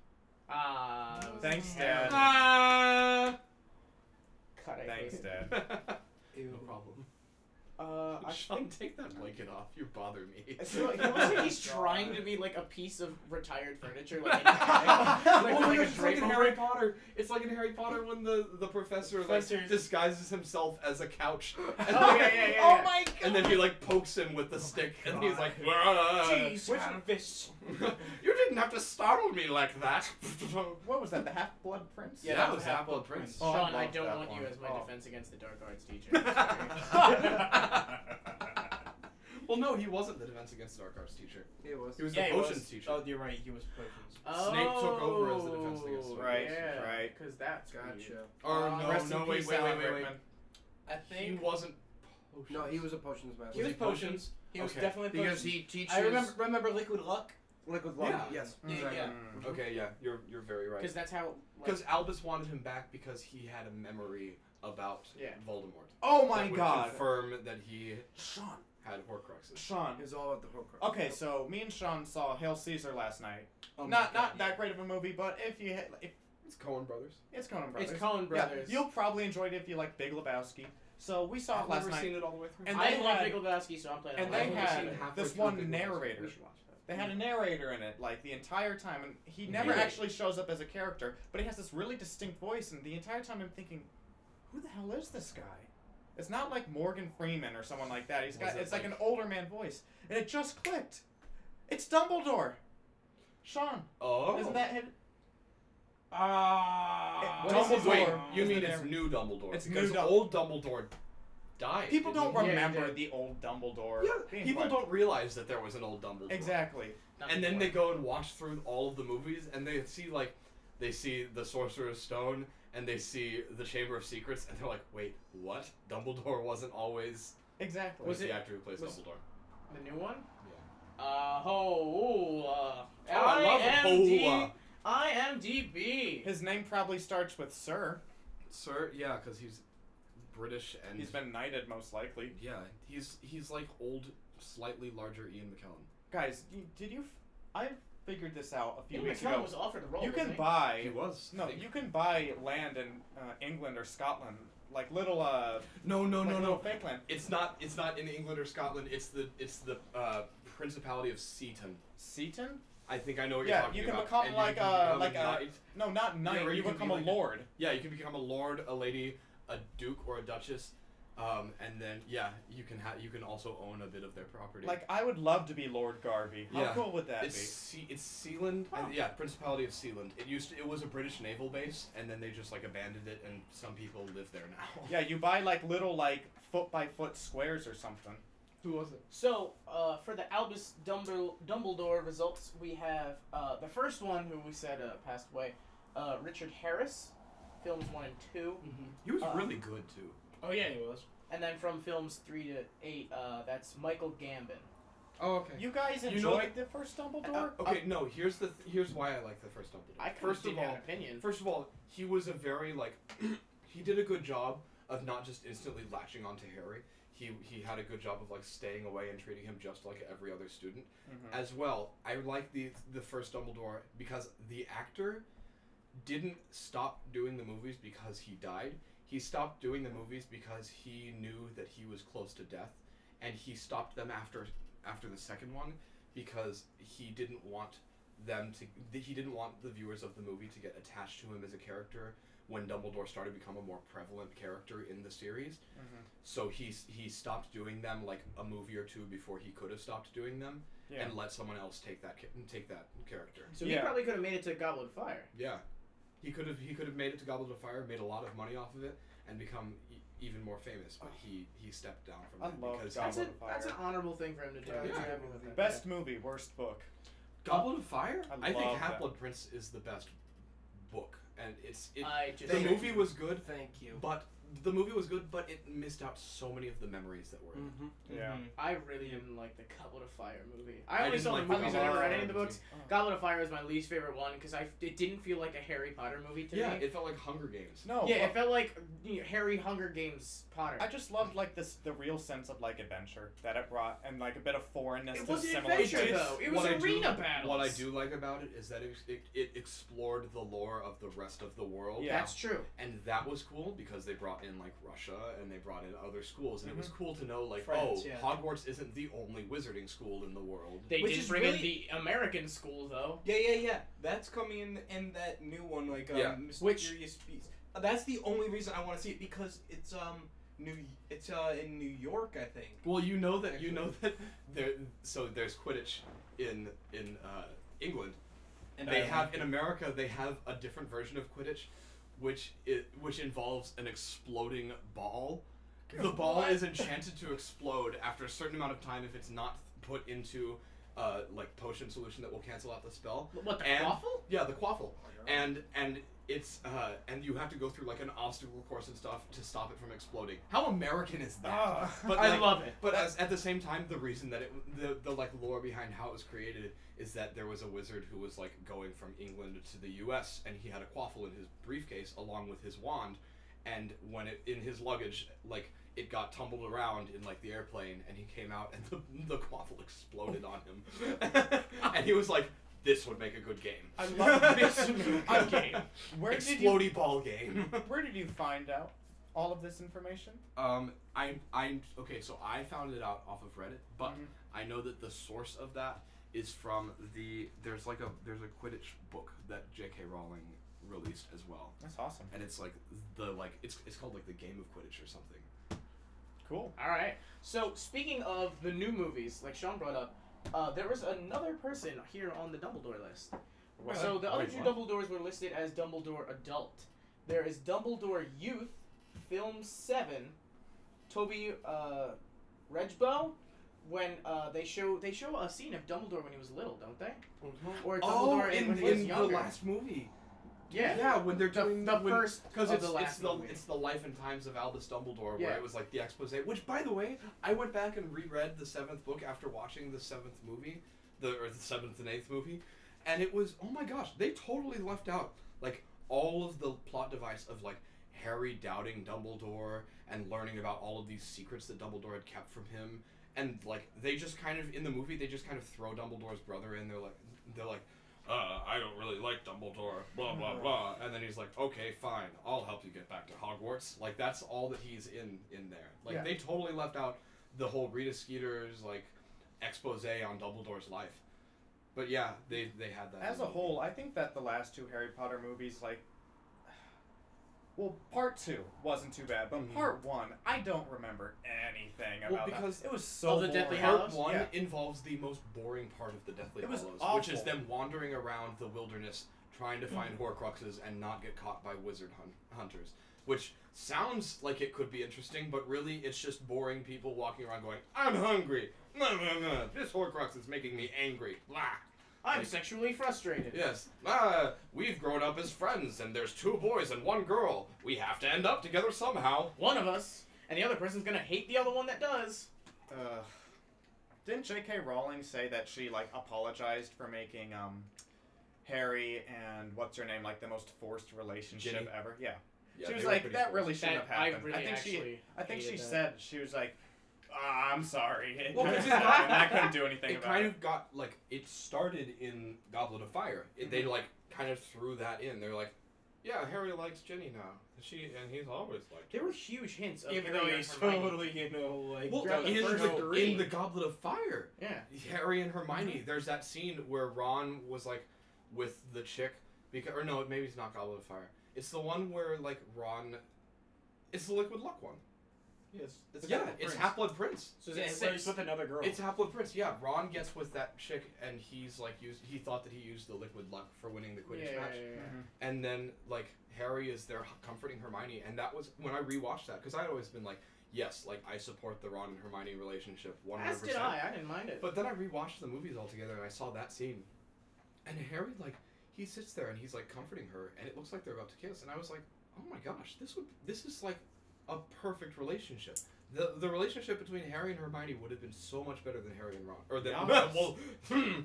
[SPEAKER 3] Ah. that was
[SPEAKER 2] Thanks,
[SPEAKER 3] terrible. [LAUGHS]
[SPEAKER 2] Dad.
[SPEAKER 4] Uh,
[SPEAKER 3] Cut. I
[SPEAKER 2] Thanks,
[SPEAKER 3] hate it. [LAUGHS]
[SPEAKER 2] Dad.
[SPEAKER 5] Ew.
[SPEAKER 1] No problem.
[SPEAKER 3] Uh, I
[SPEAKER 1] Sean, take that blanket off. You bother [LAUGHS] me.
[SPEAKER 3] So he looks like
[SPEAKER 1] [LAUGHS]
[SPEAKER 3] he's trying to be like a piece of retired furniture, like, in an attic.
[SPEAKER 1] Like,
[SPEAKER 3] Oh
[SPEAKER 1] like,
[SPEAKER 3] my gosh,
[SPEAKER 1] it's like in
[SPEAKER 3] Draper.
[SPEAKER 1] Harry Potter. It's like in Harry Potter when the, the professor like
[SPEAKER 3] Professor-
[SPEAKER 1] disguises himself as a couch. And,
[SPEAKER 3] Oh,
[SPEAKER 1] like-
[SPEAKER 3] yeah, yeah, yeah, yeah.
[SPEAKER 5] my
[SPEAKER 1] and then he like pokes him with the stick, and he's like, "Bruh."
[SPEAKER 3] Which fish?
[SPEAKER 1] [LAUGHS] "You didn't have to startle me like that." [LAUGHS]
[SPEAKER 2] What was that? The Half Blood Prince?
[SPEAKER 3] Yeah,
[SPEAKER 1] that
[SPEAKER 3] that
[SPEAKER 1] was
[SPEAKER 3] was
[SPEAKER 1] Half Blood Prince.
[SPEAKER 2] Oh, I
[SPEAKER 3] Sean, I,
[SPEAKER 2] love
[SPEAKER 3] don't
[SPEAKER 2] that
[SPEAKER 3] want
[SPEAKER 2] one.
[SPEAKER 3] you as my
[SPEAKER 2] Oh.
[SPEAKER 3] defense against the dark
[SPEAKER 1] [LAUGHS]
[SPEAKER 3] arts teacher. I'm sorry.
[SPEAKER 1] well, no, he wasn't the Defense Against the Dark Arts teacher.
[SPEAKER 5] It was.
[SPEAKER 1] He was
[SPEAKER 3] Yeah,
[SPEAKER 1] the
[SPEAKER 3] he
[SPEAKER 1] potions
[SPEAKER 3] was.
[SPEAKER 1] teacher.
[SPEAKER 5] Oh, you're right. He was potions.
[SPEAKER 1] Snape took over as the defense against
[SPEAKER 3] Oh,
[SPEAKER 1] the
[SPEAKER 2] Right,
[SPEAKER 3] yeah,
[SPEAKER 2] right.
[SPEAKER 3] Because that's weird.
[SPEAKER 5] Gotcha.
[SPEAKER 2] [LAUGHS]
[SPEAKER 1] or [LAUGHS]
[SPEAKER 3] Uh,
[SPEAKER 1] no,
[SPEAKER 2] Rest
[SPEAKER 1] no,
[SPEAKER 2] in
[SPEAKER 1] wait,
[SPEAKER 2] peace,
[SPEAKER 1] wait, wait,
[SPEAKER 2] Alan
[SPEAKER 1] wait, wait.
[SPEAKER 2] Rickman.
[SPEAKER 5] I
[SPEAKER 1] He
[SPEAKER 5] think
[SPEAKER 1] wasn't.
[SPEAKER 6] no, he was a potions master.
[SPEAKER 5] he was potions. He was
[SPEAKER 1] Okay.
[SPEAKER 5] definitely
[SPEAKER 6] Oh, because
[SPEAKER 5] potions.
[SPEAKER 6] he teaches.
[SPEAKER 5] I remember remember liquid luck.
[SPEAKER 6] Liquid Lung.
[SPEAKER 1] Yeah.
[SPEAKER 6] Yes.
[SPEAKER 5] Yeah,
[SPEAKER 6] exactly.
[SPEAKER 5] yeah.
[SPEAKER 2] Mm.
[SPEAKER 1] Okay, yeah, you're you're very right.
[SPEAKER 3] Because that's how.
[SPEAKER 1] Because Albus wanted him back because he had a memory about
[SPEAKER 3] Yeah.
[SPEAKER 1] Voldemort.
[SPEAKER 2] Oh
[SPEAKER 1] that
[SPEAKER 2] my
[SPEAKER 1] would
[SPEAKER 2] God.
[SPEAKER 1] Confirm that he
[SPEAKER 2] Sean.
[SPEAKER 1] had Horcruxes.
[SPEAKER 2] Sean.
[SPEAKER 6] It was all about the Horcrux.
[SPEAKER 2] Okay, so me and Sean saw Hail Caesar last night.
[SPEAKER 5] Oh my
[SPEAKER 2] not
[SPEAKER 5] God.
[SPEAKER 2] not that great of a movie, but if you ha- if
[SPEAKER 1] It's Cohen Brothers.
[SPEAKER 2] it's Conan
[SPEAKER 3] Like,
[SPEAKER 2] Brothers,
[SPEAKER 3] it's Cohen
[SPEAKER 2] Yeah,
[SPEAKER 3] Brothers.
[SPEAKER 2] you'll probably enjoy it if you like Big Lebowski. So we saw it
[SPEAKER 1] I've
[SPEAKER 2] last
[SPEAKER 1] never
[SPEAKER 2] night.
[SPEAKER 1] seen it all the way through.
[SPEAKER 2] And
[SPEAKER 3] I
[SPEAKER 2] they
[SPEAKER 3] love
[SPEAKER 2] had-
[SPEAKER 3] Big Lebowski, so I'm playing.
[SPEAKER 2] and
[SPEAKER 3] along.
[SPEAKER 2] they
[SPEAKER 3] I've only
[SPEAKER 2] had
[SPEAKER 3] seen it.
[SPEAKER 1] halfway
[SPEAKER 2] this
[SPEAKER 1] through
[SPEAKER 2] one
[SPEAKER 1] Big Lebowski.
[SPEAKER 2] narrator.
[SPEAKER 1] We should watch that.
[SPEAKER 2] They had a narrator in it like the entire time, and he never
[SPEAKER 1] Really?
[SPEAKER 2] actually shows up as a character, but he has this really distinct voice, and the entire time I'm thinking, who the hell is this guy? It's not like Morgan Freeman or someone like that. He's
[SPEAKER 1] Was
[SPEAKER 2] got
[SPEAKER 1] it
[SPEAKER 2] it's like,
[SPEAKER 1] like-
[SPEAKER 2] an older man voice, and it just clicked. It's Dumbledore. Sean,
[SPEAKER 1] Oh.
[SPEAKER 2] isn't that him?
[SPEAKER 3] Ah.
[SPEAKER 2] What is his
[SPEAKER 1] Dumbledore? Wait,
[SPEAKER 2] name?
[SPEAKER 1] uh, you
[SPEAKER 2] Who's
[SPEAKER 1] mean
[SPEAKER 2] the
[SPEAKER 1] it's
[SPEAKER 2] narr-
[SPEAKER 1] new Dumbledore?
[SPEAKER 2] It's new
[SPEAKER 1] because
[SPEAKER 2] Dum-
[SPEAKER 1] old Dumbledore died.
[SPEAKER 2] People
[SPEAKER 1] didn't
[SPEAKER 2] don't
[SPEAKER 3] Yeah, he
[SPEAKER 2] remember
[SPEAKER 3] did.
[SPEAKER 2] the old Dumbledore.
[SPEAKER 1] he? Yeah,
[SPEAKER 2] being
[SPEAKER 1] people
[SPEAKER 2] what-
[SPEAKER 1] don't realize that there was an old Dumbledore.
[SPEAKER 2] Exactly.
[SPEAKER 3] Not
[SPEAKER 1] and then
[SPEAKER 3] before.
[SPEAKER 1] they go and watch through all of the movies and they see like they see the sorcerer's stone and they see the chamber of secrets and they're like wait what dumbledore wasn't always
[SPEAKER 2] Exactly.
[SPEAKER 1] was
[SPEAKER 3] Was
[SPEAKER 1] the
[SPEAKER 3] it-
[SPEAKER 1] actor who plays
[SPEAKER 3] was-
[SPEAKER 1] dumbledore
[SPEAKER 3] The new one? Yeah. Uh, ho, ooh,
[SPEAKER 1] Oh,
[SPEAKER 3] uh,
[SPEAKER 1] I love it.
[SPEAKER 3] IMD
[SPEAKER 1] Oh, uh,
[SPEAKER 3] IMDb.
[SPEAKER 2] His name probably starts with Sir.
[SPEAKER 1] sir yeah because he's british and
[SPEAKER 2] He's been knighted most likely.
[SPEAKER 1] yeah he's he's like old slightly larger ian mckellen
[SPEAKER 2] Guys, y- did you? F- I figured this out a few
[SPEAKER 3] Ian
[SPEAKER 2] weeks
[SPEAKER 3] McKellen
[SPEAKER 2] ago.
[SPEAKER 3] was offered the role.
[SPEAKER 2] You
[SPEAKER 3] wasn't
[SPEAKER 2] can
[SPEAKER 3] he?
[SPEAKER 2] buy.
[SPEAKER 1] was
[SPEAKER 2] No, you can buy land in uh, England or Scotland like little uh
[SPEAKER 1] No, no,
[SPEAKER 2] like
[SPEAKER 1] no,
[SPEAKER 2] little
[SPEAKER 1] no.
[SPEAKER 2] fake land.
[SPEAKER 1] It's not. It's not in England or Scotland. It's the. It's the uh, Principality of Seaton.
[SPEAKER 2] Seaton?
[SPEAKER 1] I think I know what
[SPEAKER 2] Yeah,
[SPEAKER 1] you're talking
[SPEAKER 2] you can
[SPEAKER 1] about.
[SPEAKER 2] become
[SPEAKER 1] And
[SPEAKER 2] like a-
[SPEAKER 1] become
[SPEAKER 2] like a-
[SPEAKER 1] knight.
[SPEAKER 2] No, not knight.
[SPEAKER 1] or
[SPEAKER 2] you,
[SPEAKER 1] you could be
[SPEAKER 2] become a
[SPEAKER 1] like a-
[SPEAKER 2] lord.
[SPEAKER 1] Yeah, you can become a lord, a lady, a duke, or a duchess, um, and then yeah, you can ha- you can also own a bit of their property.
[SPEAKER 2] Like I would love to be Lord Garvey. How
[SPEAKER 1] Yeah.
[SPEAKER 2] cool would that
[SPEAKER 1] it's
[SPEAKER 2] be?
[SPEAKER 1] sea it's Sealand, and- yeah, Principality of Sealand. It used to, it was a British naval base, and then they just like abandoned it, and some people live there now.
[SPEAKER 2] Yeah, you buy like little like foot by foot squares or something.
[SPEAKER 1] Who was it?
[SPEAKER 3] So, uh, for the Albus Dumbledore, Dumbledore results, we have uh, the first one who we said uh, passed away, uh, Richard Harris, films one and two,
[SPEAKER 1] [LAUGHS] He was
[SPEAKER 3] Uh,
[SPEAKER 1] really good too.
[SPEAKER 5] Oh yeah, he was.
[SPEAKER 3] and then from films three to eight, uh, that's Michael Gambon.
[SPEAKER 1] Oh, okay.
[SPEAKER 2] You guys enjoyed
[SPEAKER 1] You know
[SPEAKER 2] the first Dumbledore?
[SPEAKER 3] Uh,
[SPEAKER 1] Okay, no. Here's the th- here's why I like the first Dumbledore.
[SPEAKER 3] I kind
[SPEAKER 1] first
[SPEAKER 3] of
[SPEAKER 1] of
[SPEAKER 3] did have
[SPEAKER 1] all,
[SPEAKER 3] an opinion.
[SPEAKER 1] First of all, he was a very like [CLEARS THROAT] he did a good job of not just instantly latching onto Harry. He he had a good job of like staying away and treating him just like every other student.
[SPEAKER 2] Mhm.
[SPEAKER 1] As well, I like the the first Dumbledore because the actor didn't stop doing the movies because he died. He stopped doing the movies because he knew that he was close to death and he stopped them after after the second one because he didn't want them to th- he didn't want the viewers of the movie to get attached to him as a character when Dumbledore started to become a more prevalent character in the series.
[SPEAKER 2] Mhm.
[SPEAKER 1] So he s- he stopped doing them like a movie or two before he could have stopped doing them
[SPEAKER 2] Yeah.
[SPEAKER 1] and let someone else take that ca- take that character.
[SPEAKER 3] So he
[SPEAKER 2] Yeah.
[SPEAKER 3] probably could have made it to Goblet of Fire.
[SPEAKER 1] Yeah. He could have he could have made it to Goblet of Fire, made a lot of money off of it and become e- even more famous, but he he stepped down from
[SPEAKER 2] I
[SPEAKER 1] that
[SPEAKER 2] love
[SPEAKER 1] because
[SPEAKER 3] That's, a,
[SPEAKER 2] Goblet of Fire.
[SPEAKER 3] that's an honorable thing for him to do.
[SPEAKER 1] Yeah.
[SPEAKER 3] I'm
[SPEAKER 1] Yeah.
[SPEAKER 3] happy with that.
[SPEAKER 2] Best movie, worst book.
[SPEAKER 1] Goblet of Fire?
[SPEAKER 2] I
[SPEAKER 1] I, think
[SPEAKER 2] love
[SPEAKER 1] Half
[SPEAKER 2] that.
[SPEAKER 1] Blood Prince is the best book, and it's it.
[SPEAKER 3] I just
[SPEAKER 1] the movie was good,
[SPEAKER 5] Uh, Thank you.
[SPEAKER 1] but the movie was good, but it missed out so many of the memories that were. in it.
[SPEAKER 5] Mm-hmm.
[SPEAKER 2] Yeah.
[SPEAKER 3] I really didn't like the Goblet of Fire movie.
[SPEAKER 1] I
[SPEAKER 3] I only
[SPEAKER 1] didn't
[SPEAKER 3] saw the
[SPEAKER 1] like the
[SPEAKER 3] movies. I
[SPEAKER 2] Goblet
[SPEAKER 3] never
[SPEAKER 2] of
[SPEAKER 3] read
[SPEAKER 2] Fire
[SPEAKER 3] any of the
[SPEAKER 1] movie.
[SPEAKER 3] books.
[SPEAKER 2] Oh.
[SPEAKER 3] Goblet of Fire was my least favorite one because I it didn't feel like a Harry Potter movie to
[SPEAKER 1] Yeah,
[SPEAKER 3] me.
[SPEAKER 1] it felt like Hunger Games.
[SPEAKER 2] No.
[SPEAKER 3] yeah,
[SPEAKER 2] well,
[SPEAKER 3] it felt like you know, Harry Hunger Games Potter.
[SPEAKER 2] oh, I just loved like this the real sense of like adventure that it brought and like a bit of foreignness
[SPEAKER 3] It
[SPEAKER 2] to
[SPEAKER 3] was an
[SPEAKER 2] similar
[SPEAKER 3] adventure,
[SPEAKER 2] things.
[SPEAKER 3] though. It was
[SPEAKER 1] What I do-
[SPEAKER 3] arena battles.
[SPEAKER 1] What I do like about it is that it, it, it explored the lore of the rest of the world.
[SPEAKER 2] Yeah.
[SPEAKER 3] That's true.
[SPEAKER 1] And that was cool because they brought in like Russia and they brought in other schools, and it was cool to know like,
[SPEAKER 5] Mm-hmm. France,
[SPEAKER 1] oh,
[SPEAKER 5] yeah.
[SPEAKER 1] Hogwarts isn't the only wizarding school in the world.
[SPEAKER 3] They
[SPEAKER 5] Which
[SPEAKER 3] did
[SPEAKER 5] is
[SPEAKER 3] bring in the
[SPEAKER 5] really-
[SPEAKER 3] American school though.
[SPEAKER 5] Yeah, yeah, yeah. That's coming in, and that new one, like um,
[SPEAKER 1] Yeah.
[SPEAKER 5] mysterious beast. Uh, That's the only reason I want to see it because it's um new. It's uh in New York, I think.
[SPEAKER 1] Well, you know that you know that there. So there's Quidditch in in uh, England,
[SPEAKER 5] And
[SPEAKER 1] they
[SPEAKER 5] I-
[SPEAKER 1] have in America they have a different version of Quidditch, which it which involves an exploding ball. The ball
[SPEAKER 5] What? [LAUGHS]
[SPEAKER 1] is enchanted to explode after a certain amount of time if it's not put into uh, like potion solution that will cancel out the spell.
[SPEAKER 3] What the Oh
[SPEAKER 1] And-
[SPEAKER 3] waffle?
[SPEAKER 1] Yeah, the quaffle, and and it's uh, and you have to go through like an obstacle course and stuff to stop it from exploding. How American is that?
[SPEAKER 2] Ah.
[SPEAKER 1] But
[SPEAKER 3] I
[SPEAKER 1] like-
[SPEAKER 3] love it.
[SPEAKER 1] But as, at the same time, the reason that it the, the like lore behind how it was created is that there was a wizard who was like going from England to the U.S. and he had a quaffle in his briefcase along with his wand, and when it in his luggage like it got tumbled around in like the airplane and he came out and [LAUGHS] the the quaffle exploded on him, [LAUGHS] and he was like, "This would make a good game."
[SPEAKER 2] I love
[SPEAKER 3] this would make
[SPEAKER 1] [LAUGHS]
[SPEAKER 3] a good game.
[SPEAKER 2] Where did you
[SPEAKER 1] Explody ball game.
[SPEAKER 2] where did you find out all of this information?
[SPEAKER 1] Um, I I okay, so I found it out off of Reddit, but
[SPEAKER 3] Mm-hmm.
[SPEAKER 2] Mhm.
[SPEAKER 1] I know that the source of that is from the there's like a there's a Quidditch book that J.K. Rowling released as well,
[SPEAKER 2] That's awesome.
[SPEAKER 1] and it's like the like it's it's called like the Game of Quidditch or something.
[SPEAKER 2] Cool.
[SPEAKER 3] All right. So speaking of the new movies, like Sean brought up, uh, there was another person here on the Dumbledore list. So the other
[SPEAKER 1] Wait,
[SPEAKER 3] two
[SPEAKER 1] what?
[SPEAKER 3] Dumbledores were listed as Dumbledore Adult. There is Dumbledore Youth, Film Seven, Toby uh, Regbo. When uh, they show they show a scene of Dumbledore when he was little, don't they?
[SPEAKER 6] Mm-hmm.
[SPEAKER 3] Or Dumbledore
[SPEAKER 2] Oh,
[SPEAKER 1] Oh,
[SPEAKER 3] when he was younger.
[SPEAKER 1] movie,
[SPEAKER 3] yeah.
[SPEAKER 1] when they're
[SPEAKER 3] The-
[SPEAKER 1] doing
[SPEAKER 3] the
[SPEAKER 1] when-
[SPEAKER 3] first
[SPEAKER 1] because
[SPEAKER 3] of
[SPEAKER 1] it's
[SPEAKER 3] the last
[SPEAKER 1] it's the
[SPEAKER 3] movie.
[SPEAKER 1] it's the life and times of Albus Dumbledore
[SPEAKER 3] Yeah.
[SPEAKER 1] where it was like the expose. Which, by the way, I went back and reread the seventh book after watching the seventh movie, the or the seventh and eighth movie, and it was oh my gosh, they totally left out like all of the plot device of like Harry doubting Dumbledore and learning about all of these secrets that Dumbledore had kept from him. And like they just kind of in the movie they just kind of throw Dumbledore's brother in. They're like they're like, uh, I don't really like Dumbledore, blah, blah,
[SPEAKER 2] Uh-huh.
[SPEAKER 1] blah. And then he's like, okay, fine, I'll help you get back to Hogwarts. Like, that's all that he's in in there. Like,
[SPEAKER 2] Yeah.
[SPEAKER 1] they totally left out the whole Rita Skeeter's, like, expose on Dumbledore's life. But yeah, they, they had that.
[SPEAKER 2] As
[SPEAKER 1] in
[SPEAKER 2] a
[SPEAKER 1] the
[SPEAKER 2] whole, I think that the last two Harry Potter movies, like, [SIGHS] well, part two wasn't too bad, but
[SPEAKER 1] Mhm.
[SPEAKER 2] part one, I don't remember anything
[SPEAKER 1] Well,
[SPEAKER 2] about
[SPEAKER 1] because
[SPEAKER 2] that. It was so
[SPEAKER 3] of Oh, the Deathly
[SPEAKER 2] boring.
[SPEAKER 3] Hallows?
[SPEAKER 1] Part one
[SPEAKER 2] Yeah.
[SPEAKER 1] involves the most boring part of the Deathly
[SPEAKER 2] It was
[SPEAKER 1] Hallows, which is
[SPEAKER 2] awful.
[SPEAKER 1] them wandering around the wilderness trying to find Horcruxes and not get caught by wizard hun- hunters. Which sounds like it could be interesting, but really it's just boring people walking around going, "I'm hungry. [LAUGHS] Nah, nah, nah. This Horcrux is making me angry." Blah.
[SPEAKER 3] I'm
[SPEAKER 1] Like-
[SPEAKER 3] sexually frustrated.
[SPEAKER 1] Yes. Ah, we've grown up as friends, and there's two boys and one girl. We have to end up together somehow.
[SPEAKER 3] One of us, and the other person's gonna hate the other one that does.
[SPEAKER 2] Ugh. Uh, didn't J.K. Rowling say that she like apologized for making um, Harry and what's her name like the most forced relationship
[SPEAKER 1] Ginny?
[SPEAKER 2] ever? Yeah.
[SPEAKER 1] Yeah,
[SPEAKER 2] she
[SPEAKER 1] they
[SPEAKER 2] was
[SPEAKER 1] were
[SPEAKER 2] like,
[SPEAKER 1] pretty
[SPEAKER 2] that
[SPEAKER 1] forced.
[SPEAKER 2] really shouldn't
[SPEAKER 3] That
[SPEAKER 2] have happened.
[SPEAKER 3] really
[SPEAKER 2] I think she,
[SPEAKER 3] actually
[SPEAKER 2] I think she
[SPEAKER 3] hated that.
[SPEAKER 2] said she was like, ah, I'm sorry. [LAUGHS] It
[SPEAKER 1] Well, 'cause
[SPEAKER 2] just
[SPEAKER 1] it's
[SPEAKER 2] happened.
[SPEAKER 1] not-
[SPEAKER 2] I couldn't do anything
[SPEAKER 1] it
[SPEAKER 2] about
[SPEAKER 1] kind
[SPEAKER 2] it.
[SPEAKER 1] of got like it started in Goblet of Fire. It,
[SPEAKER 2] Mm-hmm.
[SPEAKER 1] they like kind of threw that in. They're like, yeah, Harry likes Ginny now. She and he's always liked.
[SPEAKER 3] There were huge hints of
[SPEAKER 5] Even
[SPEAKER 3] Harry
[SPEAKER 5] though
[SPEAKER 3] and
[SPEAKER 5] he's
[SPEAKER 3] Hermione.
[SPEAKER 5] totally, you know, like
[SPEAKER 1] Well,
[SPEAKER 3] throughout the
[SPEAKER 1] in,
[SPEAKER 3] first
[SPEAKER 1] the,
[SPEAKER 3] three.
[SPEAKER 1] in the Goblet of Fire,
[SPEAKER 3] Yeah.
[SPEAKER 1] Harry and
[SPEAKER 2] Mm-hmm.
[SPEAKER 1] Hermione. There's that scene where Ron was like with the chick because or no, maybe it's not Goblet of Fire. It's the one where like Ron. It's the Liquid Luck one.
[SPEAKER 5] yes, it's
[SPEAKER 1] yeah, it's Half Blood Prince.
[SPEAKER 5] So
[SPEAKER 3] Yeah,
[SPEAKER 5] it
[SPEAKER 3] it's
[SPEAKER 5] sleeps
[SPEAKER 3] six.
[SPEAKER 5] with another girl.
[SPEAKER 1] It's Half Blood Prince. Yeah, Ron gets with that chick and he's like used. He thought that he used the Liquid Luck for winning the Quidditch match. and then like Harry is there comforting Hermione, and that was when I rewatched that because I'd always been like, yes, like I support the Ron and Hermione relationship one
[SPEAKER 3] As
[SPEAKER 1] hundred
[SPEAKER 3] did
[SPEAKER 1] percent.
[SPEAKER 3] I. I didn't mind it.
[SPEAKER 1] But then I rewatched the movies all together, and I saw that scene, and Harry like he sits there and he's like comforting her, and it looks like they're about to kiss, and I was like, oh my gosh, this would this is like a perfect relationship. The, the relationship between Harry and Hermione would have been so much better than Harry and Ron, or than
[SPEAKER 2] Yes.
[SPEAKER 1] [LAUGHS] well, hmm.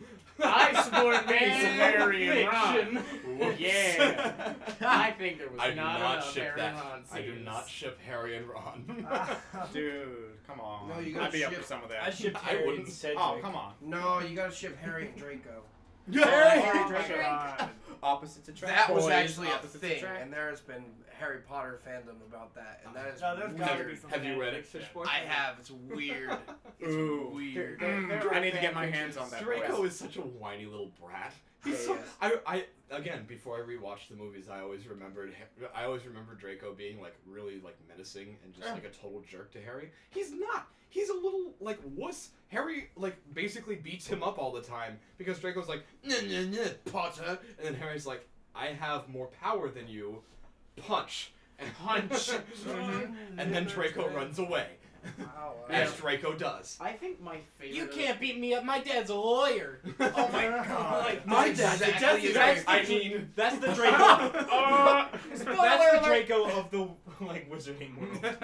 [SPEAKER 1] [LAUGHS]
[SPEAKER 3] I support
[SPEAKER 1] Man
[SPEAKER 3] Harry and Ron.
[SPEAKER 1] fiction.
[SPEAKER 3] Whoops. Yeah. [LAUGHS] I think there was
[SPEAKER 1] I do
[SPEAKER 3] not,
[SPEAKER 1] not
[SPEAKER 3] enough
[SPEAKER 1] ship
[SPEAKER 3] Harry
[SPEAKER 1] that.
[SPEAKER 3] and Ron
[SPEAKER 1] I do
[SPEAKER 3] scenes.
[SPEAKER 1] not ship Harry and [LAUGHS] Ron.
[SPEAKER 2] [LAUGHS] Dude, come on.
[SPEAKER 6] No, you gotta
[SPEAKER 2] I'd be up
[SPEAKER 6] ship-
[SPEAKER 2] for some of
[SPEAKER 5] I
[SPEAKER 2] that.
[SPEAKER 6] [LAUGHS]
[SPEAKER 5] shipped
[SPEAKER 1] I
[SPEAKER 5] Harry
[SPEAKER 1] wouldn't-
[SPEAKER 2] [LAUGHS]
[SPEAKER 5] and Cedric.
[SPEAKER 2] Oh, come on.
[SPEAKER 6] No, you gotta ship Harry and Draco.
[SPEAKER 2] Harry [LAUGHS]
[SPEAKER 4] Oh my
[SPEAKER 2] Drake.
[SPEAKER 4] god.
[SPEAKER 2] Opposites attract.
[SPEAKER 6] That was
[SPEAKER 2] boys,
[SPEAKER 6] actually a
[SPEAKER 2] opposites
[SPEAKER 6] thing,
[SPEAKER 2] attract.
[SPEAKER 6] and there has been Harry Potter fandom about that, and that is
[SPEAKER 4] No, there's gotta
[SPEAKER 6] weird.
[SPEAKER 4] be some
[SPEAKER 1] Have you
[SPEAKER 4] fan
[SPEAKER 1] read it,
[SPEAKER 4] fiction.
[SPEAKER 1] Fishboy?
[SPEAKER 6] I have. It's weird. It's
[SPEAKER 2] Ooh.
[SPEAKER 3] There-
[SPEAKER 6] weird.
[SPEAKER 3] there-
[SPEAKER 2] Mm,
[SPEAKER 3] there are
[SPEAKER 2] I need to get my
[SPEAKER 3] fanfictions.
[SPEAKER 2] hands on that.
[SPEAKER 1] Draco
[SPEAKER 2] boys.
[SPEAKER 1] is such a whiny little brat. He's
[SPEAKER 6] He
[SPEAKER 1] so,
[SPEAKER 6] is.
[SPEAKER 1] I, I again before I rewatched the movies, I always remembered Ha- I always remember Draco being like really like menacing and just like a total jerk to Harry. He's not. He's a little like wuss. Harry like basically beats him up all the time because Draco's like nah, nah, nah, Potter, and then Harry's like I have more power than you, punch and
[SPEAKER 3] Punch.
[SPEAKER 1] [LAUGHS]
[SPEAKER 6] Mm-hmm.
[SPEAKER 1] and then Draco runs away.
[SPEAKER 6] Wow, wow.
[SPEAKER 1] As Draco does.
[SPEAKER 3] I think my favorite.
[SPEAKER 5] You can't beat me up. My dad's a lawyer.
[SPEAKER 1] Oh [LAUGHS]
[SPEAKER 2] my [LAUGHS] God.
[SPEAKER 5] Like, [LAUGHS]
[SPEAKER 1] My
[SPEAKER 5] that's
[SPEAKER 1] dad's
[SPEAKER 5] exactly-
[SPEAKER 1] exactly
[SPEAKER 5] that's the
[SPEAKER 1] right.
[SPEAKER 5] Dra-
[SPEAKER 1] I mean-
[SPEAKER 5] that's the Draco. [LAUGHS]
[SPEAKER 2] Uh, [LAUGHS] Spoiler
[SPEAKER 5] that's the
[SPEAKER 2] alert.
[SPEAKER 5] Draco of the like wizarding world.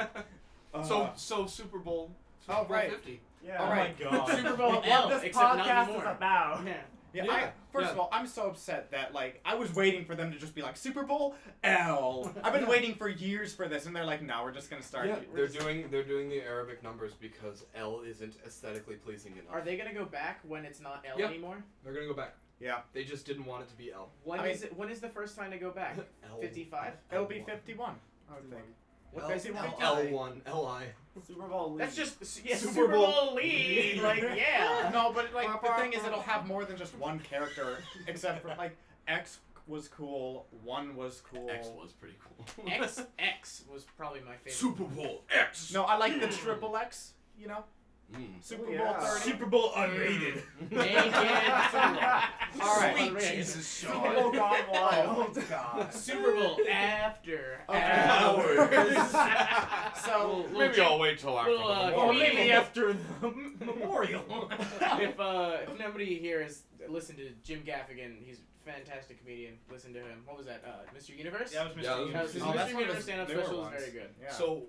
[SPEAKER 2] Uh,
[SPEAKER 1] so so Super Bowl. Super
[SPEAKER 2] Oh,
[SPEAKER 1] Bowl
[SPEAKER 2] right.
[SPEAKER 1] 50.
[SPEAKER 4] Yeah.
[SPEAKER 5] Oh my god.
[SPEAKER 3] Super Bowl
[SPEAKER 4] What
[SPEAKER 3] L,
[SPEAKER 4] this
[SPEAKER 3] except not
[SPEAKER 4] podcast is
[SPEAKER 3] anymore.
[SPEAKER 4] about.
[SPEAKER 3] [LAUGHS] Yeah.
[SPEAKER 2] Yeah,
[SPEAKER 1] Yeah,
[SPEAKER 2] I, first
[SPEAKER 1] yeah.
[SPEAKER 2] of all, I'm so upset that like I was waiting for them to just be like Super Bowl L. I've been waiting for years for this, and they're like, no, we're just gonna start.
[SPEAKER 1] Yeah,
[SPEAKER 2] we're
[SPEAKER 1] they're
[SPEAKER 2] just-
[SPEAKER 1] doing they're doing the Arabic numbers because L isn't aesthetically pleasing enough.
[SPEAKER 3] Are they gonna go back when it's not L
[SPEAKER 1] Yeah.
[SPEAKER 3] anymore?
[SPEAKER 1] They're gonna go back.
[SPEAKER 2] Yeah.
[SPEAKER 1] They just didn't want it to be L.
[SPEAKER 3] When is
[SPEAKER 2] I mean-
[SPEAKER 3] it? When is the first time to go
[SPEAKER 1] [LAUGHS]
[SPEAKER 3] back?
[SPEAKER 1] L.
[SPEAKER 3] 55?
[SPEAKER 2] It'll be 51. I would think.
[SPEAKER 1] L-
[SPEAKER 3] What guys do
[SPEAKER 1] L-
[SPEAKER 3] fifty?
[SPEAKER 1] L1, LI.
[SPEAKER 4] Super Bowl.
[SPEAKER 3] That's
[SPEAKER 4] lead.
[SPEAKER 3] just yeah,
[SPEAKER 1] Super
[SPEAKER 3] Super,
[SPEAKER 1] Bowl.
[SPEAKER 3] Bowl, lead.
[SPEAKER 1] [LAUGHS]
[SPEAKER 3] Like yeah.
[SPEAKER 2] [LAUGHS] No, but like the thing is, it'll have more than just one character, except for like X was cool, one was cool.
[SPEAKER 1] X was pretty cool.
[SPEAKER 3] [LAUGHS] X X was probably my favorite.
[SPEAKER 1] Super Bowl X.
[SPEAKER 2] No, I like the triple X. You know,
[SPEAKER 1] Mm.
[SPEAKER 2] Super
[SPEAKER 4] Oh,
[SPEAKER 2] Bowl
[SPEAKER 4] yeah.
[SPEAKER 2] thirty.
[SPEAKER 5] Super Bowl unrated.
[SPEAKER 2] [LAUGHS] All right.
[SPEAKER 3] Sweet
[SPEAKER 6] Jesus,
[SPEAKER 4] Super Bowl
[SPEAKER 6] Sean.
[SPEAKER 4] gone wild.
[SPEAKER 6] Oh God.
[SPEAKER 3] Super
[SPEAKER 1] [LAUGHS]
[SPEAKER 3] Bowl after.
[SPEAKER 2] Okay.
[SPEAKER 3] [LAUGHS]
[SPEAKER 1] Hours.
[SPEAKER 2] So
[SPEAKER 3] Little-
[SPEAKER 1] Maybe
[SPEAKER 3] little
[SPEAKER 1] I'll wait till after
[SPEAKER 3] little, uh,
[SPEAKER 1] the
[SPEAKER 5] or
[SPEAKER 1] war.
[SPEAKER 3] comedian.
[SPEAKER 5] maybe after the memorial.
[SPEAKER 3] if uh, if nobody here has listened to Jim Gaffigan, he's a fantastic comedian. Listen to him. What was that? Uh, Mr. Universe.
[SPEAKER 5] That was
[SPEAKER 1] Yeah, that
[SPEAKER 5] Mr.
[SPEAKER 1] was
[SPEAKER 3] That was his
[SPEAKER 1] Oh,
[SPEAKER 2] that's one of
[SPEAKER 3] Mr. Universe
[SPEAKER 2] his
[SPEAKER 3] stand-up
[SPEAKER 2] newer
[SPEAKER 3] special was
[SPEAKER 2] ones.
[SPEAKER 3] very good.
[SPEAKER 2] yeah.
[SPEAKER 1] So,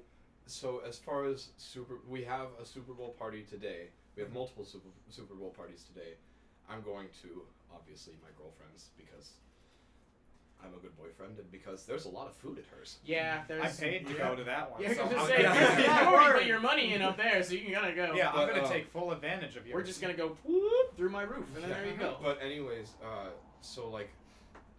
[SPEAKER 1] so as far as super, we have a Super Bowl party today. We have multiple Super Super Bowl parties today. I'm going to obviously my girlfriend's because I'm a good boyfriend and because there's a lot of food at hers.
[SPEAKER 3] Yeah, there's.
[SPEAKER 2] I paid to go to that one.
[SPEAKER 3] Yeah, I was
[SPEAKER 2] so
[SPEAKER 3] gonna
[SPEAKER 2] I'm [LAUGHS]
[SPEAKER 3] say,
[SPEAKER 1] Yeah.
[SPEAKER 3] you
[SPEAKER 2] gonna-
[SPEAKER 3] already put your money in up there, so you gotta go.
[SPEAKER 2] Yeah, I'm
[SPEAKER 1] But,
[SPEAKER 2] gonna
[SPEAKER 1] uh,
[SPEAKER 2] take full advantage of your. [LAUGHS]
[SPEAKER 3] We're just gonna go whoop through my roof, and then
[SPEAKER 1] Yeah.
[SPEAKER 3] there you go.
[SPEAKER 1] But anyways, uh, So like,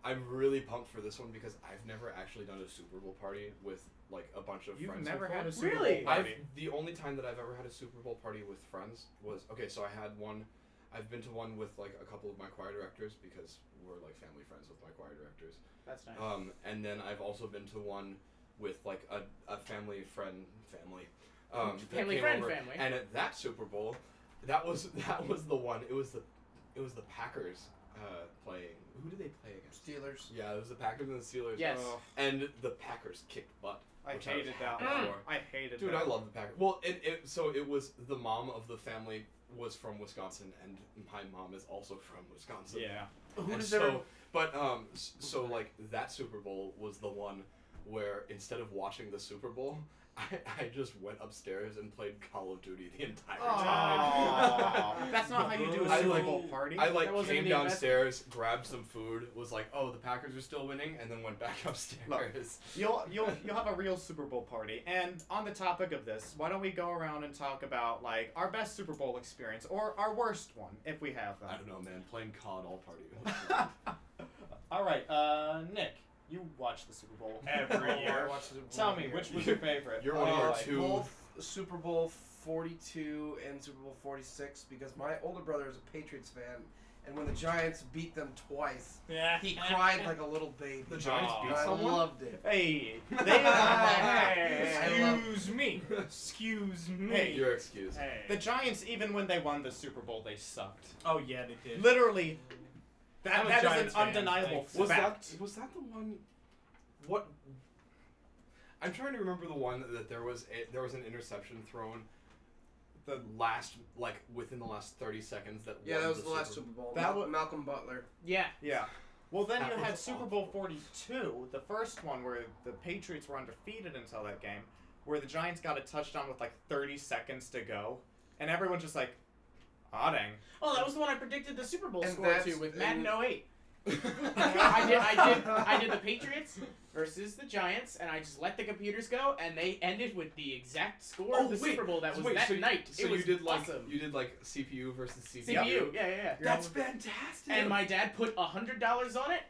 [SPEAKER 1] I'm really pumped for this one because I've never actually done a Super Bowl party with like a bunch of
[SPEAKER 2] You've
[SPEAKER 1] friends.
[SPEAKER 2] never
[SPEAKER 1] before.
[SPEAKER 2] had a Super Bowl
[SPEAKER 3] Really?
[SPEAKER 1] I've
[SPEAKER 2] party.
[SPEAKER 1] the only time that I've ever had a Super Bowl party with friends was okay. So I had one. I've been to one with like a couple of my choir directors because we're like family friends with my choir directors.
[SPEAKER 3] That's nice.
[SPEAKER 1] Um, and then I've also been to one with like a, a family friend family. Um, that
[SPEAKER 3] Family
[SPEAKER 1] came
[SPEAKER 3] friend
[SPEAKER 1] over.
[SPEAKER 3] family.
[SPEAKER 1] And at that Super Bowl, that was [LAUGHS] that was the one. It was the it was the Packers uh, playing. Who did they play against?
[SPEAKER 6] Steelers.
[SPEAKER 1] Yeah, it was the Packers and the Steelers.
[SPEAKER 3] Yes.
[SPEAKER 2] Ugh,
[SPEAKER 1] And the Packers kicked butt.
[SPEAKER 2] I
[SPEAKER 1] which was
[SPEAKER 2] hated that
[SPEAKER 1] happy
[SPEAKER 2] one.
[SPEAKER 1] for.
[SPEAKER 2] I hated
[SPEAKER 1] Dude, I
[SPEAKER 2] that.
[SPEAKER 1] love the Packers. Well, it, it so it was the mom of the family was from Wisconsin, and my mom is also from Wisconsin.
[SPEAKER 2] Yeah.
[SPEAKER 1] And
[SPEAKER 6] does
[SPEAKER 1] so,
[SPEAKER 6] everyone-
[SPEAKER 1] but um, s- so like that Super Bowl was the one where instead of watching the Super Bowl, [LAUGHS] I, I just went upstairs and played Call of Duty the entire
[SPEAKER 3] [LAUGHS]
[SPEAKER 2] Aw.
[SPEAKER 1] time.
[SPEAKER 2] That's not how you do a
[SPEAKER 1] I
[SPEAKER 2] Super
[SPEAKER 1] like-
[SPEAKER 2] Bowl party.
[SPEAKER 1] I
[SPEAKER 3] That
[SPEAKER 1] like
[SPEAKER 3] wasn't
[SPEAKER 1] came
[SPEAKER 3] the investment.
[SPEAKER 1] downstairs, grabbed some food, was like, "Oh, the Packers are still winning," and then went back [LAUGHS] upstairs.
[SPEAKER 2] You'll you'll you'll have a real Super Bowl party. And on the topic of this, why don't we go around and talk about like our best Super Bowl experience or our worst one if we have
[SPEAKER 1] I
[SPEAKER 2] them.
[SPEAKER 1] don't know, man. Playing COD all
[SPEAKER 6] [LAUGHS]
[SPEAKER 1] party.
[SPEAKER 2] All right, uh, Nick, you watch the Super Bowl
[SPEAKER 1] [LAUGHS]
[SPEAKER 2] every
[SPEAKER 3] [LAUGHS]
[SPEAKER 2] year. Tell me which was your favorite. Oh,
[SPEAKER 1] You're one of our
[SPEAKER 6] Uh,
[SPEAKER 1] two.
[SPEAKER 6] Both Super Bowl 42 and Super Bowl 46 because my older brother is a Patriots fan, and when the Giants beat them twice,
[SPEAKER 7] Yeah.
[SPEAKER 6] he cried like a little baby.
[SPEAKER 1] The Giants
[SPEAKER 2] Aw.
[SPEAKER 1] beat
[SPEAKER 6] And I
[SPEAKER 1] someone.
[SPEAKER 6] loved it.
[SPEAKER 1] [LAUGHS]
[SPEAKER 2] Hey, they uh,
[SPEAKER 6] I love-
[SPEAKER 2] excuse me, excuse me. Hey,
[SPEAKER 1] You're excused.
[SPEAKER 2] [LAUGHS] the Giants, even when they won the Super Bowl, they sucked.
[SPEAKER 7] Oh yeah, they did.
[SPEAKER 2] Literally,
[SPEAKER 7] I'm
[SPEAKER 2] that,
[SPEAKER 7] a
[SPEAKER 2] that is
[SPEAKER 7] Giants
[SPEAKER 2] an
[SPEAKER 7] fan,
[SPEAKER 2] undeniable
[SPEAKER 7] thanks.
[SPEAKER 1] Was
[SPEAKER 2] fact.
[SPEAKER 1] that was that the one? What? I'm trying to remember the one that there was a, there was an interception thrown. The last, like within the last thirty seconds, that
[SPEAKER 6] Yeah,
[SPEAKER 1] won
[SPEAKER 6] that was
[SPEAKER 1] the
[SPEAKER 6] the last
[SPEAKER 1] Super
[SPEAKER 6] Super Bowl.
[SPEAKER 1] That
[SPEAKER 6] Mal-
[SPEAKER 1] wa-
[SPEAKER 6] Malcolm Butler.
[SPEAKER 3] yeah.
[SPEAKER 2] Yeah. Well, then
[SPEAKER 1] That
[SPEAKER 2] you
[SPEAKER 1] was
[SPEAKER 2] had Super Bowl 42, the first one where the Patriots were undefeated until that game, where the Giants got a touchdown with like 30 seconds to go, and everyone's just like, ah dang.
[SPEAKER 3] Oh, that was the one I predicted the Super Bowl
[SPEAKER 6] And
[SPEAKER 3] score
[SPEAKER 6] that's-
[SPEAKER 3] to with Madden
[SPEAKER 6] and-
[SPEAKER 3] 08. I
[SPEAKER 1] [LAUGHS]
[SPEAKER 6] [LAUGHS]
[SPEAKER 1] I
[SPEAKER 3] did, I did, I did the Patriots versus the Giants, and I just let the computers go, and they ended with the exact score
[SPEAKER 1] Oh,
[SPEAKER 3] of the
[SPEAKER 1] wait.
[SPEAKER 3] Super Bowl that was
[SPEAKER 1] Wait,
[SPEAKER 3] that
[SPEAKER 1] so you-
[SPEAKER 3] night.
[SPEAKER 1] So
[SPEAKER 3] it was
[SPEAKER 1] you did like
[SPEAKER 3] awesome.
[SPEAKER 1] you did like CPU versus CPU.
[SPEAKER 3] CPU, yeah, yeah, yeah.
[SPEAKER 1] That's fantastic.
[SPEAKER 3] And my dad put a hundred dollars on it,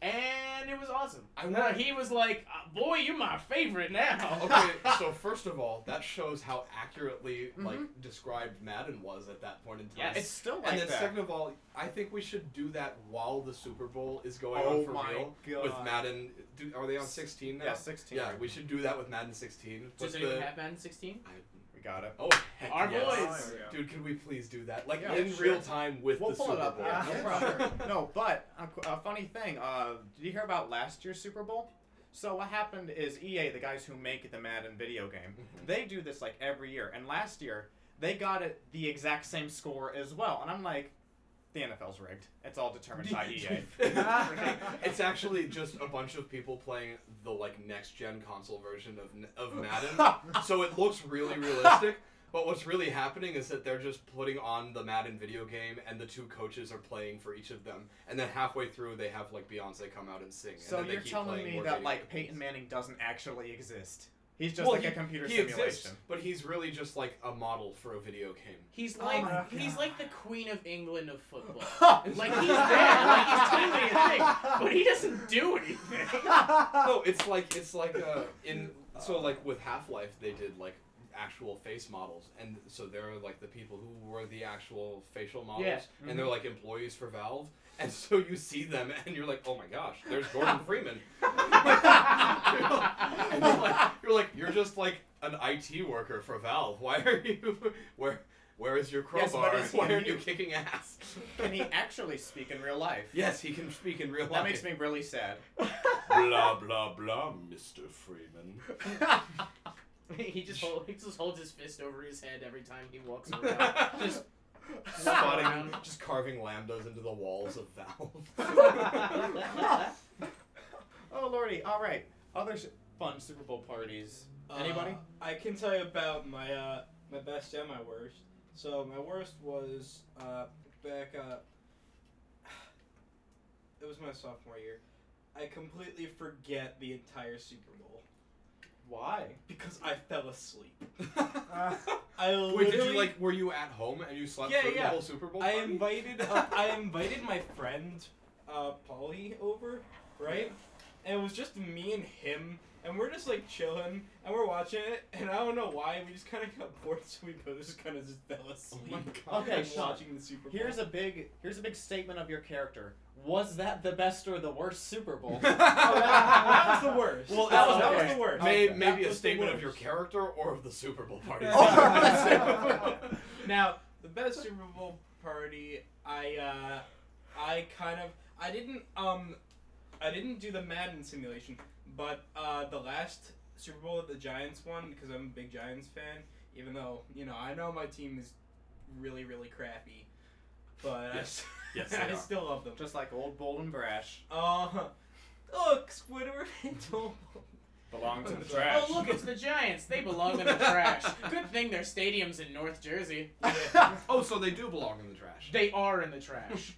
[SPEAKER 3] and it was awesome.
[SPEAKER 1] I
[SPEAKER 3] And
[SPEAKER 1] want-
[SPEAKER 3] he was like, "Uh, "Boy, you're my favorite now." [LAUGHS]
[SPEAKER 1] okay, so first of all, that shows how accurately like described Madden was at that point in time.
[SPEAKER 3] Yes.
[SPEAKER 2] It's still like
[SPEAKER 1] and then
[SPEAKER 2] that.
[SPEAKER 1] second of all, I think we should do that while the Super Bowl is going
[SPEAKER 2] Oh
[SPEAKER 1] on for
[SPEAKER 2] my
[SPEAKER 1] real
[SPEAKER 2] God.
[SPEAKER 1] with Madden. Do, are they on 16 now?
[SPEAKER 2] yeah, 16.
[SPEAKER 1] Yeah, we should do that with Madden 16.
[SPEAKER 3] Does
[SPEAKER 1] Put
[SPEAKER 3] anyone
[SPEAKER 1] the-
[SPEAKER 3] have Madden 16?
[SPEAKER 1] I,
[SPEAKER 2] we got it.
[SPEAKER 1] oh, heck
[SPEAKER 3] Our
[SPEAKER 1] yes.
[SPEAKER 7] boys.
[SPEAKER 6] Oh,
[SPEAKER 7] There we
[SPEAKER 1] Dude, can we please do that? Like
[SPEAKER 2] Yeah,
[SPEAKER 1] in
[SPEAKER 2] sure.
[SPEAKER 1] real time with
[SPEAKER 2] We'll
[SPEAKER 1] the
[SPEAKER 2] pull
[SPEAKER 1] Super
[SPEAKER 2] it up.
[SPEAKER 1] Bowl.
[SPEAKER 2] Yeah,
[SPEAKER 6] no
[SPEAKER 2] problem. [LAUGHS] no, but a, qu- a funny thing. Uh, did you hear about last year's Super Bowl? So what happened is EA, the guys who make the Madden video game, they do this like every year. And last year they got it the exact same score as well. And I'm like, the NFL's rigged. It's all
[SPEAKER 1] [LAUGHS]
[SPEAKER 2] determined by E EA.
[SPEAKER 1] [LAUGHS] it's actually just a bunch of people playing the like next gen console version of of Madden, so it looks really realistic. But what's really happening is that they're just putting on the Madden video game, and the two coaches are playing for each of them. And then halfway through, they have like Beyonce come out and sing.
[SPEAKER 2] [LAUGHS] So
[SPEAKER 1] and then they
[SPEAKER 2] you're
[SPEAKER 1] keep
[SPEAKER 2] telling
[SPEAKER 1] playing
[SPEAKER 2] me
[SPEAKER 1] more
[SPEAKER 2] that
[SPEAKER 1] video
[SPEAKER 2] like
[SPEAKER 1] games.
[SPEAKER 2] Peyton Manning doesn't actually exist? He's just
[SPEAKER 1] Well,
[SPEAKER 2] like
[SPEAKER 1] he-
[SPEAKER 2] a computer
[SPEAKER 1] he
[SPEAKER 2] simulation.
[SPEAKER 1] exists, [LAUGHS] but he's really just like a model for a video game.
[SPEAKER 3] He's
[SPEAKER 2] Oh
[SPEAKER 3] like
[SPEAKER 2] my
[SPEAKER 3] he's
[SPEAKER 2] God.
[SPEAKER 3] like the Queen of England of football. like he's there, like he's totally a thing, but he doesn't do anything. [LAUGHS]
[SPEAKER 1] no, it's like it's like uh, in so like with Half Life they did like actual face models, and so they're like the people who were the actual facial models,
[SPEAKER 3] Yeah.
[SPEAKER 1] and
[SPEAKER 2] mhm.
[SPEAKER 1] they're like employees for Valve, and so you see them [LAUGHS] and you're like, oh my gosh,
[SPEAKER 2] [LAUGHS]
[SPEAKER 1] there's Gordon Freeman. [LAUGHS] and you're like, you're like you're just like an IT worker for Valve. Why are you [LAUGHS] where? Where is your
[SPEAKER 2] Yes, but
[SPEAKER 1] crowbar?
[SPEAKER 2] is
[SPEAKER 1] [LAUGHS]
[SPEAKER 2] he
[SPEAKER 1] Why are
[SPEAKER 2] mute?
[SPEAKER 1] you kicking ass?
[SPEAKER 2] [LAUGHS] Can he actually speak in real life?
[SPEAKER 1] [LAUGHS] yes, he can speak in real
[SPEAKER 2] That
[SPEAKER 1] life.
[SPEAKER 2] makes me
[SPEAKER 1] [LAUGHS]
[SPEAKER 2] really sad. [LAUGHS]
[SPEAKER 1] blah blah blah, Mr. Freeman.
[SPEAKER 3] he just hold, he just holds his fist over his head every time he
[SPEAKER 1] [LAUGHS]
[SPEAKER 3] walks around. Just
[SPEAKER 2] [LAUGHS]
[SPEAKER 1] spotting, just carving lambdas into the walls of [LAUGHS]
[SPEAKER 5] [LAUGHS]
[SPEAKER 8] [LAUGHS]
[SPEAKER 1] Valve.
[SPEAKER 3] I
[SPEAKER 2] Oh lordy! All right, other s- fun Super Bowl parties. Anybody?
[SPEAKER 5] Uh, I can tell you about my uh, my best and my worst. So my worst was uh, back. Uh, [SIGHS] it was my sophomore year. I completely forget the entire Super Bowl
[SPEAKER 2] Why?
[SPEAKER 5] because I fell asleep.
[SPEAKER 7] Uh,
[SPEAKER 5] I
[SPEAKER 1] Wait,
[SPEAKER 5] literally
[SPEAKER 1] did you like? Were you at home and you slept
[SPEAKER 5] Yeah,
[SPEAKER 1] through
[SPEAKER 5] yeah.
[SPEAKER 1] the whole Super Bowl?
[SPEAKER 5] I
[SPEAKER 1] party?
[SPEAKER 5] invited uh, I invited my friend uh, Polly over, right? And it was just me and him, and we're just like chilling, and we're watching it, and I don't know why we just kind of got bored, [LAUGHS] so we both just kind of just fell
[SPEAKER 8] Oh
[SPEAKER 5] asleep. [LAUGHS]
[SPEAKER 2] Okay,
[SPEAKER 5] from
[SPEAKER 2] Sean,
[SPEAKER 5] watching the Super Bowl.
[SPEAKER 2] Here's a big here's a big statement of your character. Was that the best or the worst Super [LAUGHS] Bowl?
[SPEAKER 5] Oh, that, [LAUGHS] that
[SPEAKER 2] [LAUGHS]
[SPEAKER 5] was the worst.
[SPEAKER 2] Well,
[SPEAKER 5] that, was,
[SPEAKER 2] okay.
[SPEAKER 5] that was the
[SPEAKER 8] [LAUGHS]
[SPEAKER 5] worst.
[SPEAKER 8] May,
[SPEAKER 2] Okay.
[SPEAKER 8] Maybe
[SPEAKER 5] That
[SPEAKER 8] a
[SPEAKER 5] was the
[SPEAKER 8] statement of your
[SPEAKER 5] worst. Oh,
[SPEAKER 8] character or of the Super Bowl
[SPEAKER 5] [LAUGHS]
[SPEAKER 8] party. [LAUGHS]
[SPEAKER 2] Oh,
[SPEAKER 5] Now, the best Super Bowl party, I uh, I kind of I didn't um I didn't do the Madden simulation, but uh, the last Super Bowl that the Giants won because I'm a big Giants fan, even though you know I know my team is really really crappy, but
[SPEAKER 8] Yes.
[SPEAKER 5] I,
[SPEAKER 8] Yes,
[SPEAKER 5] s-
[SPEAKER 8] they
[SPEAKER 5] [LAUGHS] I
[SPEAKER 8] are.
[SPEAKER 5] still love them.
[SPEAKER 2] [LAUGHS] Just like old bold and brash.
[SPEAKER 5] Uh, look, Squidward and Tomo.
[SPEAKER 2] Belong to the
[SPEAKER 5] Oh,
[SPEAKER 2] trash.
[SPEAKER 3] Oh look, it's the Giants. They belong in the trash. Good thing their stadium's in North Jersey.
[SPEAKER 2] [LAUGHS]
[SPEAKER 8] oh, so they do belong in the trash.
[SPEAKER 3] They are in the trash.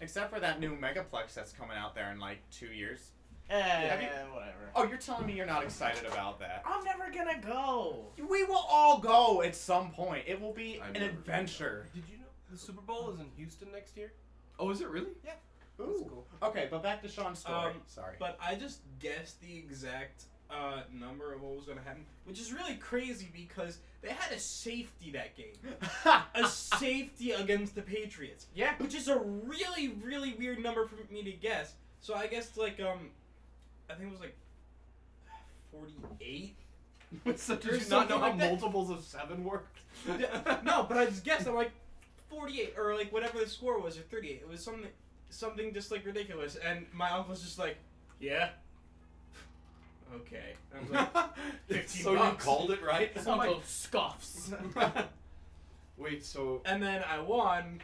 [SPEAKER 2] Except for that new megaplex that's coming out there in like two years.
[SPEAKER 3] Eh,
[SPEAKER 2] Have you-
[SPEAKER 3] whatever.
[SPEAKER 2] Oh, you're telling me you're not excited about that?
[SPEAKER 3] I'm never gonna go.
[SPEAKER 2] We will all go at some point. It will be
[SPEAKER 8] I'm
[SPEAKER 2] an
[SPEAKER 8] never gonna
[SPEAKER 2] adventure.
[SPEAKER 6] Did you know the Super Bowl is in Houston next year?
[SPEAKER 8] Oh, is it really?
[SPEAKER 6] That's cool.
[SPEAKER 2] Okay, but back to Sean's story.
[SPEAKER 5] Um, [LAUGHS]
[SPEAKER 2] Sorry.
[SPEAKER 5] But I just guessed the exact uh, number of what was going to happen, which is really crazy because they had a safety that game. A safety against the Patriots,
[SPEAKER 3] Yeah.
[SPEAKER 5] which is a really, really weird number for me to guess. So I guessed like, um, I think it was like
[SPEAKER 8] [LAUGHS]
[SPEAKER 5] 48.
[SPEAKER 8] so did
[SPEAKER 5] There's
[SPEAKER 8] you not know how
[SPEAKER 5] something like that.
[SPEAKER 8] multiples of seven
[SPEAKER 5] [LAUGHS]
[SPEAKER 8] worked?
[SPEAKER 5] no, but I just guessed. I'm like 48 or like whatever the score was or 38. It was something, something just like ridiculous. And my uncle's just like, yeah. [LAUGHS] Okay. I was
[SPEAKER 8] [LAUGHS]
[SPEAKER 5] like,
[SPEAKER 8] so you
[SPEAKER 5] bucks.
[SPEAKER 8] called it right?
[SPEAKER 5] [LAUGHS]
[SPEAKER 3] This
[SPEAKER 5] Oh my-
[SPEAKER 3] uncle [LAUGHS] scoffs.
[SPEAKER 8] Wait, so
[SPEAKER 5] And then I won.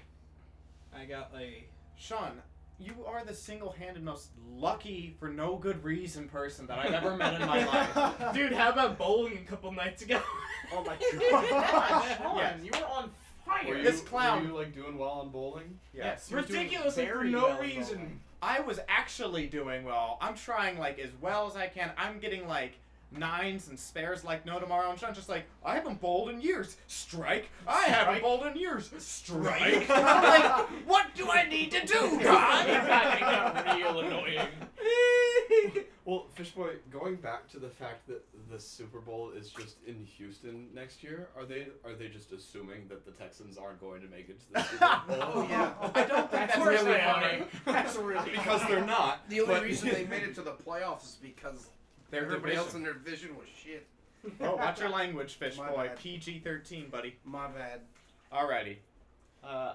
[SPEAKER 5] I got like
[SPEAKER 2] Sean, you are the single-handed most lucky for no good reason person that I've ever met in
[SPEAKER 5] [LAUGHS]
[SPEAKER 2] my life.
[SPEAKER 5] dude. How about bowling a couple nights ago? [LAUGHS]
[SPEAKER 2] Oh my
[SPEAKER 3] Gosh,
[SPEAKER 2] god.
[SPEAKER 3] Sean,
[SPEAKER 2] yes.
[SPEAKER 3] you were on fire.
[SPEAKER 8] were you,
[SPEAKER 2] This clown-
[SPEAKER 8] were you like doing well on bowling?
[SPEAKER 2] Yes.
[SPEAKER 3] You're doing
[SPEAKER 5] Ridiculous for
[SPEAKER 3] very
[SPEAKER 5] no
[SPEAKER 3] well in
[SPEAKER 5] reason.
[SPEAKER 3] bowling.
[SPEAKER 2] I was actually doing well. I'm trying like as well as I can. I'm getting like nines and spares like no tomorrow. And Sean's just like, I haven't bowled in years. Strike. I haven't
[SPEAKER 5] Strike.
[SPEAKER 2] bowled in years. Strike. [LAUGHS] I'm like, what do I need to do,
[SPEAKER 3] [LAUGHS] It got- it
[SPEAKER 2] God?
[SPEAKER 3] got real annoying.
[SPEAKER 8] Well, Fishboy, going back to the fact that the Super Bowl is just in Houston next year, are they are they just assuming that the Texans aren't going to make it to the Super Bowl?
[SPEAKER 3] [LAUGHS]
[SPEAKER 6] Oh, yeah.
[SPEAKER 2] I don't think
[SPEAKER 3] That's
[SPEAKER 2] that's
[SPEAKER 3] really
[SPEAKER 2] really
[SPEAKER 3] funny.
[SPEAKER 2] funny.
[SPEAKER 3] [LAUGHS] That's really
[SPEAKER 8] because they're not.
[SPEAKER 6] The only
[SPEAKER 8] but-
[SPEAKER 6] reason they made it to the playoffs is because
[SPEAKER 2] Their
[SPEAKER 6] everybody else in
[SPEAKER 2] division.
[SPEAKER 6] their vision was shit.
[SPEAKER 2] Oh, watch your language, fish
[SPEAKER 6] My
[SPEAKER 2] boy.
[SPEAKER 6] bad.
[SPEAKER 2] PG thirteen, buddy.
[SPEAKER 6] My bad.
[SPEAKER 2] Alrighty.
[SPEAKER 5] Uh,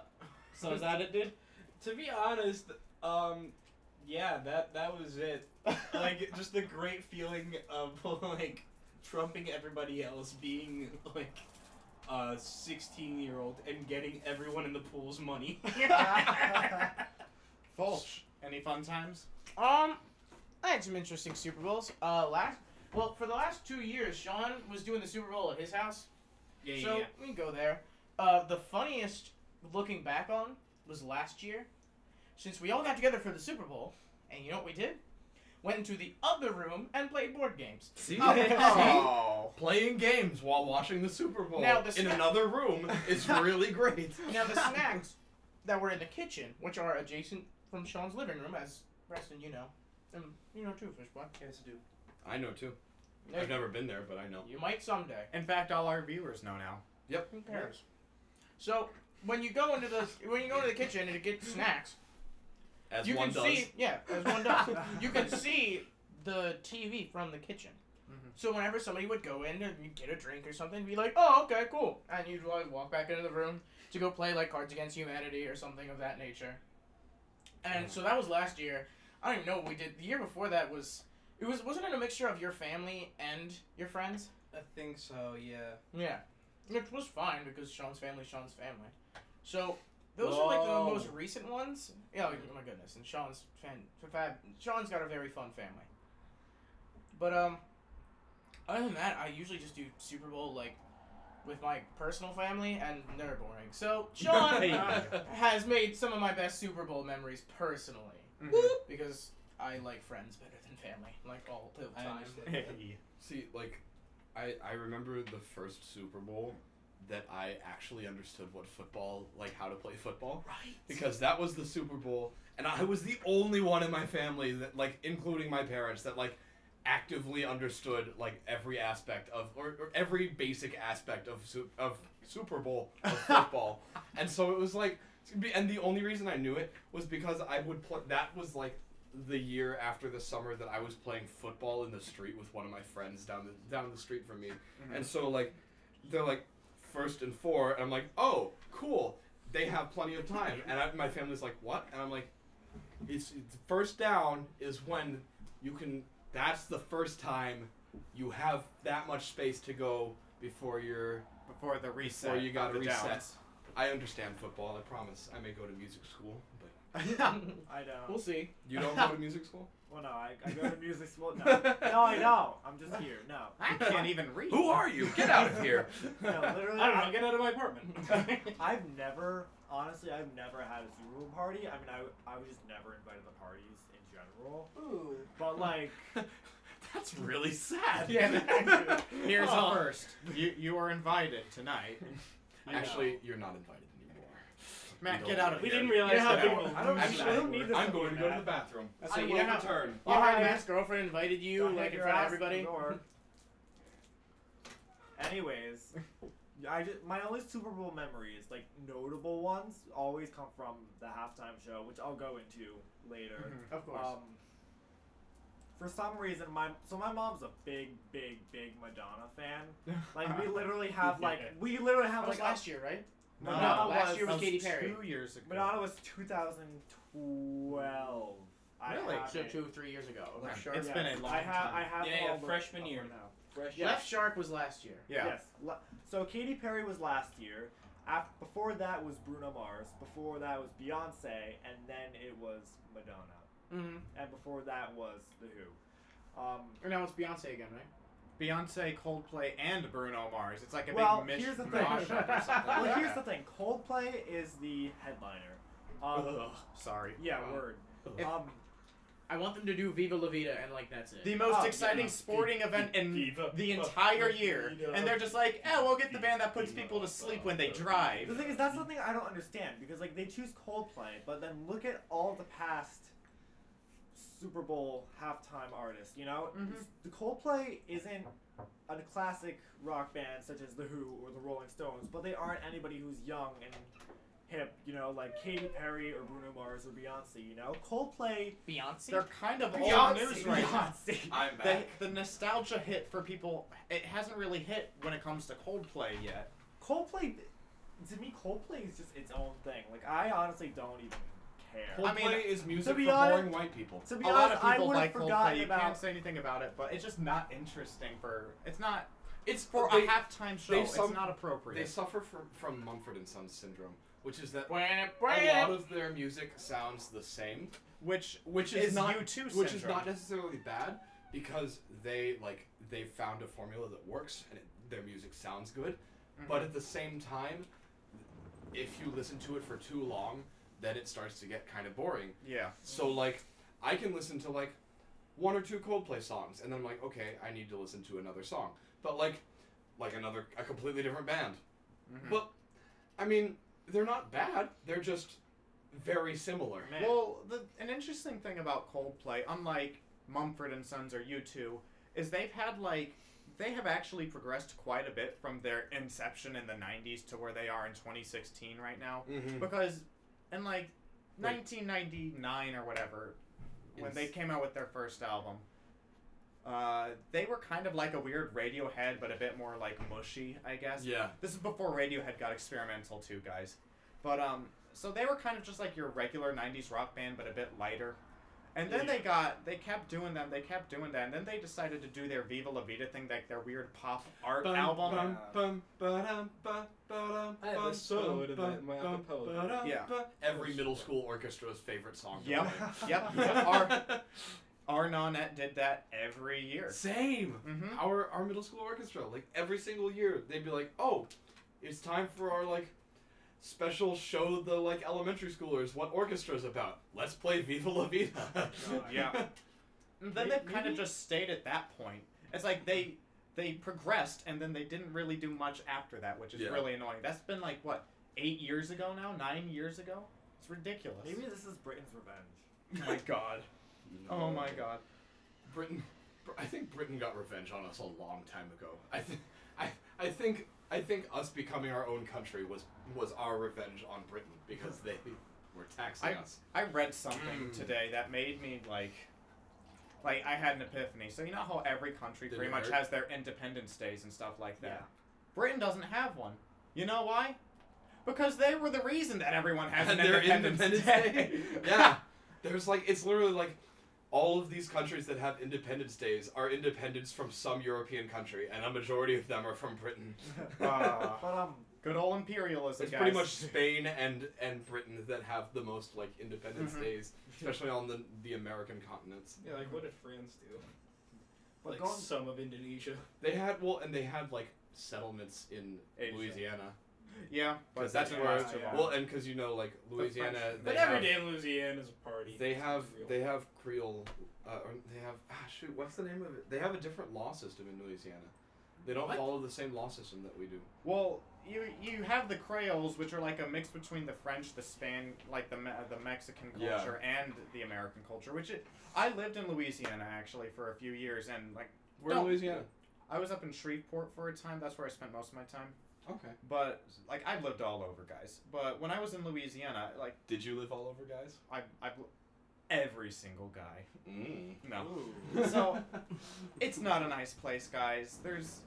[SPEAKER 2] So is that it, dude?
[SPEAKER 5] to be honest, um, yeah, that that was [LAUGHS] it. Like just the great feeling of [LAUGHS] like trumping everybody else, being like a sixteen-year-old and getting everyone in the pool's [LAUGHS] money.
[SPEAKER 2] Fulch. Any fun times?
[SPEAKER 3] Um, I had some interesting Super Bowls. Uh, last well, for the last two years, Sean was doing the Super Bowl at his house,
[SPEAKER 5] Yeah,
[SPEAKER 3] so we can go there. Uh, the funniest looking back on was last year, since we all got together for the Super Bowl, and you know what we did? Went into the other room and played board games.
[SPEAKER 8] See? See?
[SPEAKER 2] Oh.
[SPEAKER 8] Playing games while watching the Super Bowl
[SPEAKER 3] Now, the
[SPEAKER 8] in
[SPEAKER 3] sna-
[SPEAKER 8] another room
[SPEAKER 3] [LAUGHS]
[SPEAKER 8] is really great.
[SPEAKER 3] Now the snacks that were in the kitchen, which are adjacent from Sean's living room, as Preston, you know, and you know too, Fishboy.
[SPEAKER 6] Yes, I do.
[SPEAKER 8] I know too. I've never been there, but I know.
[SPEAKER 3] You might someday.
[SPEAKER 2] In fact, all our viewers know now.
[SPEAKER 3] Who cares? So when you go into the when you go into the kitchen to get snacks,
[SPEAKER 8] As
[SPEAKER 3] you
[SPEAKER 8] one
[SPEAKER 3] can
[SPEAKER 8] does.
[SPEAKER 3] see yeah, as
[SPEAKER 8] [LAUGHS]
[SPEAKER 3] one does, you can see the TV from the kitchen.
[SPEAKER 8] Mm-hmm.
[SPEAKER 2] Mhm.
[SPEAKER 3] So whenever somebody would go in and you'd get a drink or something, be like, "Oh, okay, cool," and you'd like walk back into the room to go play like Cards Against Humanity or something of that nature.
[SPEAKER 8] Mm-hmm.
[SPEAKER 3] And so that was last year. I don't even know what we did. The year before that was it was wasn't it a mixture of your family and your friends?
[SPEAKER 5] I think so. Yeah.
[SPEAKER 3] Yeah, which was fine because Sean's family, Sean's family. So those are like the
[SPEAKER 5] Whoa.
[SPEAKER 3] most recent ones. Yeah, like, oh my goodness, and Sean's fan, fab, Sean's got a very fun family. But um, other than that, I usually just do Super Bowl like with my personal family, and they're boring. So
[SPEAKER 2] [LAUGHS]
[SPEAKER 3] Sean has made some of my best Super Bowl memories personally
[SPEAKER 2] Mhm.
[SPEAKER 3] because I like friends better than family, like all the
[SPEAKER 5] I
[SPEAKER 3] time.
[SPEAKER 5] understand.
[SPEAKER 2] Hey.
[SPEAKER 8] See, like, I I remember the first Super Bowl
[SPEAKER 1] that I actually understood what football, like how to play football. Right. Because that was the Super Bowl, and I was the only one in my family that, like, including my parents, that like actively understood like every aspect of or, or every basic aspect of su- of Super Bowl of football, and so it was like, and the only reason I knew it was because I would play. That was like the year after the summer that I was playing football in the street with one of my friends down the down the street from me, and so like, they're like first and four, and I'm like, oh, cool, they have plenty of time, and I, my family's like, what, and I'm like, it's, it's first down is when you can. That's the first time you have that much space to go before you're
[SPEAKER 2] before the reset.
[SPEAKER 1] before you got to
[SPEAKER 2] of the
[SPEAKER 1] reset.
[SPEAKER 2] downs.
[SPEAKER 1] I understand football. I promise. I may go to music school, but
[SPEAKER 3] I don't.
[SPEAKER 6] we'll see.
[SPEAKER 1] you don't go to music school.
[SPEAKER 3] Well, no, I, I
[SPEAKER 6] [LAUGHS]
[SPEAKER 3] go to music school. No, no, I don't. I'm just here. No,
[SPEAKER 2] [LAUGHS] I can't even read.
[SPEAKER 1] Who are you? Get out of here!
[SPEAKER 3] no,
[SPEAKER 6] [LAUGHS]
[SPEAKER 3] literally.
[SPEAKER 5] I don't
[SPEAKER 3] I-
[SPEAKER 5] know. Get out of my apartment.
[SPEAKER 3] I've never, honestly, I've never had a Super Bowl party. I mean, I, I was just never invited to parties in general.
[SPEAKER 6] Ooh.
[SPEAKER 3] But
[SPEAKER 6] [LAUGHS]
[SPEAKER 3] like,
[SPEAKER 1] That's really sad.
[SPEAKER 2] Yeah,
[SPEAKER 6] [LAUGHS]
[SPEAKER 2] thank Here's
[SPEAKER 5] Aw.
[SPEAKER 2] a first. You you are invited tonight.
[SPEAKER 1] Actually, you're not invited anymore.
[SPEAKER 2] Matt,
[SPEAKER 1] We
[SPEAKER 2] get
[SPEAKER 1] don't
[SPEAKER 2] out of
[SPEAKER 5] we
[SPEAKER 2] here.
[SPEAKER 5] didn't realize
[SPEAKER 2] Get out
[SPEAKER 5] how
[SPEAKER 2] of
[SPEAKER 5] big
[SPEAKER 2] here.
[SPEAKER 5] of a
[SPEAKER 3] I don't-
[SPEAKER 5] loser
[SPEAKER 3] I don't
[SPEAKER 5] you
[SPEAKER 3] need
[SPEAKER 5] were.
[SPEAKER 3] this
[SPEAKER 1] I'm
[SPEAKER 3] from
[SPEAKER 1] going
[SPEAKER 3] you,
[SPEAKER 1] to go to the
[SPEAKER 3] Matt.
[SPEAKER 1] bathroom.
[SPEAKER 5] I
[SPEAKER 3] I
[SPEAKER 5] say,
[SPEAKER 3] will
[SPEAKER 5] yeah.
[SPEAKER 3] not.
[SPEAKER 1] Return.
[SPEAKER 6] Your
[SPEAKER 3] Alright,
[SPEAKER 6] hot
[SPEAKER 3] man.
[SPEAKER 6] ass girlfriend invited you,
[SPEAKER 3] don't
[SPEAKER 6] like
[SPEAKER 3] hit
[SPEAKER 6] in
[SPEAKER 3] your
[SPEAKER 6] front of
[SPEAKER 3] ass in the
[SPEAKER 2] [LAUGHS]
[SPEAKER 6] everybody.
[SPEAKER 3] door. Anyways, I just, my only Super Bowl memories, like notable ones, always come from the halftime show, which I'll go into later.
[SPEAKER 2] Mm-hmm.
[SPEAKER 6] Of course.
[SPEAKER 3] Um, for some reason, my so my mom's a big, big, big Madonna
[SPEAKER 2] [LAUGHS]
[SPEAKER 3] fan. Like we literally have like we literally have
[SPEAKER 6] that was
[SPEAKER 3] like
[SPEAKER 6] last year, right?
[SPEAKER 3] No,
[SPEAKER 6] No,
[SPEAKER 3] Madonna
[SPEAKER 6] last
[SPEAKER 3] was-
[SPEAKER 6] year was
[SPEAKER 2] That
[SPEAKER 6] Katy Perry.
[SPEAKER 2] Two years ago.
[SPEAKER 3] Madonna was 2012.
[SPEAKER 2] Really?
[SPEAKER 3] I have
[SPEAKER 6] So
[SPEAKER 3] it.
[SPEAKER 6] two, three years ago. Okay.
[SPEAKER 9] Left shark.
[SPEAKER 2] It's been a long
[SPEAKER 3] I have,
[SPEAKER 2] time.
[SPEAKER 3] I have
[SPEAKER 5] Yeah, yeah,
[SPEAKER 3] all the-
[SPEAKER 5] freshman
[SPEAKER 3] up
[SPEAKER 5] year.
[SPEAKER 3] right now. Fresh.
[SPEAKER 6] Left Shark was last year.
[SPEAKER 2] yeah.
[SPEAKER 3] Yes. La- So Katy Perry was last year. Af- before that was Bruno Mars. Before that was Beyonce, and then it was Madonna,
[SPEAKER 6] Mm-hmm.
[SPEAKER 3] and before that was the Who. Um,
[SPEAKER 6] Or now it's Beyonce again, right?
[SPEAKER 2] Beyonce, Coldplay, and Bruno Mars. It's like a
[SPEAKER 3] Well,
[SPEAKER 2] big mish-
[SPEAKER 3] here's the thing.
[SPEAKER 2] mashup or something.
[SPEAKER 3] [LAUGHS] well,
[SPEAKER 2] like
[SPEAKER 3] here's the
[SPEAKER 2] that.
[SPEAKER 3] thing. Coldplay is the headliner. Um,
[SPEAKER 2] Sorry.
[SPEAKER 3] yeah,
[SPEAKER 1] Wow.
[SPEAKER 3] word.
[SPEAKER 1] If-
[SPEAKER 3] Um,
[SPEAKER 6] I want them to do Viva La Vida and like that's it.
[SPEAKER 2] The most
[SPEAKER 3] Oh,
[SPEAKER 2] exciting
[SPEAKER 5] yeah.
[SPEAKER 2] sporting event in
[SPEAKER 5] Viva
[SPEAKER 2] the
[SPEAKER 5] la
[SPEAKER 2] entire year,
[SPEAKER 5] vida.
[SPEAKER 2] and they're just like, "Yeah, we'll get the band that puts
[SPEAKER 5] Viva
[SPEAKER 2] people to
[SPEAKER 5] la
[SPEAKER 2] sleep when they
[SPEAKER 5] vida.
[SPEAKER 3] the
[SPEAKER 2] drive."
[SPEAKER 3] thing is, that's something I don't understand because like they choose Coldplay, but then look at all the past Super Bowl halftime artists. You know,
[SPEAKER 2] Mhm.
[SPEAKER 3] the Coldplay isn't a classic rock band such as the Who or the Rolling Stones, but they aren't anybody who's young and hip. You know, like Katy Perry or Bruno Mars or Beyonce. You know, Coldplay. [LAUGHS]
[SPEAKER 6] Beyonce.
[SPEAKER 2] They're kind of old
[SPEAKER 3] Beyonce,
[SPEAKER 2] news right now.
[SPEAKER 3] Beyonce.
[SPEAKER 1] I'm
[SPEAKER 2] The,
[SPEAKER 1] back.
[SPEAKER 2] the nostalgia hit for people, it hasn't really hit when it comes to Coldplay yet.
[SPEAKER 3] Coldplay, to me, Coldplay is just its own thing. Like I honestly don't even care.
[SPEAKER 1] Coldplay
[SPEAKER 2] I mean,
[SPEAKER 1] is music for
[SPEAKER 3] be
[SPEAKER 1] boring
[SPEAKER 3] honest-
[SPEAKER 1] white people.
[SPEAKER 3] to be
[SPEAKER 2] a lot
[SPEAKER 3] honest,
[SPEAKER 2] of
[SPEAKER 3] I
[SPEAKER 2] people
[SPEAKER 3] would
[SPEAKER 2] like
[SPEAKER 3] have forgotten
[SPEAKER 2] Coldplay. You can't
[SPEAKER 3] about.
[SPEAKER 2] say anything about it, but it's just not interesting for. It's not.
[SPEAKER 1] It's
[SPEAKER 2] For
[SPEAKER 1] they,
[SPEAKER 2] a halftime show,
[SPEAKER 1] they
[SPEAKER 2] it's
[SPEAKER 1] some-
[SPEAKER 2] not
[SPEAKER 1] They
[SPEAKER 2] appropriate.
[SPEAKER 1] suffer from, from Mumford and Sons syndrome, which is that
[SPEAKER 6] Bwah,
[SPEAKER 1] a
[SPEAKER 6] bwah.
[SPEAKER 1] lot of their music sounds the same,
[SPEAKER 2] which
[SPEAKER 1] which is,
[SPEAKER 2] is
[SPEAKER 1] not
[SPEAKER 2] U2
[SPEAKER 1] which is
[SPEAKER 2] syndrome.
[SPEAKER 1] not necessarily bad because they like they found a formula that works and it, their music sounds good, but at the same time, if you listen to it for too long, then it starts to get kind of boring.
[SPEAKER 2] Yeah.
[SPEAKER 1] So like, I can listen to like one or two Coldplay songs, and then I'm like, okay, I need to listen to another song, but like, like another a completely different band. But I mean, they're not bad. They're just very similar.
[SPEAKER 3] Man.
[SPEAKER 2] Well, the, an interesting thing about Coldplay, unlike Mumford and Sons or U2, is they've had like they have actually progressed quite a bit from their inception in the 90s to where they are in 2016 right now
[SPEAKER 1] Mhm.
[SPEAKER 2] because in like 1999 or whatever when they
[SPEAKER 1] Ins-
[SPEAKER 2] came out with their first album uh, they were kind of like a weird Radiohead, but a bit more like mushy, I guess.
[SPEAKER 1] Yeah.
[SPEAKER 2] This is before Radiohead got experimental too, guys. But um, so they were kind of just like your regular '90s rock band, but a bit lighter. And then they got they kept doing them, they kept doing that, and then they decided to do their Viva La Vida thing, like their weird pop art
[SPEAKER 1] Bum,
[SPEAKER 2] album.
[SPEAKER 1] bum, bum, ba-dum, ba, ba-dum,
[SPEAKER 5] I have a
[SPEAKER 1] bum,
[SPEAKER 5] solo
[SPEAKER 1] bum,
[SPEAKER 5] to
[SPEAKER 1] bum,
[SPEAKER 5] that in my
[SPEAKER 1] bum,
[SPEAKER 5] acapella.
[SPEAKER 1] ba-dum,
[SPEAKER 2] Yeah.
[SPEAKER 1] ba- Every middle school orchestra's favorite song. to [LAUGHS]
[SPEAKER 2] Yep,
[SPEAKER 1] play.
[SPEAKER 2] yep,
[SPEAKER 1] [LAUGHS]
[SPEAKER 2] yep. Our our nonet did that every year.
[SPEAKER 1] Same.
[SPEAKER 2] Mm-hmm.
[SPEAKER 1] Our our middle school orchestra, like every single year, they'd be like, "Oh, it's time for our like special show the like elementary schoolers what orchestra's about. Let's play Viva La Vida."
[SPEAKER 2] Yeah. And
[SPEAKER 1] [LAUGHS]
[SPEAKER 2] then
[SPEAKER 1] Mm-hmm.
[SPEAKER 3] May-
[SPEAKER 2] they've kind of
[SPEAKER 3] maybe-
[SPEAKER 2] just stayed at that point. It's like they they progressed and then they didn't really do much after that, which is
[SPEAKER 1] Yeah.
[SPEAKER 2] really annoying. That's been like what eight years ago now, nine years ago. It's ridiculous.
[SPEAKER 6] Maybe this is Britain's revenge.
[SPEAKER 2] Oh my god. Oh my god.
[SPEAKER 1] Britain, Br- I think Britain got revenge on us a long time ago. I think, I, I think, I think us becoming our own country was was our revenge on Britain because they were taxing us.
[SPEAKER 2] I read
[SPEAKER 1] Mm.
[SPEAKER 2] something today that made me like, like I had an epiphany. So you know how every country
[SPEAKER 1] Did
[SPEAKER 2] pretty
[SPEAKER 1] it
[SPEAKER 2] much
[SPEAKER 1] hurt?
[SPEAKER 2] has their independence days and stuff like that. Britain doesn't have one. You know why? Because they were the reason that everyone
[SPEAKER 1] [LAUGHS]
[SPEAKER 2] has an
[SPEAKER 1] Had their
[SPEAKER 2] independence, [LAUGHS]
[SPEAKER 1] Independence
[SPEAKER 2] day.
[SPEAKER 1] yeah, there's like it's literally like all of these countries that have independence days are independence from some European country, and a majority of them are from Britain.
[SPEAKER 2] Ah.
[SPEAKER 6] But um,
[SPEAKER 2] Good old
[SPEAKER 1] [LAUGHS]
[SPEAKER 2] imperialism,
[SPEAKER 1] It's
[SPEAKER 2] guys.
[SPEAKER 1] pretty much Spain and and Britain that have the most like independence
[SPEAKER 2] Mhm.
[SPEAKER 1] days, especially on the the American continents.
[SPEAKER 5] Yeah, like what did France do?
[SPEAKER 6] but
[SPEAKER 5] like
[SPEAKER 6] going
[SPEAKER 5] some of Indonesia.
[SPEAKER 1] They had well, and they had like settlements in
[SPEAKER 2] Asia.
[SPEAKER 1] Louisiana.
[SPEAKER 2] Yeah, but
[SPEAKER 1] 'Cause
[SPEAKER 2] that's
[SPEAKER 1] that's
[SPEAKER 2] where.
[SPEAKER 5] where- yeah.
[SPEAKER 1] Well, and because you know, like Louisiana,
[SPEAKER 2] French-
[SPEAKER 1] they
[SPEAKER 5] But
[SPEAKER 1] have,
[SPEAKER 5] every day in Louisiana is a party.
[SPEAKER 1] they
[SPEAKER 5] It's
[SPEAKER 1] have
[SPEAKER 5] real.
[SPEAKER 1] they have Creole, uh, or they have ah, shoot, what's the name of it? They have a different law system in Louisiana. They don't
[SPEAKER 5] What?
[SPEAKER 1] follow the same law system that we do.
[SPEAKER 2] Well, you you have the Creoles, which are like a mix between the French, the Span, like the Me- the Mexican
[SPEAKER 1] Yeah.
[SPEAKER 2] culture and the American culture. Which it, I lived in Louisiana actually for a few years, and like
[SPEAKER 1] We're
[SPEAKER 2] Don't-
[SPEAKER 1] in Louisiana.
[SPEAKER 2] I was up in Shreveport for a time. That's where I spent most of my time.
[SPEAKER 1] Okay.
[SPEAKER 2] But like I've lived all over, guys. But when I was in Louisiana, like
[SPEAKER 1] Did you live all over, guys?
[SPEAKER 2] I I've every single guy.
[SPEAKER 1] Mm.
[SPEAKER 2] No,
[SPEAKER 6] ooh.
[SPEAKER 2] So- it's not a nice place, guys. There's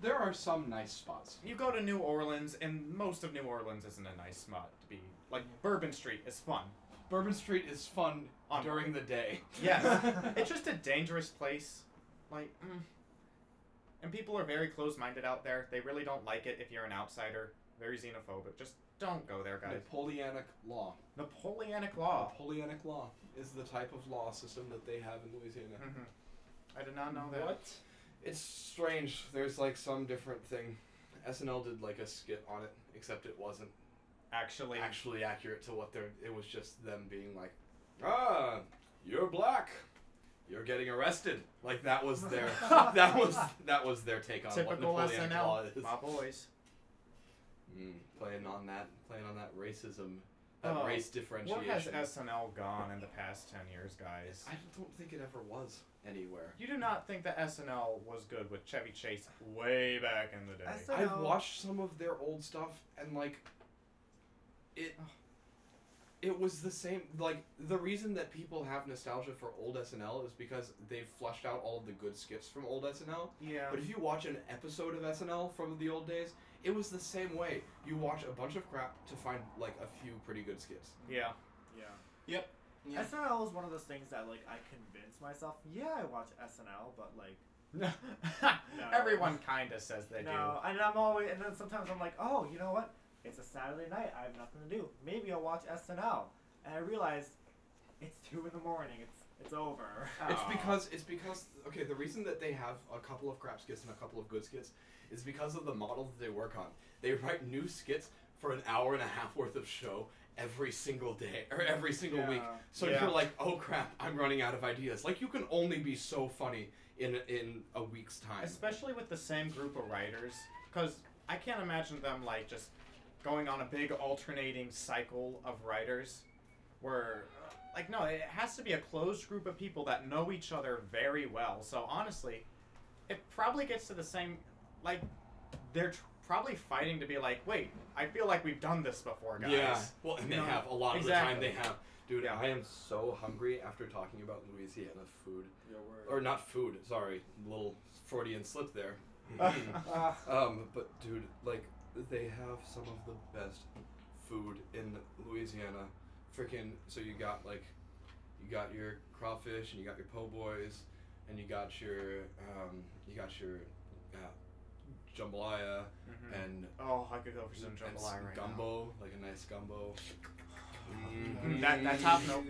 [SPEAKER 1] there are some nice spots.
[SPEAKER 2] You go to New Orleans, and most of New Orleans isn't a nice spot to be. Like Bourbon Street is fun.
[SPEAKER 1] Bourbon Street is fun
[SPEAKER 2] On-
[SPEAKER 1] during the day. [LAUGHS]
[SPEAKER 2] Yes. it's just a dangerous place. Like, mm. and people are very close-minded out there. They really don't like it if you're an outsider. Very xenophobic. Just don't go there, guys.
[SPEAKER 1] Napoleonic law.
[SPEAKER 2] Napoleonic [LAUGHS] law.
[SPEAKER 1] Napoleonic law is the type of law system that they have in Louisiana.
[SPEAKER 2] hmm I did not know that.
[SPEAKER 5] What?
[SPEAKER 1] It's strange. There's like some different thing. SNL did like a skit on it, except it wasn't
[SPEAKER 2] Actually,
[SPEAKER 1] actually accurate to what they're. It was just them being like, "Ah, you're black, you're getting arrested." Like that was
[SPEAKER 2] [LAUGHS]
[SPEAKER 1] their [LAUGHS] that was that was their take on
[SPEAKER 2] typical
[SPEAKER 1] what Napoleonic law
[SPEAKER 2] SNL.
[SPEAKER 1] is.
[SPEAKER 2] My boys.
[SPEAKER 1] Mm, playing on that, playing on that racism, that
[SPEAKER 2] Oh,
[SPEAKER 1] race
[SPEAKER 2] Where
[SPEAKER 1] differentiation.
[SPEAKER 2] has SNL gone in the past ten years, guys?
[SPEAKER 1] I don't think it ever was anywhere.
[SPEAKER 2] You do not think that SNL was good with Chevy Chase way back in the day.
[SPEAKER 6] I said-
[SPEAKER 1] I've
[SPEAKER 6] SNL.
[SPEAKER 1] watched some of their old stuff and like it it was the same like the reason that people have nostalgia for old SNL is because they've flushed out all of the good skits from old SNL.
[SPEAKER 2] yeah.
[SPEAKER 1] But if you watch an episode of SNL from the old days, it was the same way. You watch a bunch of crap to find like a few pretty good skits.
[SPEAKER 2] Yeah.
[SPEAKER 6] yeah.
[SPEAKER 5] Yeah.
[SPEAKER 6] SNL is one of those things that like I convince myself, yeah, I watch SNL, but
[SPEAKER 2] [LAUGHS]
[SPEAKER 6] like
[SPEAKER 2] Everyone kind of says they
[SPEAKER 6] no, and I'm always and then sometimes I'm like, oh, you know what? It's a Saturday night. I have nothing to do. Maybe I'll watch SNL, and I realize it's two in the morning. It's it's over.
[SPEAKER 2] do.
[SPEAKER 1] It's
[SPEAKER 2] Aw.
[SPEAKER 1] because it's because okay, the reason that they have a couple of crap skits and a couple of good skits is because of the model that they work on. They write new skits for an hour and a half worth of show every single day or every single week.
[SPEAKER 6] Yeah.
[SPEAKER 1] So
[SPEAKER 2] Yeah.
[SPEAKER 1] you're like, oh crap, I'm running out of ideas. Like you can only be so funny in in a week's time.
[SPEAKER 2] especially with the same group of writers, because I can't imagine them like just going on a big alternating cycle of writers, where like no, it has to be a closed group of people that know each other very well. So honestly, it probably gets to the same like they're. Tr- Probably fighting to be like, wait, I feel like we've done this before, guys.
[SPEAKER 1] Yeah.
[SPEAKER 2] [LAUGHS]
[SPEAKER 1] Well, and they
[SPEAKER 2] You know?
[SPEAKER 1] have a lot of the
[SPEAKER 2] Exactly.
[SPEAKER 1] time they have. Dude,
[SPEAKER 2] Yeah.
[SPEAKER 1] I am so hungry after talking about Louisiana food. Or not food, sorry. Little Freudian slip there. Um, but dude, like they have some of the best food in Louisiana. Freaking so you got like you got your crawfish and you got your po' boys and you got your um, you got your uh, jambalaya
[SPEAKER 2] Mhm.
[SPEAKER 1] and
[SPEAKER 2] Oh, I could go for some
[SPEAKER 1] and
[SPEAKER 2] jambalaya
[SPEAKER 1] some
[SPEAKER 2] right now.
[SPEAKER 1] gumbo, like a nice gumbo.
[SPEAKER 6] Mm-hmm.
[SPEAKER 2] Mm, That
[SPEAKER 1] Mm-hmm.
[SPEAKER 2] that top note.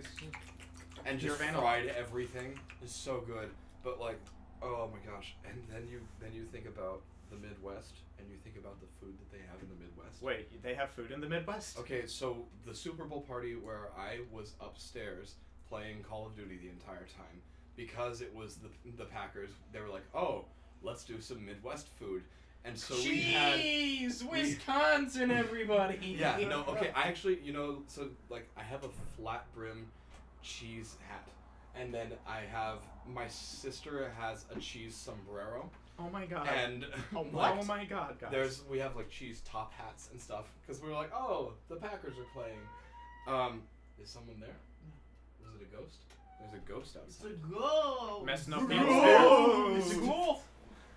[SPEAKER 1] and just
[SPEAKER 2] Nirvana.
[SPEAKER 1] fried everything is so good. But like, oh my gosh! And then you then you think about the Midwest, and you think about the food that they have in the Midwest.
[SPEAKER 2] Wait, they have food in the Midwest?
[SPEAKER 1] Okay, so the Super Bowl party where I was upstairs playing Call of Duty the entire time because it was the the Packers. They were like, "Oh, let's do some Midwest food. And so we had
[SPEAKER 6] Jeez, Wisconsin, everybody.
[SPEAKER 1] yeah, no, okay. I actually, you know, so like I have a flat brim cheese hat, and then I have my sister has a cheese sombrero,
[SPEAKER 2] Oh my god.
[SPEAKER 1] and [LAUGHS]
[SPEAKER 2] oh,
[SPEAKER 1] like,
[SPEAKER 2] my, oh my god, guys.
[SPEAKER 1] there's we have like cheese top hats and stuff because we were like, oh, the Packers are playing. Um, is someone there? Was it a ghost? There's a ghost outside.
[SPEAKER 3] go.
[SPEAKER 2] messing up
[SPEAKER 1] Gross.
[SPEAKER 2] people's hair.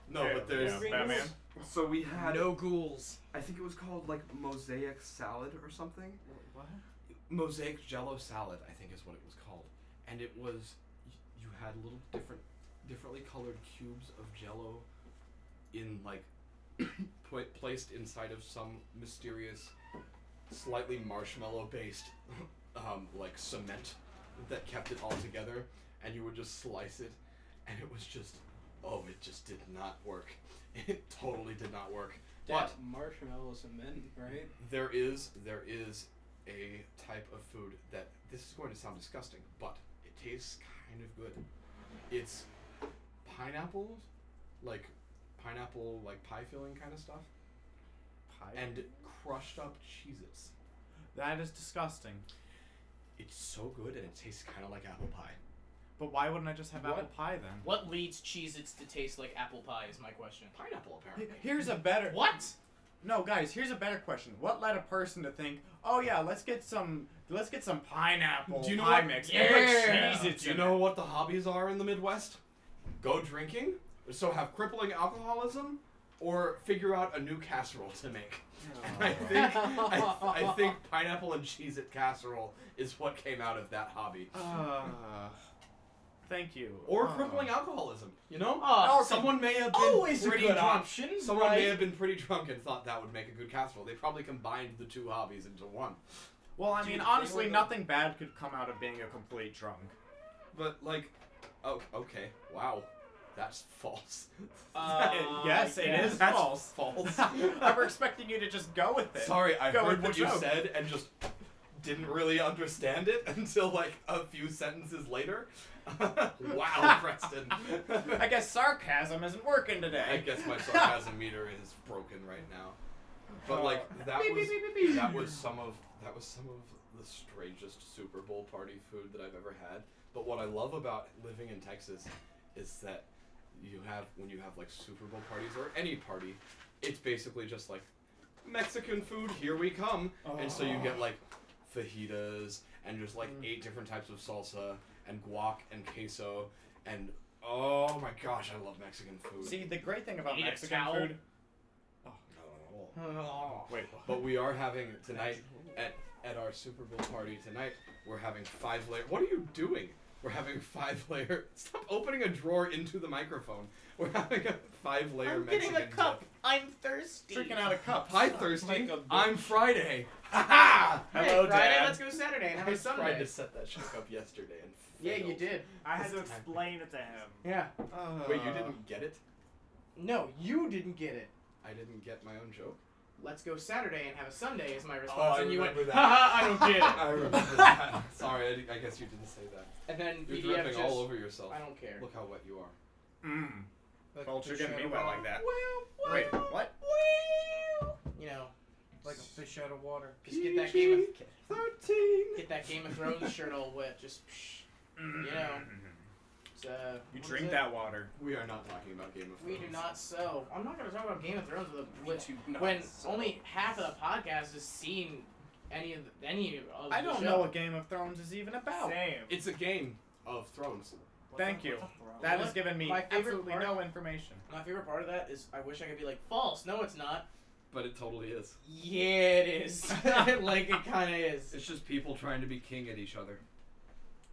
[SPEAKER 1] No, but there's
[SPEAKER 2] Yeah, Batman.
[SPEAKER 10] So we had
[SPEAKER 5] No ghouls.
[SPEAKER 10] I think it was called like mosaic salad or something.
[SPEAKER 2] What?
[SPEAKER 1] mosaic jello salad, I think is what it was called. And it was y- you had little different differently colored cubes of jello in like [COUGHS] pla placed inside of some mysterious slightly marshmallow based [LAUGHS] um, like cement that kept it all together and you would just slice it and it was just oh it just did not work [LAUGHS] it totally did not work but
[SPEAKER 6] That marshmallow cement,
[SPEAKER 1] [LAUGHS]
[SPEAKER 6] right?
[SPEAKER 1] there is there is a type of food that this is going to sound disgusting, but it tastes kind of good. It's pineapples, like pineapple like pie filling kind of stuff, and crushed up cheeses.
[SPEAKER 2] That is disgusting.
[SPEAKER 1] It's so good and it tastes kind of like apple pie.
[SPEAKER 2] But why wouldn't I just have apple
[SPEAKER 6] What?
[SPEAKER 2] pie then?
[SPEAKER 3] What leads Cheez-Its to taste like apple pie is my question.
[SPEAKER 1] [LAUGHS] Pineapple
[SPEAKER 2] He-
[SPEAKER 1] apparently.
[SPEAKER 2] Here's a better.
[SPEAKER 3] What?
[SPEAKER 2] No, guys. Here's a better question. What led a person to think, oh yeah, let's get some, let's get some pineapple
[SPEAKER 1] Do you know
[SPEAKER 2] pie
[SPEAKER 1] what-
[SPEAKER 2] mix?
[SPEAKER 3] Yeah.
[SPEAKER 2] And put Cheez-Its
[SPEAKER 1] Do you
[SPEAKER 2] in
[SPEAKER 1] know
[SPEAKER 2] it?
[SPEAKER 1] what the hobbies are in the Midwest? Go drinking, so have crippling alcoholism, or figure out a new casserole to make. And I think I, I think pineapple and cheese at casserole is what came out of that hobby.
[SPEAKER 2] Uh, [SIGHS] thank you.
[SPEAKER 1] Or
[SPEAKER 2] Uh,
[SPEAKER 1] crippling alcoholism, you know?
[SPEAKER 3] Uh,
[SPEAKER 1] someone may have been
[SPEAKER 2] Oh,
[SPEAKER 3] Always a
[SPEAKER 1] pretty
[SPEAKER 3] good
[SPEAKER 1] drunk.
[SPEAKER 3] option.
[SPEAKER 1] Someone
[SPEAKER 3] right?
[SPEAKER 1] may have been pretty drunk and thought that would make a good casserole. They probably combined the two hobbies into one.
[SPEAKER 2] Well, I
[SPEAKER 1] Dude,
[SPEAKER 2] mean,
[SPEAKER 1] they
[SPEAKER 2] honestly,
[SPEAKER 1] were the-
[SPEAKER 2] nothing bad could come out of being a complete drunk.
[SPEAKER 1] But like, oh, okay, wow, that's false. [LAUGHS]
[SPEAKER 5] [LAUGHS]
[SPEAKER 3] Uh,
[SPEAKER 2] [LAUGHS] yes, it
[SPEAKER 3] yeah.
[SPEAKER 2] is
[SPEAKER 1] That's
[SPEAKER 2] false. [LAUGHS]
[SPEAKER 1] false.
[SPEAKER 2] I were expecting you to just go with it.
[SPEAKER 1] Sorry, I
[SPEAKER 2] Go
[SPEAKER 1] heard
[SPEAKER 2] with the
[SPEAKER 1] what you
[SPEAKER 2] joke.
[SPEAKER 1] said and just didn't really understand it [LAUGHS] until like a few sentences later. [LAUGHS] wow, Preston.
[SPEAKER 2] [LAUGHS] I guess sarcasm isn't working today.
[SPEAKER 1] I guess
[SPEAKER 2] [LAUGHS]
[SPEAKER 1] my sarcasm meter is broken right now. But like that was that was some of that was some of the strangest Super Bowl party food that I've ever had. But what I love about living in Texas is that you have when you have like Super Bowl parties or any party, it's basically just like Mexican food, here we come. And so you get like fajitas and just like eight different types of salsa and guac and queso and oh my gosh, I love Mexican food.
[SPEAKER 2] See, the great thing about
[SPEAKER 3] Need a
[SPEAKER 2] Mexican
[SPEAKER 3] towel?
[SPEAKER 2] food.
[SPEAKER 1] Wait, but we are having tonight at at our Super Bowl party tonight. We're having five layer. What are you doing? We're having [LAUGHS] five layer. Stop opening a drawer into the microphone. We're having a five layer.
[SPEAKER 3] I'm
[SPEAKER 1] Mexican
[SPEAKER 3] getting a cup.
[SPEAKER 1] dip.
[SPEAKER 3] I'm thirsty.
[SPEAKER 2] Drinking out of cups.
[SPEAKER 1] Hi Thursday.
[SPEAKER 6] Like a bitch.
[SPEAKER 1] I'm Friday. [LAUGHS] Ha ha!
[SPEAKER 3] Hey,
[SPEAKER 2] Hello,
[SPEAKER 3] Friday,
[SPEAKER 2] Dad.
[SPEAKER 3] let's go Saturday and have
[SPEAKER 1] I
[SPEAKER 3] a Sunday.
[SPEAKER 1] tried to set that joke up yesterday and
[SPEAKER 3] Yeah, you
[SPEAKER 1] failed.
[SPEAKER 3] did.
[SPEAKER 11] I had to explain it to him.
[SPEAKER 3] Yeah.
[SPEAKER 1] Wait, you didn't get it?
[SPEAKER 3] No, you didn't get it.
[SPEAKER 1] I didn't get my own joke.
[SPEAKER 3] Let's go Saturday and have a Sunday is my response.
[SPEAKER 1] I
[SPEAKER 3] and you went,
[SPEAKER 1] remember that.
[SPEAKER 3] haha, I don't
[SPEAKER 11] [LAUGHS]
[SPEAKER 3] get it.
[SPEAKER 1] I remember that. Sorry, I, di- I guess you didn't say that.
[SPEAKER 3] And then
[SPEAKER 1] You're
[SPEAKER 3] BDF
[SPEAKER 1] dripping
[SPEAKER 3] just,
[SPEAKER 1] all over yourself.
[SPEAKER 3] I don't care.
[SPEAKER 1] Look how wet you are.
[SPEAKER 2] Mm.
[SPEAKER 6] Like
[SPEAKER 2] Culture
[SPEAKER 6] fish
[SPEAKER 2] getting
[SPEAKER 6] out
[SPEAKER 2] me
[SPEAKER 6] of
[SPEAKER 2] wet
[SPEAKER 6] wa-
[SPEAKER 2] like that.
[SPEAKER 3] Well,
[SPEAKER 2] Wait, what?
[SPEAKER 3] You know,
[SPEAKER 6] Like a fish out of water.
[SPEAKER 3] just get that Game of,
[SPEAKER 1] Thirteen.
[SPEAKER 3] get that Game of Thrones shirt all wet. Just, psh, you know. So,
[SPEAKER 2] You Mm-hmm. drink that water.
[SPEAKER 1] We are not talking about Game of
[SPEAKER 3] We
[SPEAKER 1] Thrones.
[SPEAKER 3] do not so. I'm not going to talk about Game of Thrones with a
[SPEAKER 6] We
[SPEAKER 3] with
[SPEAKER 6] do not
[SPEAKER 3] when
[SPEAKER 6] sell.
[SPEAKER 3] only half of the podcast has seen any of the, any of
[SPEAKER 2] I
[SPEAKER 3] the
[SPEAKER 2] don't
[SPEAKER 3] show.
[SPEAKER 2] know what Game of Thrones is even about.
[SPEAKER 11] Same.
[SPEAKER 1] It's a game of thrones.
[SPEAKER 2] Thank you. That
[SPEAKER 3] That
[SPEAKER 2] has
[SPEAKER 3] is
[SPEAKER 2] given me
[SPEAKER 3] My favorite
[SPEAKER 2] absolutely
[SPEAKER 3] part-
[SPEAKER 2] no information.
[SPEAKER 3] my favorite part of that is I wish I could be like false. No, it's not.
[SPEAKER 1] But it totally is.
[SPEAKER 3] Yeah, it is. [LAUGHS] like it kind of is.
[SPEAKER 1] It's just people trying to be king at each other.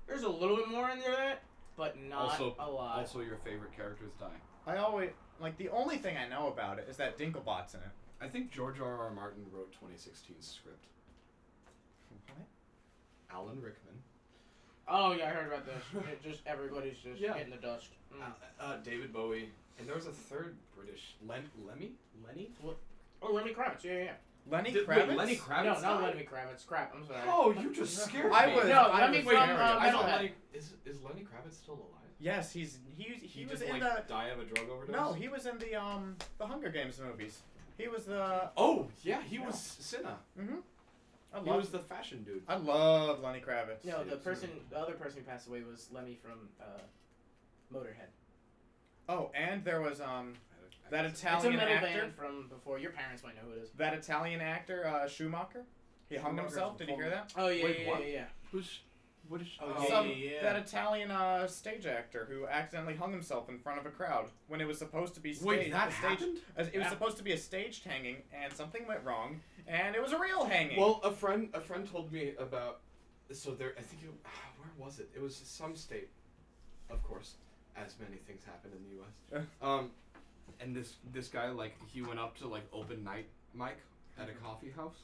[SPEAKER 3] There's a little bit more in there that, but not
[SPEAKER 1] Also-
[SPEAKER 3] a lot.
[SPEAKER 1] Also, your favorite characters die.
[SPEAKER 2] I always like the only thing I know about it is that Dinklebot's in it.
[SPEAKER 1] I think George R. R. Martin wrote 2016's script.
[SPEAKER 2] What?
[SPEAKER 1] Alan Rickman,
[SPEAKER 3] oh yeah, I heard about this. It just everybody's just
[SPEAKER 1] Yeah.
[SPEAKER 3] getting the dust. Mm.
[SPEAKER 1] uh, uh, David Bowie, and there was a third British Len- Lemmy Lenny.
[SPEAKER 3] oh, let me cry. Yeah, yeah, yeah.
[SPEAKER 2] Lenny
[SPEAKER 1] Did-
[SPEAKER 2] Kravitz.
[SPEAKER 1] Wait, Lenny Kravitz.
[SPEAKER 3] No, not
[SPEAKER 1] died?
[SPEAKER 3] Lenny Kravitz. Crap. I'm sorry.
[SPEAKER 1] Oh, you [LAUGHS] just scared
[SPEAKER 2] I
[SPEAKER 1] me.
[SPEAKER 2] was.
[SPEAKER 3] No,
[SPEAKER 2] I
[SPEAKER 3] Lenny
[SPEAKER 2] was
[SPEAKER 3] from,
[SPEAKER 2] very-
[SPEAKER 3] uh,
[SPEAKER 1] I thought
[SPEAKER 3] Metalhead.
[SPEAKER 1] Lenny is is Lenny Kravitz still alive?
[SPEAKER 2] Yes, he's he was- he,
[SPEAKER 1] He,
[SPEAKER 2] was
[SPEAKER 1] just
[SPEAKER 2] in
[SPEAKER 1] like
[SPEAKER 2] the
[SPEAKER 1] die of a drug overdose.
[SPEAKER 2] no, he was in the um the Hunger Games movies. He was the
[SPEAKER 1] Oh yeah, he
[SPEAKER 2] Yeah.
[SPEAKER 1] was Cinna.
[SPEAKER 2] I
[SPEAKER 1] He
[SPEAKER 2] love
[SPEAKER 1] was the fashion dude.
[SPEAKER 2] I love Lenny Kravitz.
[SPEAKER 3] No, the
[SPEAKER 1] Absolutely.
[SPEAKER 3] person, the other person who passed away was Lemmy from uh, Motorhead.
[SPEAKER 2] Oh, and there was um
[SPEAKER 1] I- I-
[SPEAKER 2] that
[SPEAKER 3] it's a
[SPEAKER 2] Italian
[SPEAKER 3] metal
[SPEAKER 2] actor.
[SPEAKER 3] band from before. Your parents might know who it is.
[SPEAKER 2] That Italian actor uh, Schumacher. He hung
[SPEAKER 12] Schumacher's
[SPEAKER 2] himself.
[SPEAKER 12] a
[SPEAKER 2] Did you hear
[SPEAKER 12] former-
[SPEAKER 2] that?
[SPEAKER 3] Oh yeah,
[SPEAKER 1] Wait,
[SPEAKER 3] yeah,
[SPEAKER 1] what?
[SPEAKER 3] yeah, yeah.
[SPEAKER 1] Who's what is?
[SPEAKER 3] Oh,
[SPEAKER 1] oh,
[SPEAKER 3] yeah,
[SPEAKER 2] Some-
[SPEAKER 5] yeah.
[SPEAKER 2] That Italian uh, stage actor who accidentally hung himself in front of a crowd when it was supposed to be staged.
[SPEAKER 1] Wait, that
[SPEAKER 2] a stage,
[SPEAKER 1] happened.
[SPEAKER 2] uh, It was
[SPEAKER 3] Yeah.
[SPEAKER 2] supposed to be a staged hanging, and something went wrong, and it was a real hanging.
[SPEAKER 1] Well, a friend a friend told me about so there I think it, ah, where was it? It was some state, of course, as many things happen in the U.S. um, and this this guy like he went up to like open night mic at a coffee house,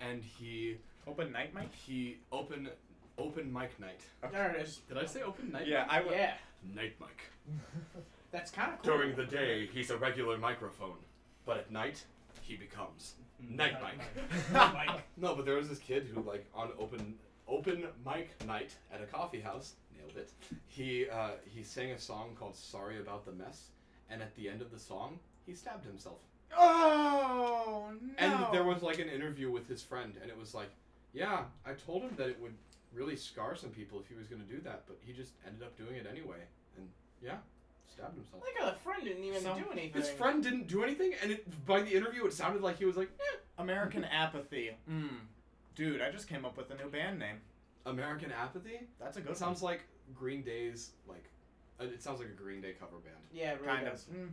[SPEAKER 1] and he
[SPEAKER 2] open night, Mike.
[SPEAKER 1] he open open mic night.
[SPEAKER 3] There it is.
[SPEAKER 1] Did I say open night?
[SPEAKER 2] Yeah, I
[SPEAKER 3] Yeah,
[SPEAKER 1] mic?
[SPEAKER 2] would.
[SPEAKER 1] night mic.
[SPEAKER 3] that's kind of cool.
[SPEAKER 1] During the day, he's a regular microphone, but at night, he becomes night mic.
[SPEAKER 2] [LAUGHS]
[SPEAKER 1] No, but there was this kid who, like, on open open mic night at a coffee house, nailed it. He uh, he sang a song called "Sorry About the Mess," and at the end of the song, he stabbed himself.
[SPEAKER 2] Oh no!
[SPEAKER 1] And there was like an interview with his friend, and it was like, yeah, I told him that it would really scar some people if he was going to do that, but he just ended up doing it anyway, and yeah, stabbed himself.
[SPEAKER 3] Like a friend didn't even
[SPEAKER 2] Some-
[SPEAKER 3] do anything.
[SPEAKER 1] His friend didn't do anything, and it, by the interview, it sounded like he was like, eh.
[SPEAKER 2] American apathy. Mm. Dude, I just came up with a new band name.
[SPEAKER 1] American apathy.
[SPEAKER 2] That's a good
[SPEAKER 1] It sounds like Green Day's like. uh, It sounds like a Green Day cover band,
[SPEAKER 3] Yeah, it
[SPEAKER 2] one.
[SPEAKER 3] really
[SPEAKER 2] kind of.
[SPEAKER 3] does.
[SPEAKER 2] Mm.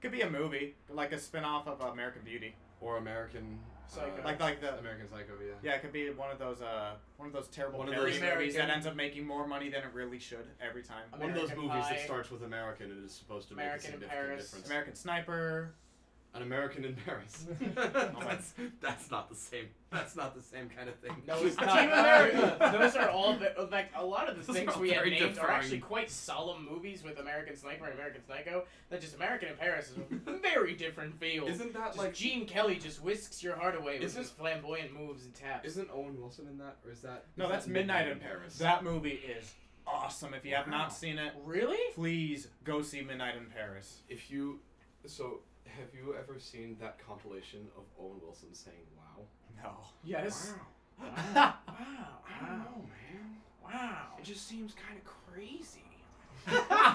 [SPEAKER 2] Could be a movie, like a spin-off of American Beauty.
[SPEAKER 1] or American
[SPEAKER 3] Psycho.
[SPEAKER 1] uh,
[SPEAKER 2] Like like the
[SPEAKER 1] American Psycho, yeah.
[SPEAKER 2] yeah, it could be one of those uh one of those terrible
[SPEAKER 1] One of
[SPEAKER 2] parody
[SPEAKER 1] those-
[SPEAKER 2] movies that
[SPEAKER 3] American-
[SPEAKER 2] ends up making more money than it really should every time.
[SPEAKER 1] One of those
[SPEAKER 3] American
[SPEAKER 1] movies that
[SPEAKER 3] Pie.
[SPEAKER 1] starts with American and is supposed to
[SPEAKER 3] American in
[SPEAKER 1] make a significant
[SPEAKER 3] Paris.
[SPEAKER 1] difference.
[SPEAKER 2] American Sniper.
[SPEAKER 1] An American in
[SPEAKER 3] [LAUGHS]
[SPEAKER 1] [LAUGHS] Paris. Oh that's that's not the same. That's not the same kind of thing.
[SPEAKER 3] No,
[SPEAKER 1] [LAUGHS]
[SPEAKER 3] it's not.
[SPEAKER 2] Team
[SPEAKER 3] America. [LAUGHS] Those are all ve- like a lot of the
[SPEAKER 1] Those are
[SPEAKER 3] things
[SPEAKER 1] all
[SPEAKER 3] we had
[SPEAKER 1] very
[SPEAKER 3] named are
[SPEAKER 1] differing.
[SPEAKER 3] actually quite solemn movies with American Sniper and American Psycho. That just American in Paris is
[SPEAKER 1] [LAUGHS]
[SPEAKER 3] a very different feel.
[SPEAKER 1] Isn't that
[SPEAKER 3] Just
[SPEAKER 1] like?
[SPEAKER 3] Gene Kelly just whisks your heart away with
[SPEAKER 1] Isn't-
[SPEAKER 3] his flamboyant moves and taps.
[SPEAKER 1] Isn't Owen Wilson in that, or is that?
[SPEAKER 2] No,
[SPEAKER 1] is
[SPEAKER 2] that's
[SPEAKER 1] that
[SPEAKER 2] Midnight in Paris. That movie is awesome. If you have
[SPEAKER 1] Wow.
[SPEAKER 2] not seen it,
[SPEAKER 3] really?
[SPEAKER 2] please go see Midnight in Paris.
[SPEAKER 1] If you, so have you ever seen that compilation of Owen Wilson saying "Wow"?
[SPEAKER 2] No.
[SPEAKER 3] Yes.
[SPEAKER 1] Wow.
[SPEAKER 3] Wow.
[SPEAKER 1] I don't know, man.
[SPEAKER 3] Wow.
[SPEAKER 1] It just seems kind of crazy.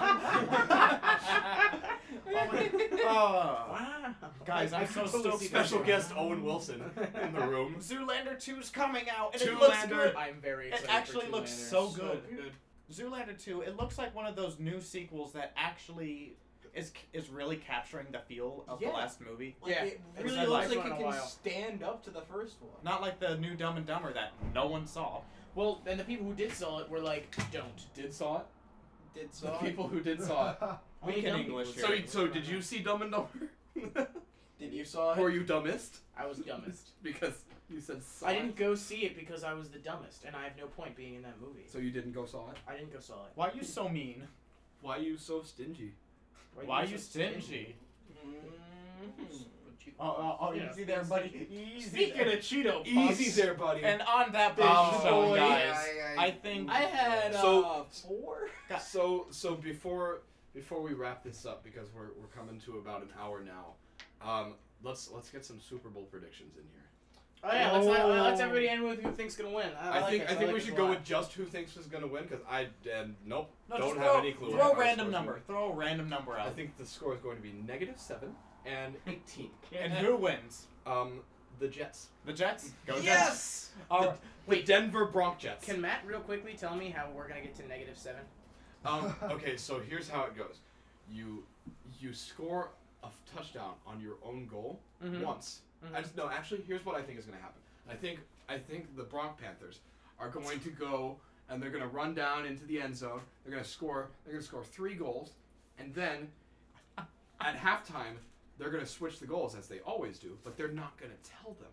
[SPEAKER 2] [LAUGHS]
[SPEAKER 3] [LAUGHS]
[SPEAKER 1] [LAUGHS]
[SPEAKER 2] Oh.
[SPEAKER 3] wow.
[SPEAKER 2] Guys, I'm so
[SPEAKER 3] Totally
[SPEAKER 2] stoked.
[SPEAKER 3] see
[SPEAKER 1] Special
[SPEAKER 3] that.
[SPEAKER 1] guest Owen Wilson in the room.
[SPEAKER 2] [LAUGHS] Zoolander 2's coming out, and it looks
[SPEAKER 1] Zoolander.
[SPEAKER 2] good.
[SPEAKER 3] I'm very
[SPEAKER 2] It
[SPEAKER 3] excited.
[SPEAKER 2] actually
[SPEAKER 3] for
[SPEAKER 2] looks
[SPEAKER 3] Zoolander.
[SPEAKER 2] so good. Zoolander 2, it looks like one of those new sequels that actually is is really capturing the feel of
[SPEAKER 5] Yeah.
[SPEAKER 2] the last movie.
[SPEAKER 5] Like,
[SPEAKER 3] Yeah.
[SPEAKER 5] it
[SPEAKER 3] It's
[SPEAKER 5] really
[SPEAKER 3] been like
[SPEAKER 5] looks like
[SPEAKER 3] that
[SPEAKER 5] it
[SPEAKER 3] for a
[SPEAKER 5] can
[SPEAKER 3] while.
[SPEAKER 5] stand up to the first one.
[SPEAKER 2] Not like the new Dumb and Dumber that no one saw.
[SPEAKER 3] Well, and the people who did sell it were like, don't.
[SPEAKER 1] Did saw it.
[SPEAKER 5] Did
[SPEAKER 1] The
[SPEAKER 5] so.
[SPEAKER 1] people who did saw it.
[SPEAKER 2] We
[SPEAKER 3] Only
[SPEAKER 2] can
[SPEAKER 3] dumb
[SPEAKER 2] English
[SPEAKER 3] people
[SPEAKER 1] So,
[SPEAKER 2] here.
[SPEAKER 3] did it.
[SPEAKER 1] so did you see Dumb and Dumber?
[SPEAKER 5] Did you saw
[SPEAKER 1] Were
[SPEAKER 5] it?
[SPEAKER 1] you dumbest?
[SPEAKER 3] I was dumbest.
[SPEAKER 1] because you said saw.
[SPEAKER 3] I
[SPEAKER 1] it.
[SPEAKER 3] didn't go see it because I was the dumbest, and I have no point being in that movie.
[SPEAKER 1] So you didn't go saw it.
[SPEAKER 3] I didn't go saw it.
[SPEAKER 2] Why are you so mean?
[SPEAKER 1] Why are you so stingy?
[SPEAKER 2] Why are you
[SPEAKER 3] so
[SPEAKER 2] stingy?
[SPEAKER 3] Mhm.
[SPEAKER 2] Oh, oh, oh
[SPEAKER 3] Yeah.
[SPEAKER 2] easy there,
[SPEAKER 3] [LAUGHS]
[SPEAKER 2] buddy. Easy
[SPEAKER 3] Speaking
[SPEAKER 2] there.
[SPEAKER 3] of Cheeto puffs,
[SPEAKER 1] Easy there, buddy.
[SPEAKER 2] [LAUGHS] And on that big
[SPEAKER 1] Oh,
[SPEAKER 2] stone,
[SPEAKER 1] boy.
[SPEAKER 2] guys,
[SPEAKER 6] I- I-
[SPEAKER 2] I think
[SPEAKER 5] I had uh,
[SPEAKER 1] So-
[SPEAKER 5] four.
[SPEAKER 1] so so before before we wrap this up because we're we're coming to about an hour now. Um, let's let's get some Super Bowl predictions in here.
[SPEAKER 3] Oh yeah, let's, let, let's everybody end with who thinks gonna win. I,
[SPEAKER 1] I,
[SPEAKER 3] like
[SPEAKER 1] think
[SPEAKER 3] this.
[SPEAKER 1] I think we
[SPEAKER 3] like this
[SPEAKER 1] should
[SPEAKER 3] a
[SPEAKER 1] go
[SPEAKER 3] lot.
[SPEAKER 1] with just who thinks is gonna win because I and nope
[SPEAKER 2] No,
[SPEAKER 1] don't
[SPEAKER 2] just
[SPEAKER 1] have
[SPEAKER 2] throw,
[SPEAKER 1] any clue.
[SPEAKER 2] Throw
[SPEAKER 1] what
[SPEAKER 2] a
[SPEAKER 1] my
[SPEAKER 2] random
[SPEAKER 1] score's gonna
[SPEAKER 2] number. Throw a random number
[SPEAKER 1] be. I
[SPEAKER 2] out.
[SPEAKER 1] think the score is going to be negative seven and eighteen.
[SPEAKER 2] [LAUGHS] and who wins?
[SPEAKER 1] Um, the Jets.
[SPEAKER 2] The Jets? Go Jets.
[SPEAKER 6] yes.
[SPEAKER 2] All right.
[SPEAKER 1] The Denver Bronc Jets.
[SPEAKER 3] Can Matt real quickly tell me how we're gonna get to negative seven? [LAUGHS]
[SPEAKER 1] Um, okay, so here's how it goes. You you score a f- touchdown on your own goal
[SPEAKER 3] Mhm.
[SPEAKER 1] once. I
[SPEAKER 3] Mhm.
[SPEAKER 1] just, no, actually, here's what I think is going to happen. I think I think the Bronx Panthers are going to go and they're going to run down into the end zone. They're going to score. They're going to score three goals, and then at halftime they're going to switch the goals as they always do. But they're not going to tell them.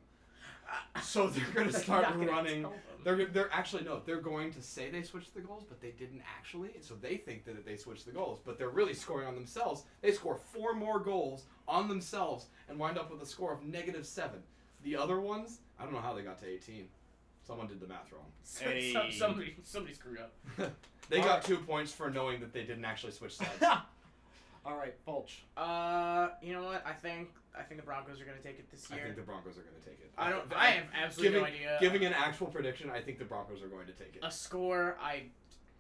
[SPEAKER 1] So they're gonna start
[SPEAKER 3] Not gonna
[SPEAKER 1] running.
[SPEAKER 3] tell them.
[SPEAKER 1] They're they're actually no. They're going to say they switched the goals, but they didn't actually. So they think that they switched the goals, but they're really scoring on themselves. They score four more goals on themselves and wind up with a score of negative seven. The other ones, I don't know how they got to eighteen. Someone did the math wrong. [LAUGHS]
[SPEAKER 2] Hey.
[SPEAKER 5] Some, somebody, somebody screwed up.
[SPEAKER 1] They
[SPEAKER 2] All
[SPEAKER 1] got
[SPEAKER 2] right.
[SPEAKER 1] two points for knowing that they didn't actually switch
[SPEAKER 3] [LAUGHS]
[SPEAKER 1] sides.
[SPEAKER 2] [LAUGHS] All right, Fulch.
[SPEAKER 3] Uh, you know what? I think I think the Broncos are gonna take it this
[SPEAKER 1] I
[SPEAKER 3] year.
[SPEAKER 1] think the Broncos are going to take it.
[SPEAKER 3] I don't. I uh, have absolutely
[SPEAKER 1] giving,
[SPEAKER 3] no idea.
[SPEAKER 1] Giving an actual prediction, I think the Broncos are going to take it.
[SPEAKER 2] [LAUGHS]
[SPEAKER 3] a score, I,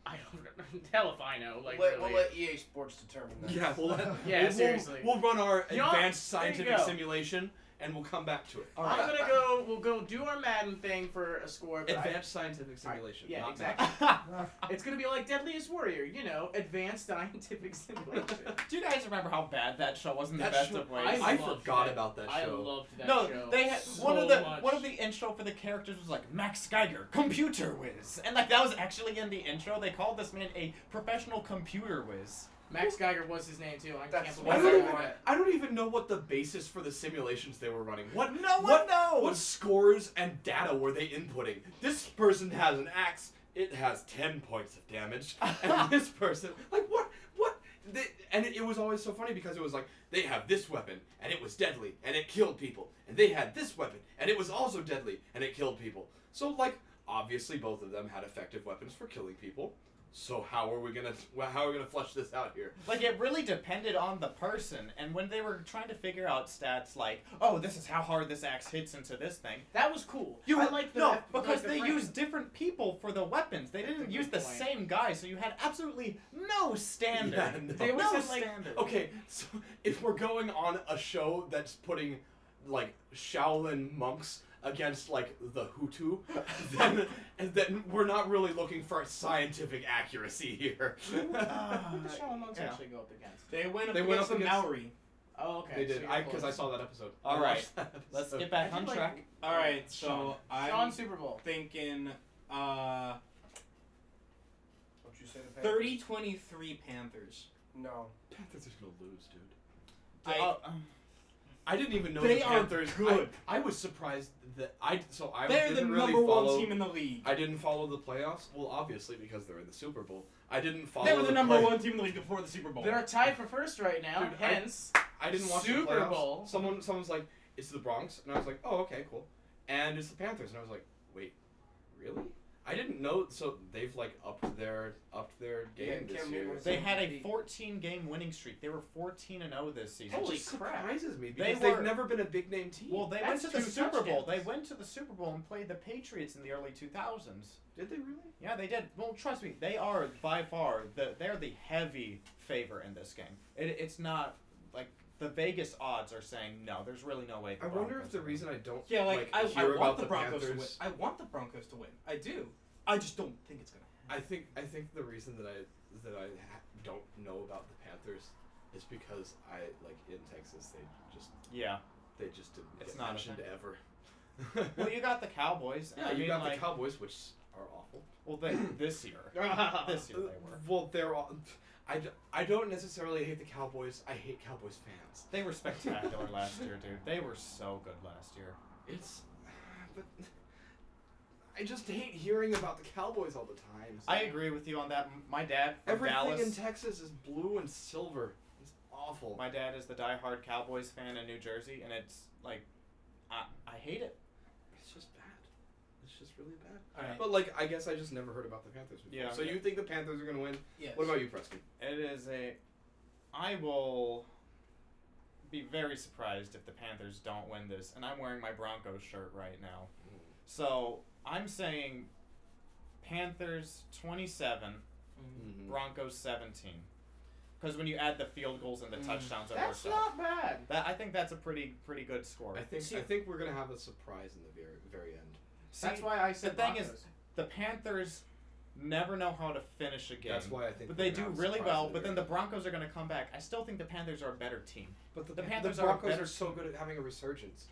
[SPEAKER 3] I don't. [LAUGHS] Hell if I know. Like
[SPEAKER 6] Let-
[SPEAKER 3] really.
[SPEAKER 6] We'll let EA E Sports determine that.
[SPEAKER 1] Yeah, we'll let,
[SPEAKER 3] Yeah,
[SPEAKER 1] we'll,
[SPEAKER 3] seriously.
[SPEAKER 1] We'll, we'll run our
[SPEAKER 3] You know,
[SPEAKER 1] advanced
[SPEAKER 3] there you
[SPEAKER 1] scientific
[SPEAKER 3] go.
[SPEAKER 1] simulation, and we'll come back to it.
[SPEAKER 2] All
[SPEAKER 3] I'm
[SPEAKER 2] right.
[SPEAKER 3] gonna go. We'll go do our Madden thing for a score. But I,
[SPEAKER 1] Advanced scientific simulation.
[SPEAKER 3] yeah,
[SPEAKER 1] not
[SPEAKER 3] exactly.
[SPEAKER 4] Ugh.
[SPEAKER 3] it's gonna be like Deadliest Warrior, you know, advanced scientific [LAUGHS] simulation.
[SPEAKER 2] Do you guys remember how bad that show was in
[SPEAKER 1] That
[SPEAKER 2] the best
[SPEAKER 1] show-
[SPEAKER 2] of
[SPEAKER 1] math.
[SPEAKER 2] ways?
[SPEAKER 1] I,
[SPEAKER 5] I loved
[SPEAKER 1] forgot
[SPEAKER 5] that.
[SPEAKER 1] about that
[SPEAKER 5] I
[SPEAKER 1] show.
[SPEAKER 5] loved that
[SPEAKER 2] no,
[SPEAKER 5] show.
[SPEAKER 2] they had
[SPEAKER 5] so
[SPEAKER 2] one of the
[SPEAKER 5] much.
[SPEAKER 2] one of the intro for the characters was like Max Geiger, computer whiz, and like that was actually in the intro. They called this man a professional computer whiz.
[SPEAKER 3] Max Geiger was his name too. I
[SPEAKER 6] That's
[SPEAKER 3] can't
[SPEAKER 6] what
[SPEAKER 1] I
[SPEAKER 3] believe
[SPEAKER 1] don't,
[SPEAKER 3] I
[SPEAKER 1] even,
[SPEAKER 3] forgot.
[SPEAKER 1] I don't even know what the basis for the simulations they were running. What
[SPEAKER 2] No one
[SPEAKER 1] what,
[SPEAKER 2] knows.
[SPEAKER 1] What scores and data were they inputting? This person has an axe. It has ten points of damage, and this person, like what, what? They, and it, it was always so funny because it was like they have this weapon and it was deadly and it killed people, and they had this weapon and it was also deadly and it killed people. So like obviously both of them had effective weapons for killing people. So how are we gonna how are we gonna flush this out here?
[SPEAKER 2] Like it really depended on the person, and when they were trying to figure out stats, like, oh, this is how hard this axe hits into this thing.
[SPEAKER 3] That was cool.
[SPEAKER 2] You
[SPEAKER 3] I like the
[SPEAKER 2] no,
[SPEAKER 3] I like
[SPEAKER 2] because
[SPEAKER 3] the
[SPEAKER 2] they
[SPEAKER 3] frame.
[SPEAKER 2] used different people for the weapons. They didn't
[SPEAKER 3] That's a
[SPEAKER 2] use
[SPEAKER 3] good
[SPEAKER 2] the
[SPEAKER 3] point.
[SPEAKER 2] same guy, so you had absolutely no standard. [LAUGHS]
[SPEAKER 1] Yeah, no.
[SPEAKER 3] They always
[SPEAKER 2] no
[SPEAKER 3] had, like-
[SPEAKER 2] standard.
[SPEAKER 1] Okay, so if we're going on a show that's putting like Shaolin monks against like the Hutu, [LAUGHS] then and then we're not really looking for scientific accuracy here.
[SPEAKER 3] What did the Shaolin monks
[SPEAKER 2] yeah.
[SPEAKER 3] actually go up against?
[SPEAKER 5] They went up
[SPEAKER 1] They went
[SPEAKER 5] against
[SPEAKER 1] up
[SPEAKER 5] the
[SPEAKER 1] against-
[SPEAKER 5] Maori.
[SPEAKER 3] Oh, okay.
[SPEAKER 1] they
[SPEAKER 3] so
[SPEAKER 1] did
[SPEAKER 3] you're
[SPEAKER 1] I because I
[SPEAKER 3] close.
[SPEAKER 1] saw that episode. I
[SPEAKER 2] All right,
[SPEAKER 1] watched that
[SPEAKER 2] Let's
[SPEAKER 1] episode.
[SPEAKER 2] get back
[SPEAKER 3] I
[SPEAKER 2] on
[SPEAKER 3] did like-
[SPEAKER 2] track.
[SPEAKER 5] All right, so
[SPEAKER 3] Sean.
[SPEAKER 5] I'm
[SPEAKER 3] Sean Super Bowl.
[SPEAKER 5] thinking uh,
[SPEAKER 6] Don't you say the Panthers?
[SPEAKER 5] 30 23 Panthers.
[SPEAKER 6] No.
[SPEAKER 1] Panthers are gonna lose, dude.
[SPEAKER 5] I,
[SPEAKER 2] Oh,
[SPEAKER 1] um, I didn't even know
[SPEAKER 5] They
[SPEAKER 1] the
[SPEAKER 5] are
[SPEAKER 1] Panthers.
[SPEAKER 5] good.
[SPEAKER 1] I, I was surprised that I so I
[SPEAKER 5] they're
[SPEAKER 1] didn't
[SPEAKER 5] the
[SPEAKER 1] really
[SPEAKER 5] number
[SPEAKER 1] follow,
[SPEAKER 5] one team in the league.
[SPEAKER 1] I didn't follow the playoffs. Well, obviously because they're in the Super Bowl. I didn't follow.
[SPEAKER 5] they were the, number
[SPEAKER 1] play-
[SPEAKER 5] one team in the league before the Super Bowl.
[SPEAKER 3] They're tied for first right now.
[SPEAKER 1] Dude, I-
[SPEAKER 3] hence,
[SPEAKER 1] I didn't watch
[SPEAKER 3] Super
[SPEAKER 1] the playoffs.
[SPEAKER 3] Bowl.
[SPEAKER 1] Someone someone's like, it's the Bronx, and I was like, oh okay, cool. And it's the Panthers, and I was like, wait, really? I didn't know. So they've like upped their upped their game
[SPEAKER 6] Yeah,
[SPEAKER 1] this
[SPEAKER 6] Cam
[SPEAKER 1] year.
[SPEAKER 6] Newton was
[SPEAKER 2] they had a
[SPEAKER 6] Beat.
[SPEAKER 2] 14 game winning streak. They were 14 and 0 this season.
[SPEAKER 3] Holy
[SPEAKER 1] It just
[SPEAKER 3] crap.
[SPEAKER 1] Surprises me
[SPEAKER 2] They
[SPEAKER 1] because
[SPEAKER 2] were-
[SPEAKER 1] have never been a big name team.
[SPEAKER 2] Well, they
[SPEAKER 3] That's
[SPEAKER 2] went to the
[SPEAKER 3] two
[SPEAKER 2] Super Bowl. They
[SPEAKER 3] touchdowns.
[SPEAKER 2] went to the Super Bowl and played the Patriots in the early 2000s.
[SPEAKER 1] did they really?
[SPEAKER 2] Yeah, they did. Well, trust me, they are by far the they're the heavy favor in this game. It, it's not like the Vegas odds are saying no. There's really no way.
[SPEAKER 1] I wonder
[SPEAKER 2] Broncos
[SPEAKER 1] if the
[SPEAKER 2] are gonna-
[SPEAKER 1] reason I don't
[SPEAKER 5] yeah, like, I,
[SPEAKER 1] hear
[SPEAKER 5] I
[SPEAKER 1] about
[SPEAKER 5] want the Broncos to win.
[SPEAKER 1] Panthers.
[SPEAKER 5] I want the Broncos to win. I do. I just don't think it's gonna.
[SPEAKER 1] I think I think the reason that I that I ha- don't know about the Panthers is because I like in Texas they just
[SPEAKER 2] Yeah.
[SPEAKER 1] they just didn't
[SPEAKER 2] It's
[SPEAKER 1] get
[SPEAKER 2] not a
[SPEAKER 1] mentioned
[SPEAKER 2] thing.
[SPEAKER 1] ever.
[SPEAKER 2] Well, you got the Cowboys. and
[SPEAKER 1] Yeah,
[SPEAKER 2] I
[SPEAKER 1] you
[SPEAKER 2] mean,
[SPEAKER 1] got
[SPEAKER 2] like,
[SPEAKER 1] the Cowboys, which are [LAUGHS] awful.
[SPEAKER 2] Well, they, this year, this year they were.
[SPEAKER 1] Well, they're all. I, d- I don't necessarily hate the Cowboys. I hate Cowboys fans.
[SPEAKER 2] They were spectacular last year, dude. They were so good last year.
[SPEAKER 1] It's, [SIGHS] but I just hate hearing about the Cowboys all the time.
[SPEAKER 2] I agree with you on that. M- My dad from
[SPEAKER 1] Everything
[SPEAKER 2] Dallas.
[SPEAKER 1] in Texas is blue and silver. It's awful.
[SPEAKER 2] my dad is the diehard Cowboys fan in New Jersey, and it's like, I, I hate it.
[SPEAKER 1] it's just bad. It's just really bad.
[SPEAKER 5] All right.
[SPEAKER 1] But like, I guess I just never heard about the Panthers. Before.
[SPEAKER 2] Yeah.
[SPEAKER 1] So you think the Panthers are gonna win?
[SPEAKER 5] Yes.
[SPEAKER 1] What about you, Preston?
[SPEAKER 2] It is a. I will be very surprised if the Panthers don't win this, and I'm wearing my Broncos shirt right now.
[SPEAKER 1] Mm.
[SPEAKER 2] So I'm saying Panthers 27, Broncos 17. Because when you add the field goals and the
[SPEAKER 5] Mm.
[SPEAKER 2] touchdowns, that
[SPEAKER 3] that's
[SPEAKER 2] works out.
[SPEAKER 3] not bad.
[SPEAKER 2] That I think that's a pretty pretty good score.
[SPEAKER 1] I think I think we're gonna have a surprise in the very very end.
[SPEAKER 2] See,
[SPEAKER 3] that's why I said
[SPEAKER 2] the thing is-
[SPEAKER 3] Broncos.
[SPEAKER 2] the Panthers never know how to finish a game.
[SPEAKER 1] That's why I think.
[SPEAKER 2] but
[SPEAKER 1] we're
[SPEAKER 2] they do
[SPEAKER 1] gonna have a surprise
[SPEAKER 2] really
[SPEAKER 1] in
[SPEAKER 2] well. But
[SPEAKER 1] very
[SPEAKER 2] then the
[SPEAKER 1] end.
[SPEAKER 2] Broncos are going to come back. I still think the Panthers are a better team.
[SPEAKER 1] But the,
[SPEAKER 2] The
[SPEAKER 1] Pan-
[SPEAKER 2] Panthers
[SPEAKER 1] the
[SPEAKER 2] are a
[SPEAKER 1] Broncos are,
[SPEAKER 2] better
[SPEAKER 1] so
[SPEAKER 2] team.
[SPEAKER 1] good at having a resurgence.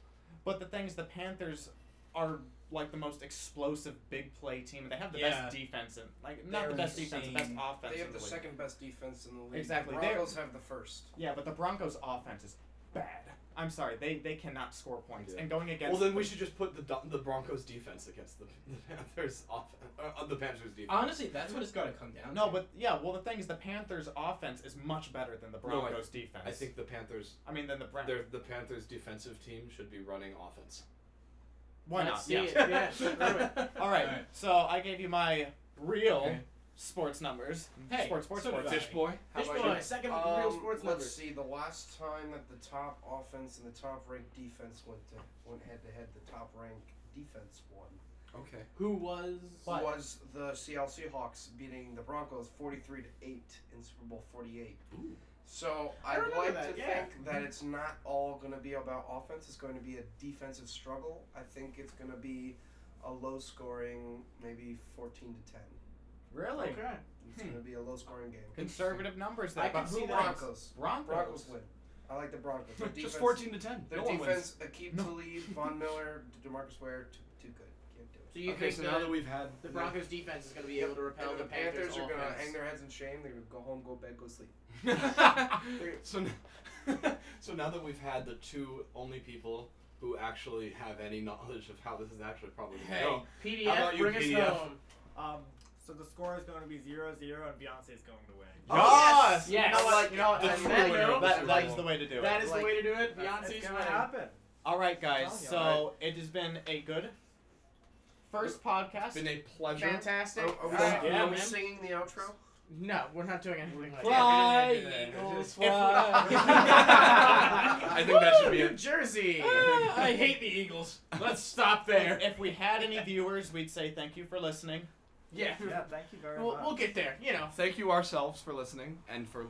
[SPEAKER 2] But the thing is, the Panthers are like the most explosive big play team. and They have the
[SPEAKER 5] Yeah.
[SPEAKER 2] best defense and like not
[SPEAKER 5] They're
[SPEAKER 2] the best defense, the best
[SPEAKER 5] insane.
[SPEAKER 2] offense.
[SPEAKER 6] They
[SPEAKER 2] in
[SPEAKER 6] have the
[SPEAKER 2] league.
[SPEAKER 6] second best defense in the league.
[SPEAKER 2] Exactly.
[SPEAKER 6] The
[SPEAKER 2] They're-
[SPEAKER 6] Broncos have the first.
[SPEAKER 2] Yeah, but the Broncos' offense is bad. I'm sorry, they they cannot score points.
[SPEAKER 8] Yeah.
[SPEAKER 2] And going
[SPEAKER 8] Well,
[SPEAKER 2] against
[SPEAKER 8] then we should just put the Don- the Broncos defense against the, [LAUGHS] the Panthers off uh, the Panthers defense.
[SPEAKER 5] Honestly, that's what it's got to come down.
[SPEAKER 2] No,
[SPEAKER 5] to.
[SPEAKER 2] but yeah, well the thing is the Panthers offense is much better than the
[SPEAKER 8] No, I-
[SPEAKER 2] Broncos defense.
[SPEAKER 8] I think the Panthers
[SPEAKER 2] I mean than the Browns.
[SPEAKER 8] their the Panthers defensive team should be running offense.
[SPEAKER 2] Why
[SPEAKER 3] Let's
[SPEAKER 2] not?
[SPEAKER 3] see
[SPEAKER 2] Yeah.
[SPEAKER 3] it.
[SPEAKER 5] [LAUGHS]
[SPEAKER 3] Yeah,
[SPEAKER 2] All right.
[SPEAKER 5] Alright.
[SPEAKER 2] So I gave you my real
[SPEAKER 5] Okay.
[SPEAKER 2] sports numbers.
[SPEAKER 3] Hey,
[SPEAKER 2] sports, sports,
[SPEAKER 5] so did
[SPEAKER 2] sports.
[SPEAKER 5] I.
[SPEAKER 1] Fish boy.
[SPEAKER 6] How
[SPEAKER 3] Fish
[SPEAKER 6] about
[SPEAKER 3] boy,
[SPEAKER 6] you?
[SPEAKER 3] second
[SPEAKER 6] Um,
[SPEAKER 3] real sports
[SPEAKER 6] let's
[SPEAKER 3] number.
[SPEAKER 6] see. The last time that the top offense and the top ranked defense went to, went head to head, the top ranked defense won.
[SPEAKER 1] Okay.
[SPEAKER 3] Who was?
[SPEAKER 2] What?
[SPEAKER 6] Was the Seattle Seahawks beating the Broncos forty three to eight in Super Bowl forty eight?
[SPEAKER 1] Ooh.
[SPEAKER 6] So
[SPEAKER 3] I
[SPEAKER 6] I'd
[SPEAKER 3] remember
[SPEAKER 6] like
[SPEAKER 3] that,
[SPEAKER 6] to
[SPEAKER 3] yeah.
[SPEAKER 6] think that it's not all going to be about offense. It's going to be a defensive struggle. I think it's going to be a low scoring, maybe fourteen to ten.
[SPEAKER 2] Really?
[SPEAKER 3] Okay.
[SPEAKER 6] It's
[SPEAKER 2] Hmm.
[SPEAKER 6] going to be a low scoring game.
[SPEAKER 2] Conservative numbers there.
[SPEAKER 3] I
[SPEAKER 2] but
[SPEAKER 3] can
[SPEAKER 2] who
[SPEAKER 3] see that.
[SPEAKER 2] wins?
[SPEAKER 6] Broncos.
[SPEAKER 2] Broncos.
[SPEAKER 6] Broncos win. I like the
[SPEAKER 2] [LAUGHS]
[SPEAKER 6] Broncos. Their
[SPEAKER 1] Just
[SPEAKER 6] defense-
[SPEAKER 1] 14 to 10.
[SPEAKER 6] Their
[SPEAKER 1] no one wins.
[SPEAKER 6] defense, Akeem
[SPEAKER 2] No.
[SPEAKER 6] Talib, Von Miller, Demarcus Ware, too, too good. Can't do it.
[SPEAKER 3] So you
[SPEAKER 1] okay,
[SPEAKER 3] think
[SPEAKER 1] so
[SPEAKER 3] that
[SPEAKER 1] now that we've had
[SPEAKER 3] the Broncos defense is going to be able to repel
[SPEAKER 6] And
[SPEAKER 3] the, Panthers,
[SPEAKER 6] are gonna
[SPEAKER 3] offense?
[SPEAKER 6] hang their heads in shame. They're gonna go home, go bed, go sleep.
[SPEAKER 8] [LAUGHS]
[SPEAKER 2] [LAUGHS]
[SPEAKER 8] so, n- so now that we've had the two only people who actually have any knowledge of how this is actually probably going to go,
[SPEAKER 3] PDF,
[SPEAKER 8] How about you,
[SPEAKER 3] bring
[SPEAKER 8] PDF?
[SPEAKER 3] us home.
[SPEAKER 4] Um, so the score is going to be 0 0, and Beyonce's going to win.
[SPEAKER 2] Yes.
[SPEAKER 3] Yes! Yes!
[SPEAKER 2] You know what? You know what?
[SPEAKER 8] The
[SPEAKER 2] That's
[SPEAKER 8] true
[SPEAKER 2] the way-
[SPEAKER 3] winner of the
[SPEAKER 2] that-
[SPEAKER 8] Super
[SPEAKER 2] that is
[SPEAKER 8] Bowl.
[SPEAKER 2] the way to do
[SPEAKER 3] That
[SPEAKER 2] it.
[SPEAKER 3] is
[SPEAKER 6] Like-
[SPEAKER 3] the way to do it.
[SPEAKER 4] That's-
[SPEAKER 3] Beyonce's
[SPEAKER 4] it's gonna
[SPEAKER 3] winning.
[SPEAKER 4] happen.
[SPEAKER 2] All right, guys.
[SPEAKER 4] Telling you,
[SPEAKER 2] So it has been a good first podcast.
[SPEAKER 8] it's been a pleasure.
[SPEAKER 3] Fantastic.
[SPEAKER 6] Are, are we,
[SPEAKER 3] Alright,
[SPEAKER 6] are
[SPEAKER 2] yeah,
[SPEAKER 6] we
[SPEAKER 3] man.
[SPEAKER 6] singing the outro?
[SPEAKER 3] No, we're not doing anything like that.
[SPEAKER 5] Fly,
[SPEAKER 8] Yeah, we didn't do that.
[SPEAKER 5] Eagles,
[SPEAKER 2] If we- [LAUGHS]
[SPEAKER 5] fly.
[SPEAKER 8] I think that should be
[SPEAKER 3] Woo,
[SPEAKER 8] it.
[SPEAKER 3] New Jersey.
[SPEAKER 5] Ah, I hate the Eagles. Let's stop there.
[SPEAKER 2] If we had any viewers, we'd say thank you for listening.
[SPEAKER 3] Yeah.
[SPEAKER 4] Yeah, thank you very
[SPEAKER 3] We'll,
[SPEAKER 4] much.
[SPEAKER 3] we'll get there, you know.
[SPEAKER 1] Thank you ourselves for listening and for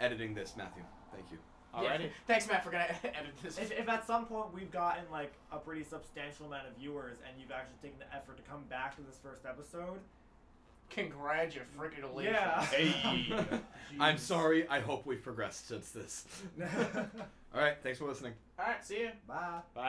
[SPEAKER 1] editing this, Matthew. Thank you.
[SPEAKER 3] [LAUGHS] Yeah.
[SPEAKER 2] Alrighty.
[SPEAKER 3] Thanks, Matt, for going to [LAUGHS] edit this.
[SPEAKER 4] If, if at some point we've gotten like a pretty substantial amount of viewers and you've actually taken the effort to come back to this first episode,
[SPEAKER 3] Congratulations.
[SPEAKER 4] Yeah. [LAUGHS]
[SPEAKER 2] [LAUGHS]
[SPEAKER 1] Hey. I'm sorry.
[SPEAKER 4] [LAUGHS]
[SPEAKER 1] I hope we've progressed since this. All right. Thanks for listening.
[SPEAKER 3] All right, see ya.
[SPEAKER 4] bye.
[SPEAKER 2] Bye.